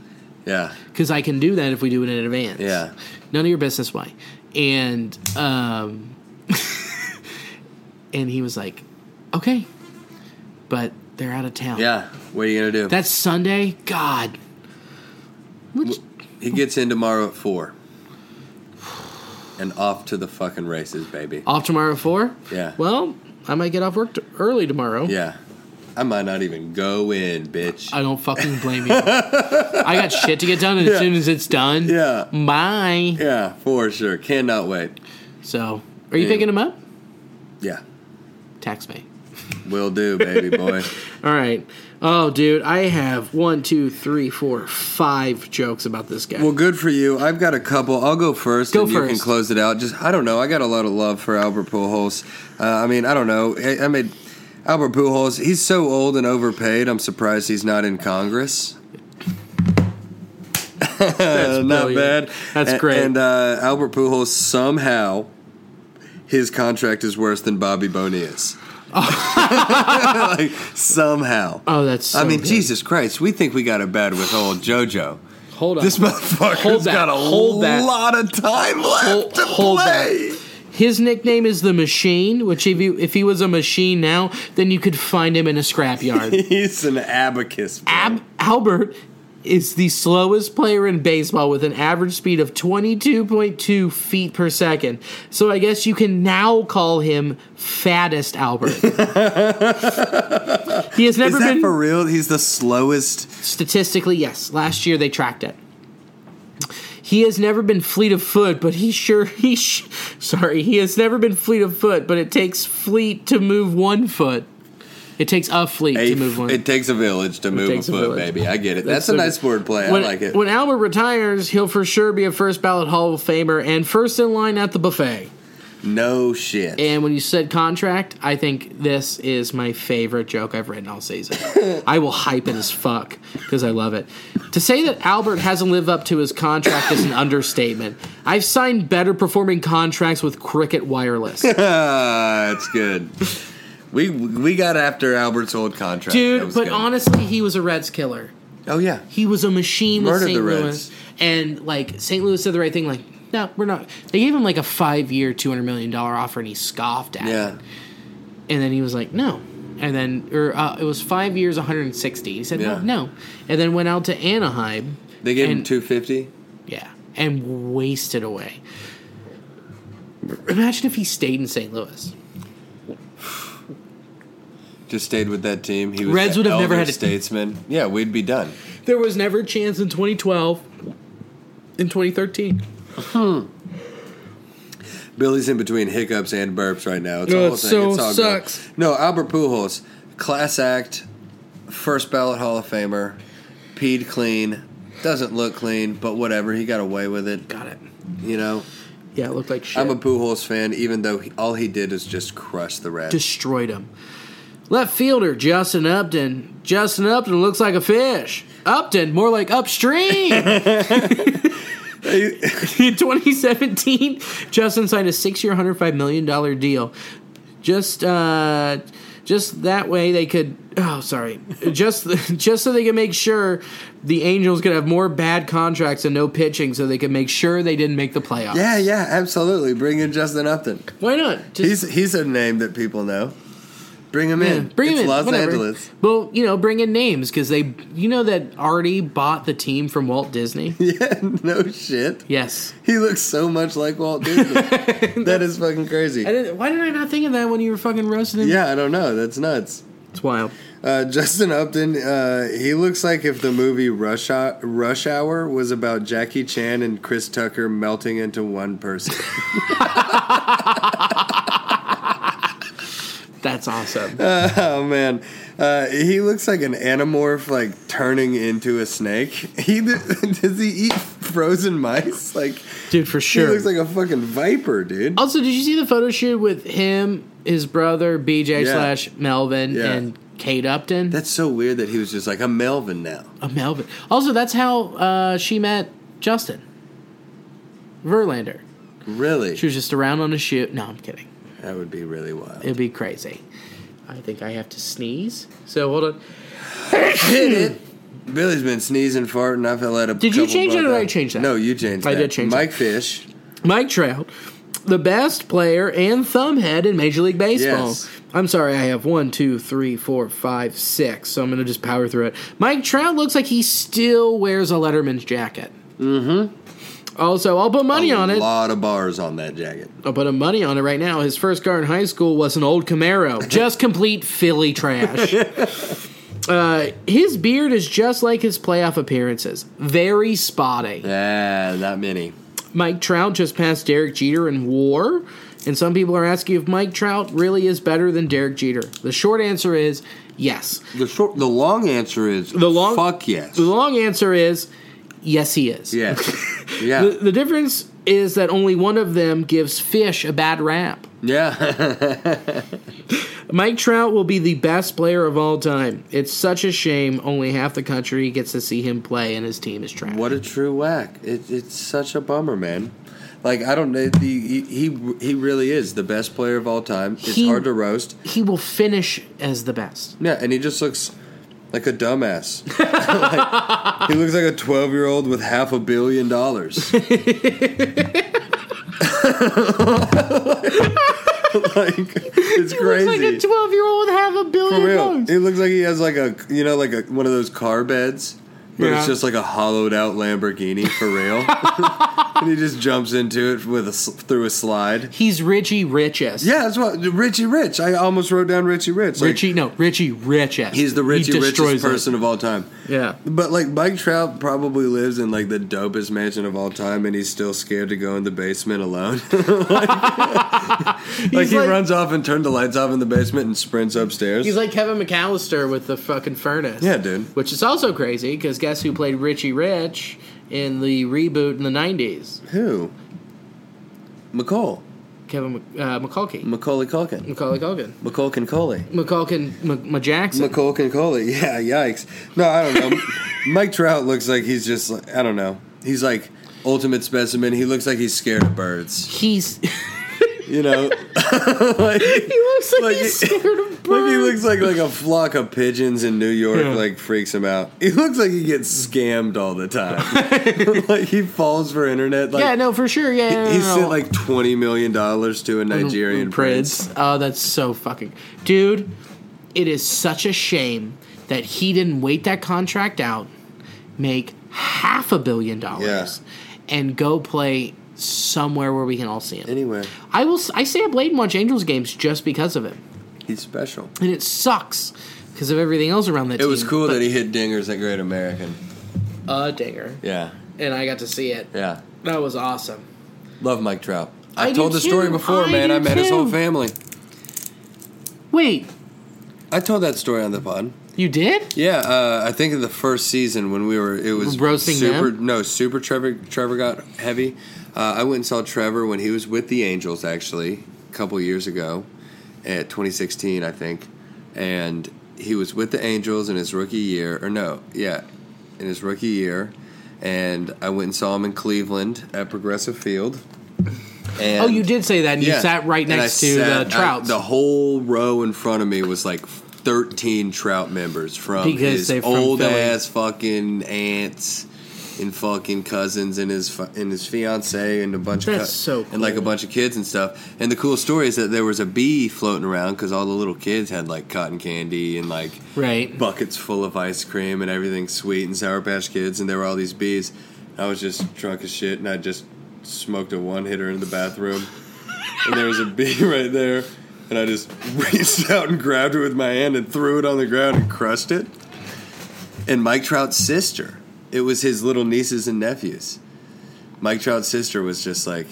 Speaker 3: yeah.
Speaker 2: because I can do that if we do it in advance.
Speaker 3: Yeah.
Speaker 2: None of your business, why? And um, and he was like, okay, but they're out of town.
Speaker 3: Yeah. What are you gonna do?
Speaker 2: That's Sunday. God. Which,
Speaker 3: he gets in tomorrow at four. And off to the fucking races, baby.
Speaker 2: off tomorrow at four.
Speaker 3: Yeah.
Speaker 2: Well, I might get off work t- early tomorrow.
Speaker 3: Yeah. I might not even go in, bitch.
Speaker 2: I don't fucking blame you. I got shit to get done, and as soon as it's done,
Speaker 3: Yeah.
Speaker 2: bye.
Speaker 3: yeah, for sure. Cannot wait.
Speaker 2: So, are you picking him up?
Speaker 3: Yeah.
Speaker 2: Text me.
Speaker 3: Will do, baby boy.
Speaker 2: All right. Oh, dude, I have one, two, three, four, five jokes about this guy.
Speaker 3: Well, good for you. I've got a couple. I'll go first,
Speaker 2: Go
Speaker 3: and you can
Speaker 2: first.
Speaker 3: close it out. Just I don't know. I got a lot of love for Albert Pujols. Uh, I mean, I don't know. I, I mean, Albert Pujols. He's so old and overpaid. I'm surprised he's not in Congress. That's not
Speaker 2: brilliant.
Speaker 3: bad.
Speaker 2: That's
Speaker 3: A-
Speaker 2: great.
Speaker 3: And uh, Albert Pujols somehow his contract is worse than Bobby Bonilla's. like somehow.
Speaker 2: oh, that's. So
Speaker 3: I mean,
Speaker 2: good.
Speaker 3: Jesus Christ, we think we got it bad with old JoJo.
Speaker 2: Hold on.
Speaker 3: This motherfucker's
Speaker 2: Hold that.
Speaker 3: got a
Speaker 2: Hold that.
Speaker 3: lot of time left
Speaker 2: Hold-
Speaker 3: to
Speaker 2: hold that.
Speaker 3: play.
Speaker 2: His nickname is the Machine, which if you if he was a machine now, then you could find him in a scrapyard.
Speaker 3: He's an abacus. bro.
Speaker 2: Ab- Albert is the slowest player in baseball with an average speed of 22.2 feet per second. So I guess you can now call him fattest Albert. he has never
Speaker 3: Is that
Speaker 2: been
Speaker 3: for real? He's the slowest.
Speaker 2: statistically yes. Last year they tracked it. He has never been fleet of foot, but he sure he sh- sorry, he has never been fleet of foot, but it takes fleet to move one foot. It takes a fleet
Speaker 3: A
Speaker 2: to move
Speaker 3: f-
Speaker 2: one.
Speaker 3: It takes a village to move a
Speaker 2: takes a
Speaker 3: foot,
Speaker 2: village.
Speaker 3: baby. I get it. That's, a nice word play.
Speaker 2: When,
Speaker 3: I like it.
Speaker 2: When Albert retires, he'll for sure be a first ballot Hall of Famer and first in line at the buffet.
Speaker 3: no shit.
Speaker 2: And when you said contract, I think this is my favorite joke I've written all season. I will hype it as fuck because I love it. To say that Albert hasn't lived up to his contract is an understatement. I've signed better performing contracts with Cricket Wireless.
Speaker 3: Ah, it's good. we we got after Albert's old contract, That
Speaker 2: Dude,
Speaker 3: was
Speaker 2: but
Speaker 3: good.
Speaker 2: honestly, he was a Reds killer.
Speaker 3: Oh yeah,
Speaker 2: he was a machine with
Speaker 3: Murdered
Speaker 2: St.
Speaker 3: the
Speaker 2: Louis,
Speaker 3: Reds.
Speaker 2: and like St. Louis did the right thing. Like, no, we're not. They gave him like a five-year, two hundred million dollar offer, and he scoffed at
Speaker 3: yeah.
Speaker 2: it. And then he was like, no. And then, or uh, it was five years, one hundred and sixty. He said,
Speaker 3: Yeah.
Speaker 2: no, no. And then went out to Anaheim.
Speaker 3: They gave him
Speaker 2: And-
Speaker 3: two fifty.
Speaker 2: Yeah, and wasted away. Imagine if he stayed in St. Louis.
Speaker 3: Just stayed with that team. He was
Speaker 2: Reds
Speaker 3: the
Speaker 2: would have never
Speaker 3: elder
Speaker 2: had a-
Speaker 3: statesman. Yeah, we'd be done.
Speaker 2: There was never a chance in 2012, in 2013.
Speaker 3: Billy's in between hiccups and burps right now. It's
Speaker 2: Oh,
Speaker 3: a
Speaker 2: it
Speaker 3: whole thing. It's
Speaker 2: so
Speaker 3: all
Speaker 2: sucks.
Speaker 3: Good. No, Albert Pujols, class act, first ballot Hall of Famer, peed clean, doesn't look clean, but whatever. He got away with it.
Speaker 2: Got it.
Speaker 3: You know,
Speaker 2: Yeah, it looked like shit.
Speaker 3: I'm a Pujols fan, even though he, all he did is just crush the Reds.
Speaker 2: destroyed him. Left fielder Justin Upton. Justin Upton looks like a fish. Upton, more like upstream. In 2017, Justin signed a six-year, $105 million deal. Just, uh, Just that way they could. Oh, sorry. Just just so they could make sure the Angels could have more bad contracts and no pitching, so they could make sure they didn't make the playoffs.
Speaker 3: Yeah, yeah, absolutely. Bring in Justin Upton.
Speaker 2: Why not? Just,
Speaker 3: He's he's a name that people know. Bring him
Speaker 2: yeah,
Speaker 3: in.
Speaker 2: bring
Speaker 3: it's
Speaker 2: him in.
Speaker 3: Los
Speaker 2: whatever.
Speaker 3: Angeles.
Speaker 2: Well, you know, bring in names because they, you know, that Artie bought the team from Walt Disney.
Speaker 3: Yeah, no shit.
Speaker 2: yes.
Speaker 3: He looks so much like Walt Disney. that is fucking crazy.
Speaker 2: I didn't, why did I not think of that when you were fucking roasting him?
Speaker 3: Yeah, I don't know. That's nuts.
Speaker 2: It's wild.
Speaker 3: Uh, Justin Upton, uh, he looks like if the movie Rush Hour, Rush Hour was about Jackie Chan and Chris Tucker melting into one person.
Speaker 2: That's awesome.
Speaker 3: oh man, uh, he looks like an anamorph, like turning into a snake. He does he eat frozen mice? Like
Speaker 2: Dude, for sure. Oh.
Speaker 3: he looks like a fucking viper, dude.
Speaker 2: Also, did you see the photo shoot with him, his brother BJ
Speaker 3: Yeah.
Speaker 2: slash Melvin,
Speaker 3: Yeah.
Speaker 2: and Kate Upton?
Speaker 3: That's so weird that he was just like I'm Melvin now.
Speaker 2: oh, Melvin. Also, that's how uh, she met Justin Verlander.
Speaker 3: Really,
Speaker 2: She was just around on a shoot. No, I'm kidding.
Speaker 3: that would be really wild.
Speaker 2: It'd be crazy. I think I have to sneeze. So hold on.
Speaker 3: Hit it. Billy's been sneezing, farting. I've let a.
Speaker 2: Did you
Speaker 3: couple
Speaker 2: change it or did
Speaker 3: bugs
Speaker 2: I
Speaker 3: out.
Speaker 2: change that?
Speaker 3: No, you changed.
Speaker 2: I
Speaker 3: that.
Speaker 2: did change
Speaker 3: Mike Fish.
Speaker 2: Mike Trout, the best player and thumbhead in Major League Baseball.
Speaker 3: Yes.
Speaker 2: I'm sorry, I have one, two, three, four, five, six. So I'm gonna just power through it. Mike Trout looks like he still wears a Letterman's jacket. Mm-hmm. Also, I'll put money on
Speaker 3: a
Speaker 2: it.
Speaker 3: lot of bars on that jacket.
Speaker 2: I'll put a money on it right now. His first car in high school was an old Camaro, just complete Philly trash. Uh, his beard is just like his playoff appearances, very spotty.
Speaker 3: Yeah, not many.
Speaker 2: Mike Trout just passed Derek Jeter in war. And some people are asking if Mike Trout really is better than Derek Jeter. The short answer is yes.
Speaker 3: The short, the long answer is the
Speaker 2: long-
Speaker 3: Fuck yes.
Speaker 2: The long answer is yes, he is.
Speaker 3: yeah, yeah,
Speaker 2: The, the difference is that only one of them gives fish a bad rap.
Speaker 3: yeah.
Speaker 2: Mike Trout will be the best player of all time. It's such a shame only half the country gets to see him play and his team is trash.
Speaker 3: what a true whack. It, it's such a bummer, man. Like I don't know. The, he he he really is the best player of all time. It's
Speaker 2: He-
Speaker 3: hard to roast.
Speaker 2: He will finish as the best.
Speaker 3: Yeah, and he just looks like a dumbass. Like, he looks like a twelve-year-old with half a billion dollars. like it's crazy.
Speaker 2: Looks like a 12 year old have a
Speaker 3: For
Speaker 2: billion
Speaker 3: real,
Speaker 2: dollars.
Speaker 3: it looks like he has like a you know like a one of those car beds, but
Speaker 2: Yeah.
Speaker 3: it's just like a hollowed out Lamborghini for real, and he just jumps into it with a s- through a slide.
Speaker 2: He's Richie Riches.
Speaker 3: Yeah, that's what Richie Rich. I almost wrote down Richie Rich. Like,
Speaker 2: Richie, no, Richie Riches.
Speaker 3: he's the Richie richest person of all time.
Speaker 2: Yeah.
Speaker 3: But like Mike Trout probably lives in like the dopest mansion of all time, and he's still scared to go in the basement alone. like like he
Speaker 2: like-
Speaker 3: runs off and turns the lights off in the basement and sprints upstairs.
Speaker 2: He's like Kevin McAllister with the fucking furnace.
Speaker 3: Yeah, dude.
Speaker 2: Which is also crazy because guess who played Richie Rich in the reboot in the 90s?
Speaker 3: Who? McCall.
Speaker 2: Kevin Mc- uh, McCulkey.
Speaker 3: Macaulay Culkin.
Speaker 2: Macaulay Culkin.
Speaker 3: McCulkin Coley.
Speaker 2: McCulkin M- Jackson.
Speaker 3: McCulkin Coley. Yeah, yikes. No, I don't know. Mike Trout looks like he's just, like, I don't know. He's like ultimate specimen. He looks like he's scared of birds.
Speaker 2: he's. he
Speaker 3: You know? like,
Speaker 2: looks like,
Speaker 3: Like
Speaker 2: he's
Speaker 3: he-
Speaker 2: scared of birds.
Speaker 3: like he looks like like a flock of pigeons in New York like freaks him out. He looks like he gets scammed all the time. like he falls for internet like
Speaker 2: yeah, no, for sure. Yeah. no,
Speaker 3: he
Speaker 2: no, no.
Speaker 3: sent like 20 million dollars to a Nigerian prince.
Speaker 2: Prince. Oh, that's so fucking. Dude, it is such a shame that he didn't wait that contract out, make half a billion dollars, and go play somewhere where we can all see him.
Speaker 3: Anyway,
Speaker 2: I will. s- I stay up late and watch Angels games just because of him,
Speaker 3: he's special.
Speaker 2: and it sucks because of everything else around that.
Speaker 3: It was cool that he hit dingers at Great American.
Speaker 2: a dinger,
Speaker 3: Yeah,
Speaker 2: and I got to see it.
Speaker 3: yeah.
Speaker 2: That was awesome.
Speaker 3: Love Mike Trout.
Speaker 2: I
Speaker 3: I,
Speaker 2: do
Speaker 3: told the story
Speaker 2: too.
Speaker 3: before,
Speaker 2: I
Speaker 3: man.
Speaker 2: do
Speaker 3: I met his
Speaker 2: too.
Speaker 3: whole family.
Speaker 2: Wait,
Speaker 3: I told that story on the pod.
Speaker 2: you did?
Speaker 3: Yeah, uh, I think in the first season when we were, it was
Speaker 2: Roasting
Speaker 3: super.
Speaker 2: them?
Speaker 3: No, super. Trevor Trevor got heavy. Uh, I went and saw Trevor when he was with the Angels actually a couple years ago, at 2016 I think, and he was with the Angels in his rookie year or no, yeah, in his rookie year, and I went and saw him in Cleveland at Progressive Field. And
Speaker 2: Oh, you did say that, and
Speaker 3: Yeah.
Speaker 2: you sat right
Speaker 3: And I
Speaker 2: next to
Speaker 3: sat- I-
Speaker 2: the trouts.
Speaker 3: the whole row in front of me was like 13 trout members from
Speaker 2: Because
Speaker 3: his
Speaker 2: they're from
Speaker 3: old
Speaker 2: Philly.
Speaker 3: ass fucking aunts and fucking cousins and his fu- and his fiance and a bunch of
Speaker 2: That's so
Speaker 3: and like a
Speaker 2: cool.
Speaker 3: bunch of kids and stuff. And the cool story is that there was a bee floating around because all the little kids had like cotton candy and like
Speaker 2: right.
Speaker 3: buckets full of ice cream and everything sweet and sour patch kids and there were all these bees i was just drunk as shit and i just smoked a one hitter in the bathroom and there was a bee right there and i just reached out and grabbed it with my hand and threw it on the ground and crushed it and mike trout's sister it was his little nieces and nephews mike trout's sister was just like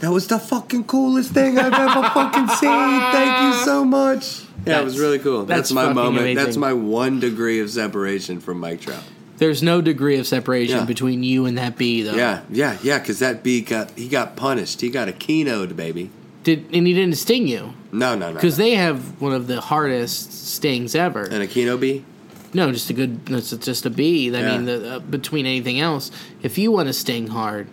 Speaker 3: that was the fucking coolest thing I've ever fucking seen. Thank you so much. Yeah, it was
Speaker 2: That's-
Speaker 3: really cool. That's,
Speaker 2: that's
Speaker 3: my
Speaker 2: fucking
Speaker 3: moment.
Speaker 2: amazing.
Speaker 3: That's my one degree of separation from Mike Trout.
Speaker 2: There's no degree of separation
Speaker 3: Yeah.
Speaker 2: between you and that bee, though.
Speaker 3: Yeah, yeah, yeah. Because that bee got he got punished. He got a keynote, baby.
Speaker 2: Did and he didn't sting you
Speaker 3: No, no, no.
Speaker 2: because
Speaker 3: no.
Speaker 2: they have one of the hardest stings ever.
Speaker 3: and a keynote bee.
Speaker 2: No, just a good. That's just a bee. I
Speaker 3: Yeah.
Speaker 2: mean, the, uh, between anything else, if you want to sting hard,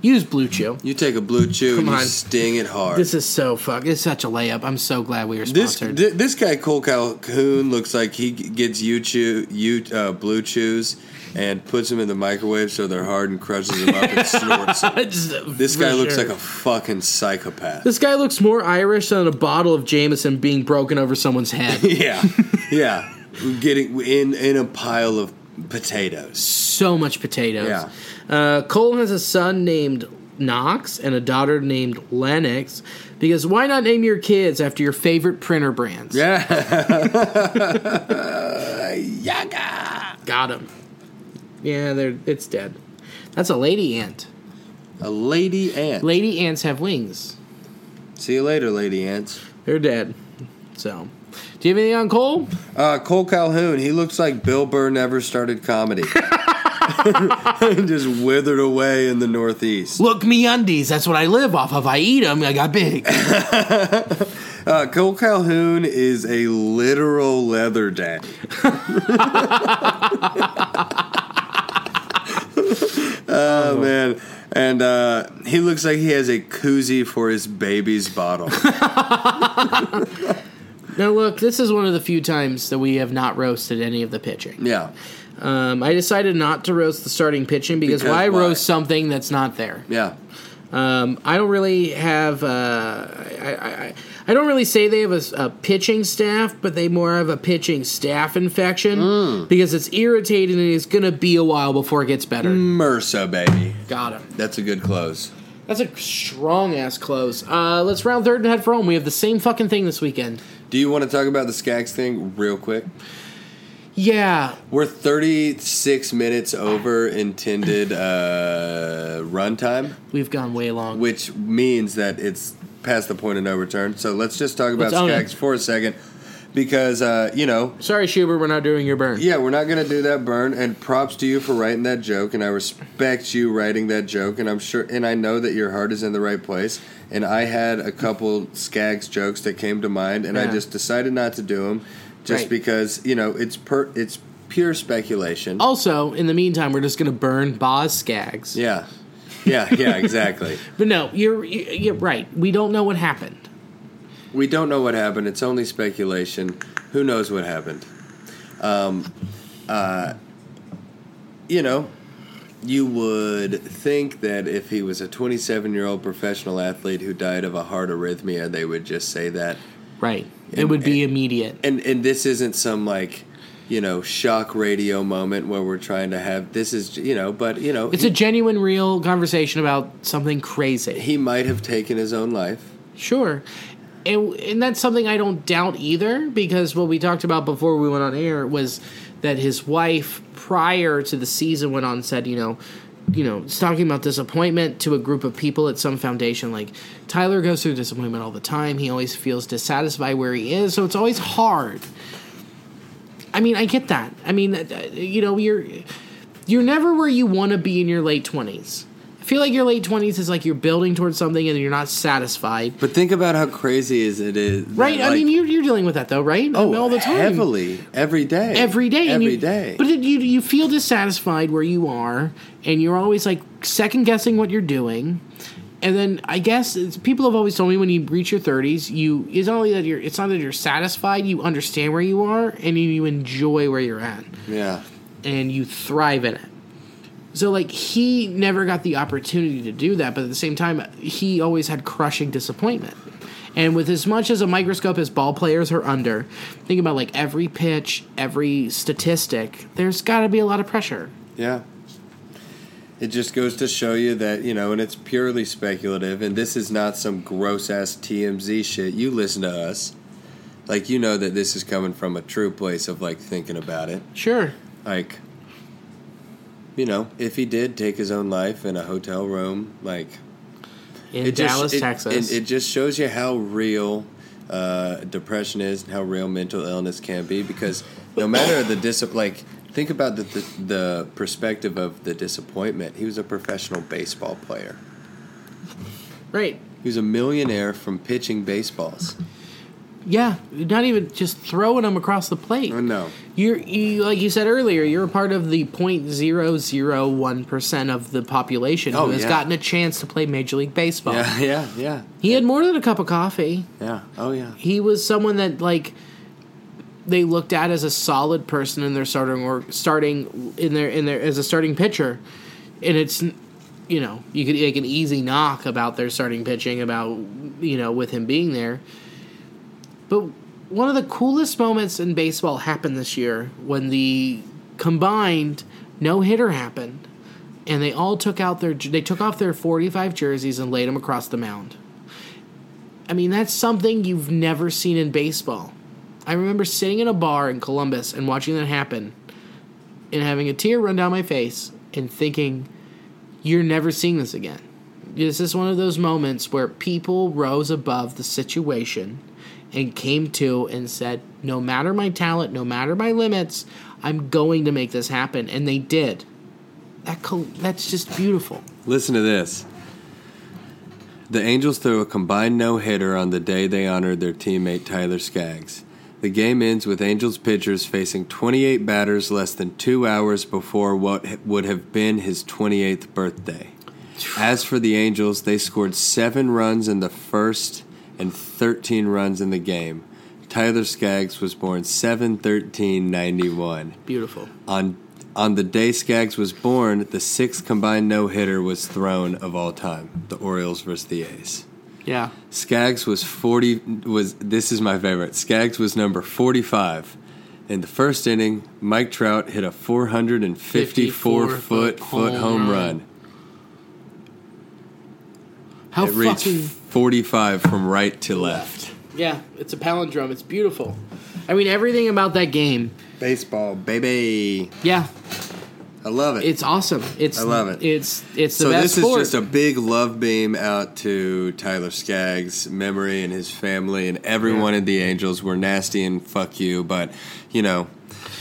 Speaker 2: use Blue Chew.
Speaker 3: You take a blue chew
Speaker 2: Come
Speaker 3: and you
Speaker 2: on.
Speaker 3: sting it hard.
Speaker 2: This is so fuck. It's such a layup. I'm so glad we were
Speaker 3: This
Speaker 2: sponsored.
Speaker 3: thi- this guy Cole Calhoun looks like he g- gets you chew you uh, blue chews and puts them in the microwave so they're hard and crushes them up and snorts. Them.
Speaker 2: Just- uh,
Speaker 3: This
Speaker 2: for
Speaker 3: guy looks
Speaker 2: sure.
Speaker 3: like a fucking psychopath.
Speaker 2: This guy looks more Irish than a bottle of Jameson being broken over someone's head.
Speaker 3: Yeah, yeah. Getting in in a pile of potatoes.
Speaker 2: so much potatoes.
Speaker 3: Yeah.
Speaker 2: Uh, Cole has a son named Knox and a daughter named Lennox. Because why not name your kids after your favorite printer brands?
Speaker 3: Yeah. Yaga.
Speaker 2: Got him. Yeah, they're it's dead. That's a lady ant.
Speaker 3: A lady ant.
Speaker 2: Lady ants have wings.
Speaker 3: See you later, lady ants.
Speaker 2: They're dead. So, do you have anything on Cole?
Speaker 3: Uh, Cole Calhoun. He looks like Bill Burr never started comedy. Just withered away in the Northeast.
Speaker 2: Look, me undies. That's what I live off of. I eat them. I got big.
Speaker 3: Uh, Cole Calhoun is a literal leather daddy. oh, man. And uh, he looks like he has a koozie for his baby's bottle.
Speaker 2: now, look, this is one of the few times that we have not roasted any of the pitching.
Speaker 3: yeah.
Speaker 2: Um, I decided not to roast the starting pitching because,
Speaker 3: Because
Speaker 2: why,
Speaker 3: why?
Speaker 2: roast something that's not there?
Speaker 3: Yeah.
Speaker 2: Um, I don't really have. Uh, I, I, I, I don't really say they have a, s- a pitching staff, but they more have a pitching staff infection because it's irritating and it's going to be a while before it gets better.
Speaker 3: MRSA, baby.
Speaker 2: Got him.
Speaker 3: That's a good close.
Speaker 2: That's a strong ass close. Uh, let's round third and head for home. We have the same fucking thing this weekend.
Speaker 3: Do you want to talk about the Skags thing real quick?
Speaker 2: Yeah,
Speaker 3: We're 36 minutes over intended uh, run time.
Speaker 2: we've gone way long.
Speaker 3: which means that it's past the point of no return. So let's just talk about
Speaker 2: Let's own
Speaker 3: Skaggs
Speaker 2: it.
Speaker 3: for a second, because uh, you know,
Speaker 2: Sorry, Schubert, we're not doing your burn.
Speaker 3: yeah, we're not gonna do that burn. And props to you for writing that joke, and I respect you writing that joke, and I'm sure, and I know that your heart is in the right place. And I had a couple Skaggs jokes that came to mind, and I
Speaker 2: Yeah.
Speaker 3: just decided not to do them, just
Speaker 2: Right.
Speaker 3: because you know it's per it's pure speculation.
Speaker 2: Also, in the meantime, we're just gonna burn Boz Skaggs.
Speaker 3: Yeah, yeah, yeah, exactly.
Speaker 2: But no, you're you're you're right. We don't know what happened.
Speaker 3: We don't know what happened. It's only speculation. Who knows what happened? Um, uh, you know, you would think that if he was a 27 year old professional athlete who died of a heart arrhythmia, they would just say that.
Speaker 2: Right. it would be immediate.
Speaker 3: And and this isn't some like, you know, shock radio moment where we're trying to have this is you know, but you know,
Speaker 2: It's a genuine, real conversation about something crazy.
Speaker 3: he might have taken his own life.
Speaker 2: Sure. And, and that's something I don't doubt either, because what we talked about before we went on air was that his wife, prior to the season went on, said, you know, you know, it's talking about disappointment to a group of people at some foundation. Like Tyler goes through disappointment all the time. He always feels dissatisfied where he is, so it's always hard. I mean, I get that. I mean, uh, you know, you're you're never where you want to be in your late twenties. I feel like your late twenties is like you're building towards something and you're not satisfied.
Speaker 3: But think about how crazy is it is. that,
Speaker 2: Right? I
Speaker 3: like-
Speaker 2: mean, you're, you're dealing with that though, right?
Speaker 3: Oh,
Speaker 2: all the time,
Speaker 3: heavily every day,
Speaker 2: every day, and
Speaker 3: every
Speaker 2: you-
Speaker 3: day.
Speaker 2: But it, you you feel dissatisfied where you are, and you're always like second guessing what you're doing, and then I guess it's, people have always told me when you reach your 30s, you it's not only that you're it's not that you're satisfied, you understand where you are and you, you enjoy where you're at
Speaker 3: Yeah.
Speaker 2: and you thrive in it. So like he never got the opportunity to do that, but at the same time he always had crushing disappointment. And with as much as a microscope as ball players are under, think about like every pitch, every statistic, there's got to be a lot of pressure.
Speaker 3: Yeah. It just goes to show you that, you know, and it's purely speculative, and this is not some gross ass TMZ shit. You listen to us. Like, you know that this is coming from a true place of, like, thinking about it.
Speaker 2: Sure.
Speaker 3: Like, you know, if he did take his own life in a hotel room, like,
Speaker 2: In
Speaker 3: it just-
Speaker 2: Dallas,
Speaker 3: it-
Speaker 2: Texas.
Speaker 3: It, it just shows you how real uh, depression is and how real mental illness can be because no matter the dis like think about the, the the perspective of the disappointment. He was a professional baseball player.
Speaker 2: right.
Speaker 3: He was a millionaire from pitching baseballs.
Speaker 2: Yeah, not even just throwing them across the plate.
Speaker 3: I know.
Speaker 2: You're you like you said earlier. You're a part of the 0.001 percent of the population
Speaker 3: Oh,
Speaker 2: who has
Speaker 3: yeah.
Speaker 2: gotten a chance to play Major League Baseball.
Speaker 3: Yeah, yeah, yeah,
Speaker 2: He had more than a cup of coffee.
Speaker 3: yeah. Oh yeah.
Speaker 2: He was someone that like they looked at as a solid person in their starting or starting in their in their as a starting pitcher, and it's you know you could make an easy knock about their starting pitching about you know with him being there, but one of the coolest moments in baseball happened this year when the combined no hitter happened, and they all took out their they took off their forty five jerseys and laid them across the mound. I mean, that's something you've never seen in baseball. I remember sitting in a bar in Columbus and watching that happen and having a tear run down my face and thinking, you're never seeing this again. This is one of those moments where people rose above the situation and came to and said, no matter my talent, no matter my limits, I'm going to make this happen. And they did. That col- that's just beautiful.
Speaker 3: Listen to this. The Angels threw a combined no hitter on the day they honored their teammate Tyler Skaggs. The game ends with Angels pitchers facing 28 batters less than two hours before what h- would have been his 28th birthday. As for the Angels, they scored seven runs in the first and 13 runs in the game. Tyler Skaggs was born 7 13 91.
Speaker 2: Beautiful.
Speaker 3: On on the day Skaggs was born, the sixth combined no hitter was thrown of all time: the Orioles versus the A's.
Speaker 2: Yeah.
Speaker 3: Skaggs was forty. Was this is my favorite? Skaggs was number forty-five. In the first inning, Mike Trout hit a 454 foot foot home run.
Speaker 2: How
Speaker 3: it reached
Speaker 2: fucking
Speaker 3: 45 from right to left.
Speaker 2: Yeah, it's a palindrome. It's beautiful. I mean, everything about that game.
Speaker 3: Baseball, baby.
Speaker 2: Yeah,
Speaker 3: I love it.
Speaker 2: it's awesome. It's
Speaker 3: I love it.
Speaker 2: It's it's the
Speaker 3: so
Speaker 2: best
Speaker 3: this
Speaker 2: sport.
Speaker 3: is just a big love beam out to Tyler Skaggs' memory and his family and everyone at the Angels. We're nasty and fuck you, but you know,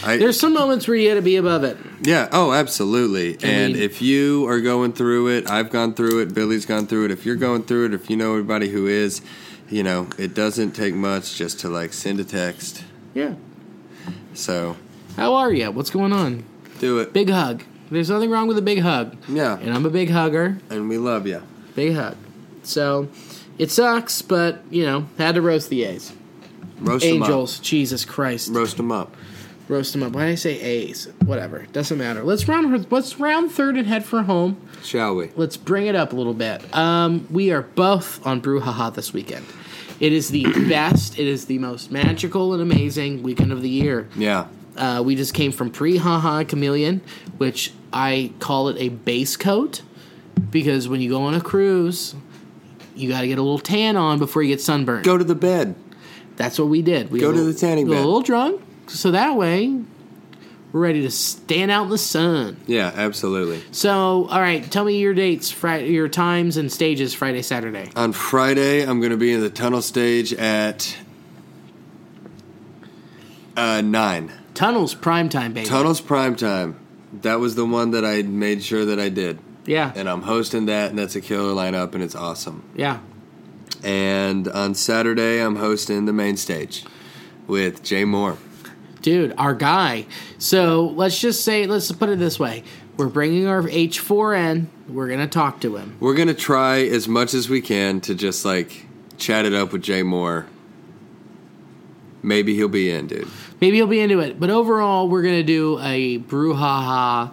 Speaker 3: I
Speaker 2: There's some moments where you got to be above it.
Speaker 3: yeah, oh, absolutely. and
Speaker 2: mean-
Speaker 3: if you are going through it, I've gone through it. Billy's gone through it. If you're going through it, if you know anybody who is, you know, it doesn't take much just to like send a text.
Speaker 2: Yeah.
Speaker 3: So
Speaker 2: How are you? What's going on?
Speaker 3: do it.
Speaker 2: Big hug. There's nothing wrong with a big hug.
Speaker 3: Yeah.
Speaker 2: And I'm a big hugger.
Speaker 3: And we love you.
Speaker 2: Big hug. So, it sucks, but you know, had to roast the A's.
Speaker 3: Roast
Speaker 2: Angels. Jesus Christ.
Speaker 3: them up. Roast them up.
Speaker 2: roast them up. Why did I say A's? Whatever. Doesn't matter. Let's round. her- Let's round third and head for home.
Speaker 3: Shall we?
Speaker 2: let's bring it up a little bit. Um, we are both on Brouhaha this weekend. It is the best. It is the most magical and amazing weekend of the year.
Speaker 3: Yeah.
Speaker 2: Uh, we just came from pre haha chameleon, which I call it a base coat because when you go on a cruise, you got to get a little tan on before you get sunburned.
Speaker 3: Go to the bed.
Speaker 2: That's what we did. We
Speaker 3: Go
Speaker 2: got a
Speaker 3: to the
Speaker 2: little-
Speaker 3: tanning
Speaker 2: got
Speaker 3: bed.
Speaker 2: A little drunk, so that way we're ready to stand out in the sun.
Speaker 3: Yeah, absolutely.
Speaker 2: So, all right, tell me your dates, Friday, your times and stages Friday, Saturday.
Speaker 3: On Friday, I'm going to be in the tunnel stage at uh, nine.
Speaker 2: Tunnels primetime, baby.
Speaker 3: Tunnels prime time. That was the one that I made sure that I did,
Speaker 2: Yeah.
Speaker 3: and I'm hosting that, and that's a killer lineup, and it's awesome.
Speaker 2: yeah.
Speaker 3: And on Saturday, I'm hosting the main stage with Jay Moore.
Speaker 2: Dude, our guy. So let's just say, let's put it this way. We're bringing our H4N. We're gonna talk to him.
Speaker 3: We're gonna try as much as we can to just like chat it up with Jay Moore. Maybe he'll be in, dude.
Speaker 2: Maybe he'll be into it. But overall, we're gonna do a brouhaha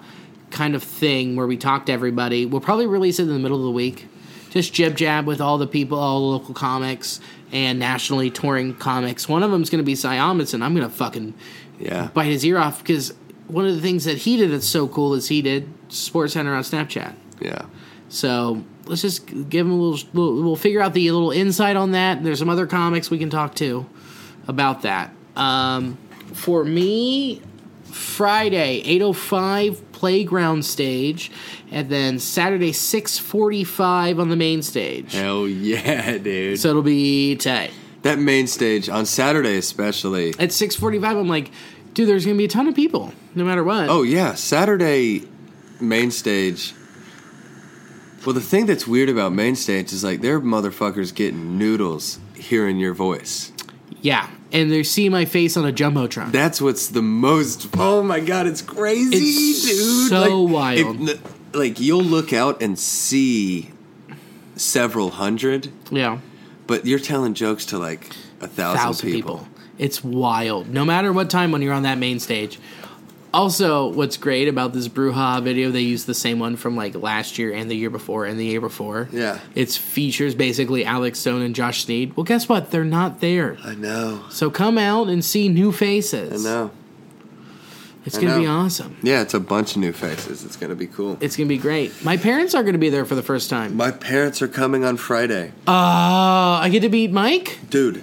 Speaker 2: kind of thing where we talk to everybody. We'll probably release it in the middle of the week. Just jib jab with all the people, all the local comics and nationally touring comics. One of them's gonna be Cy Amundsen. I'm gonna fucking
Speaker 3: Yeah.
Speaker 2: bite his ear off because one of the things that he did that's so cool is he did Sports Center on Snapchat.
Speaker 3: Yeah.
Speaker 2: So let's just give him a little, little. We'll figure out the little insight on that. There's some other comics we can talk to about that. Um, for me, Friday 8:05 playground stage, and then Saturday 6:45 on the main stage.
Speaker 3: Hell yeah, dude.
Speaker 2: So it'll be tight.
Speaker 3: that main stage on Saturday especially.
Speaker 2: At 6:45, I'm like, dude, there's gonna be a ton of people, no matter what.
Speaker 3: Oh yeah, Saturday main stage. Well, the thing that's weird about main stage is like they're motherfuckers getting noodles hearing your voice.
Speaker 2: yeah, and they see my face on a jumbotron.
Speaker 3: That's what's the most. Oh my god, it's crazy,
Speaker 2: It's
Speaker 3: dude!
Speaker 2: so wild.
Speaker 3: it- like you'll look out and see several hundred,
Speaker 2: yeah.
Speaker 3: but you're telling jokes to like a thousand,
Speaker 2: thousand
Speaker 3: people.
Speaker 2: people. It's wild. No matter what time when you're on that main stage. Also, what's great about this Bruja video, they used the same one from like last year and the year before and the year before.
Speaker 3: Yeah.
Speaker 2: It's features basically Alex Stone and Josh Sneed. Well, guess what? They're not there.
Speaker 3: I know.
Speaker 2: So come out and see new faces.
Speaker 3: I know.
Speaker 2: It's
Speaker 3: I
Speaker 2: going to be
Speaker 3: know.
Speaker 2: awesome.
Speaker 3: Yeah, it's a bunch of new faces. It's gonna be cool.
Speaker 2: It's going to be great. My parents are going to be there for the first time.
Speaker 3: My parents are coming on Friday,
Speaker 2: Uh, I get to meet Mike
Speaker 3: dude.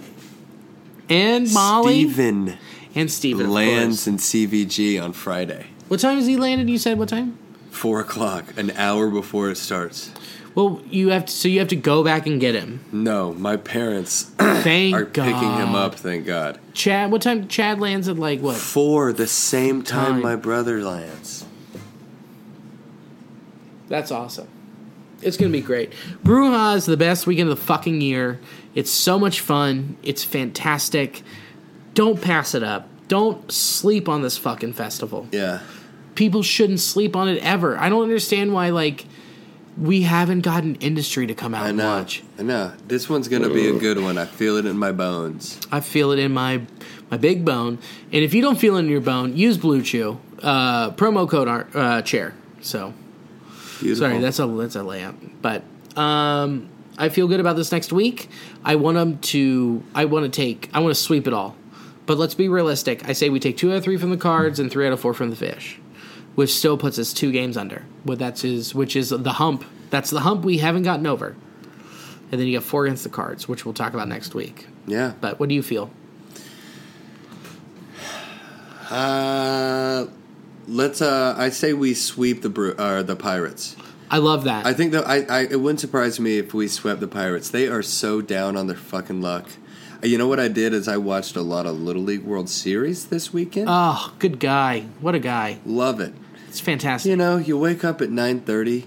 Speaker 2: and Molly
Speaker 3: Steven
Speaker 2: and Steven. of
Speaker 3: lands
Speaker 2: course.
Speaker 3: in CVG on Friday,
Speaker 2: What time is he landed? You said what time?
Speaker 3: four o'clock, an hour before it starts.
Speaker 2: Well, you have to, so you have to go back and get him.
Speaker 3: No, my parents
Speaker 2: Thank
Speaker 3: are
Speaker 2: God.
Speaker 3: Mm, picking him up. Thank God.
Speaker 2: Chad, what time? Chad lands at like what?
Speaker 3: Four, the same time,
Speaker 2: Time.
Speaker 3: my brother lands.
Speaker 2: That's awesome. It's gonna be great. Bruja is the best weekend of the fucking year. It's so much fun. It's fantastic. Don't pass it up. Don't sleep on this fucking festival.
Speaker 3: Yeah.
Speaker 2: People shouldn't sleep on it ever. I don't understand why like we haven't gotten industry to come out
Speaker 3: I
Speaker 2: and
Speaker 3: know.
Speaker 2: watch.
Speaker 3: I know. This one's gonna be a good one. I feel it in my bones.
Speaker 2: I feel it in my my big bone. And if you don't feel it in your bone, use Blue Chew uh, promo code our, uh, chair. So
Speaker 3: Beautiful.
Speaker 2: Sorry, that's a that's a layout. But um, I feel good about this next week. I want them to. I want to take. I want to sweep it all. But let's be realistic. I say we take two out of three from the cards and three out of four from the fish, which still puts us two games under. What that's is, which is the hump. That's the hump we haven't gotten over. And then you get four against the cards, which we'll talk about next week.
Speaker 3: yeah.
Speaker 2: But what do you feel?
Speaker 3: Uh, let's. Uh, I say we sweep the bru- uh, the pirates.
Speaker 2: I love that.
Speaker 3: I think that I, I it wouldn't surprise me if we swept the Pirates. They are so down on their fucking luck. Uh, You know what I did is I watched a lot of Little League World Series this weekend.
Speaker 2: oh, good guy. What a guy.
Speaker 3: Love it.
Speaker 2: It's fantastic.
Speaker 3: You know, you wake up at 9:30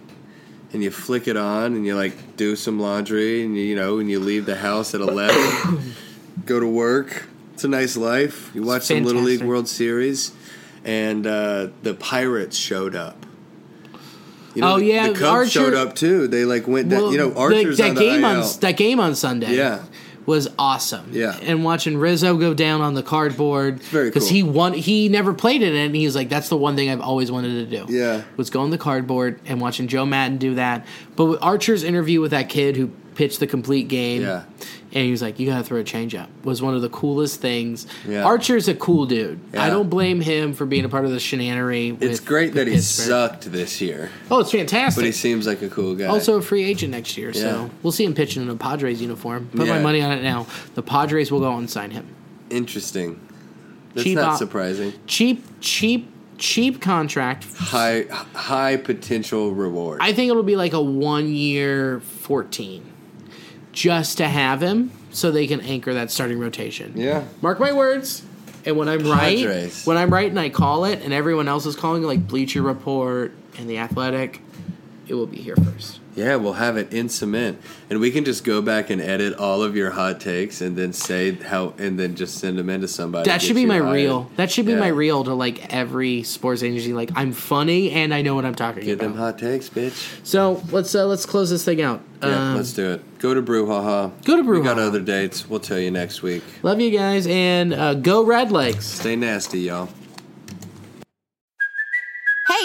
Speaker 3: and you flick it on and you like do some laundry and you, you know, and you leave the house at 11, go to work. It's a nice life. You watch some Little League
Speaker 2: fantastic.
Speaker 3: World Series and uh, the Pirates showed up. You
Speaker 2: Oh,
Speaker 3: the,
Speaker 2: yeah,
Speaker 3: the Cubs showed
Speaker 2: Archer-
Speaker 3: up too. They like went down.
Speaker 2: Well,
Speaker 3: you know, Archer's
Speaker 2: that
Speaker 3: on the
Speaker 2: game
Speaker 3: IL.
Speaker 2: on that game on Sunday.
Speaker 3: Yeah.
Speaker 2: was awesome.
Speaker 3: Yeah.
Speaker 2: and watching Rizzo go down on the cardboard
Speaker 3: very cool.
Speaker 2: he won. He never played in it, and he was like, "That's the one thing I've always wanted to do."
Speaker 3: Yeah.
Speaker 2: was go on the cardboard and watching Joe Madden do that. But with Archer's interview with that kid who pitched the complete game,
Speaker 3: Yeah.
Speaker 2: and he was like, "You got to throw a changeup," was one of the coolest things.
Speaker 3: Yeah.
Speaker 2: Archer's a cool dude. I
Speaker 3: Yeah.
Speaker 2: don't blame him for being a part of the shenanery.
Speaker 3: it's
Speaker 2: with
Speaker 3: great that he
Speaker 2: Pittsburgh.
Speaker 3: sucked this year,
Speaker 2: Oh, it's fantastic.
Speaker 3: but he seems like a cool guy.
Speaker 2: Also a free agent next year,
Speaker 3: Yeah.
Speaker 2: so we'll see him pitching in a Padres uniform. Put my
Speaker 3: Yeah.
Speaker 2: money on it now. The Padres will go out and sign him.
Speaker 3: interesting. That's
Speaker 2: Cheap
Speaker 3: not
Speaker 2: op-
Speaker 3: surprising.
Speaker 2: Cheap, cheap, cheap contract.
Speaker 3: High high potential reward.
Speaker 2: I think it'll be like a one year fourteen, just to have him, so they can anchor that starting rotation.
Speaker 3: yeah.
Speaker 2: Mark my words. And when I'm right,
Speaker 3: Padres.
Speaker 2: when I'm right, and I call it, and everyone else is calling it, like Bleacher Report and the Athletic, it will be here first.
Speaker 3: Yeah, we'll have it in cement, and we can just go back and edit all of your hot takes, and then say how, and then just send them into somebody.
Speaker 2: That
Speaker 3: to
Speaker 2: should
Speaker 3: get
Speaker 2: be
Speaker 3: you
Speaker 2: my
Speaker 3: hired.
Speaker 2: reel. That should be
Speaker 3: Yeah.
Speaker 2: my reel to like every sports agency. Like I'm funny and I know what I'm talking
Speaker 3: Get them
Speaker 2: about.
Speaker 3: hot takes, bitch.
Speaker 2: So let's uh, let's close this thing out.
Speaker 3: Yeah,
Speaker 2: Um,
Speaker 3: let's do it. Go to Brouhaha.
Speaker 2: Go to
Speaker 3: We got
Speaker 2: Brouhaha.
Speaker 3: other dates. We'll tell you next week.
Speaker 2: love you guys and uh, go Red Legs.
Speaker 3: Stay nasty, y'all.
Speaker 5: Hey,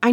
Speaker 6: I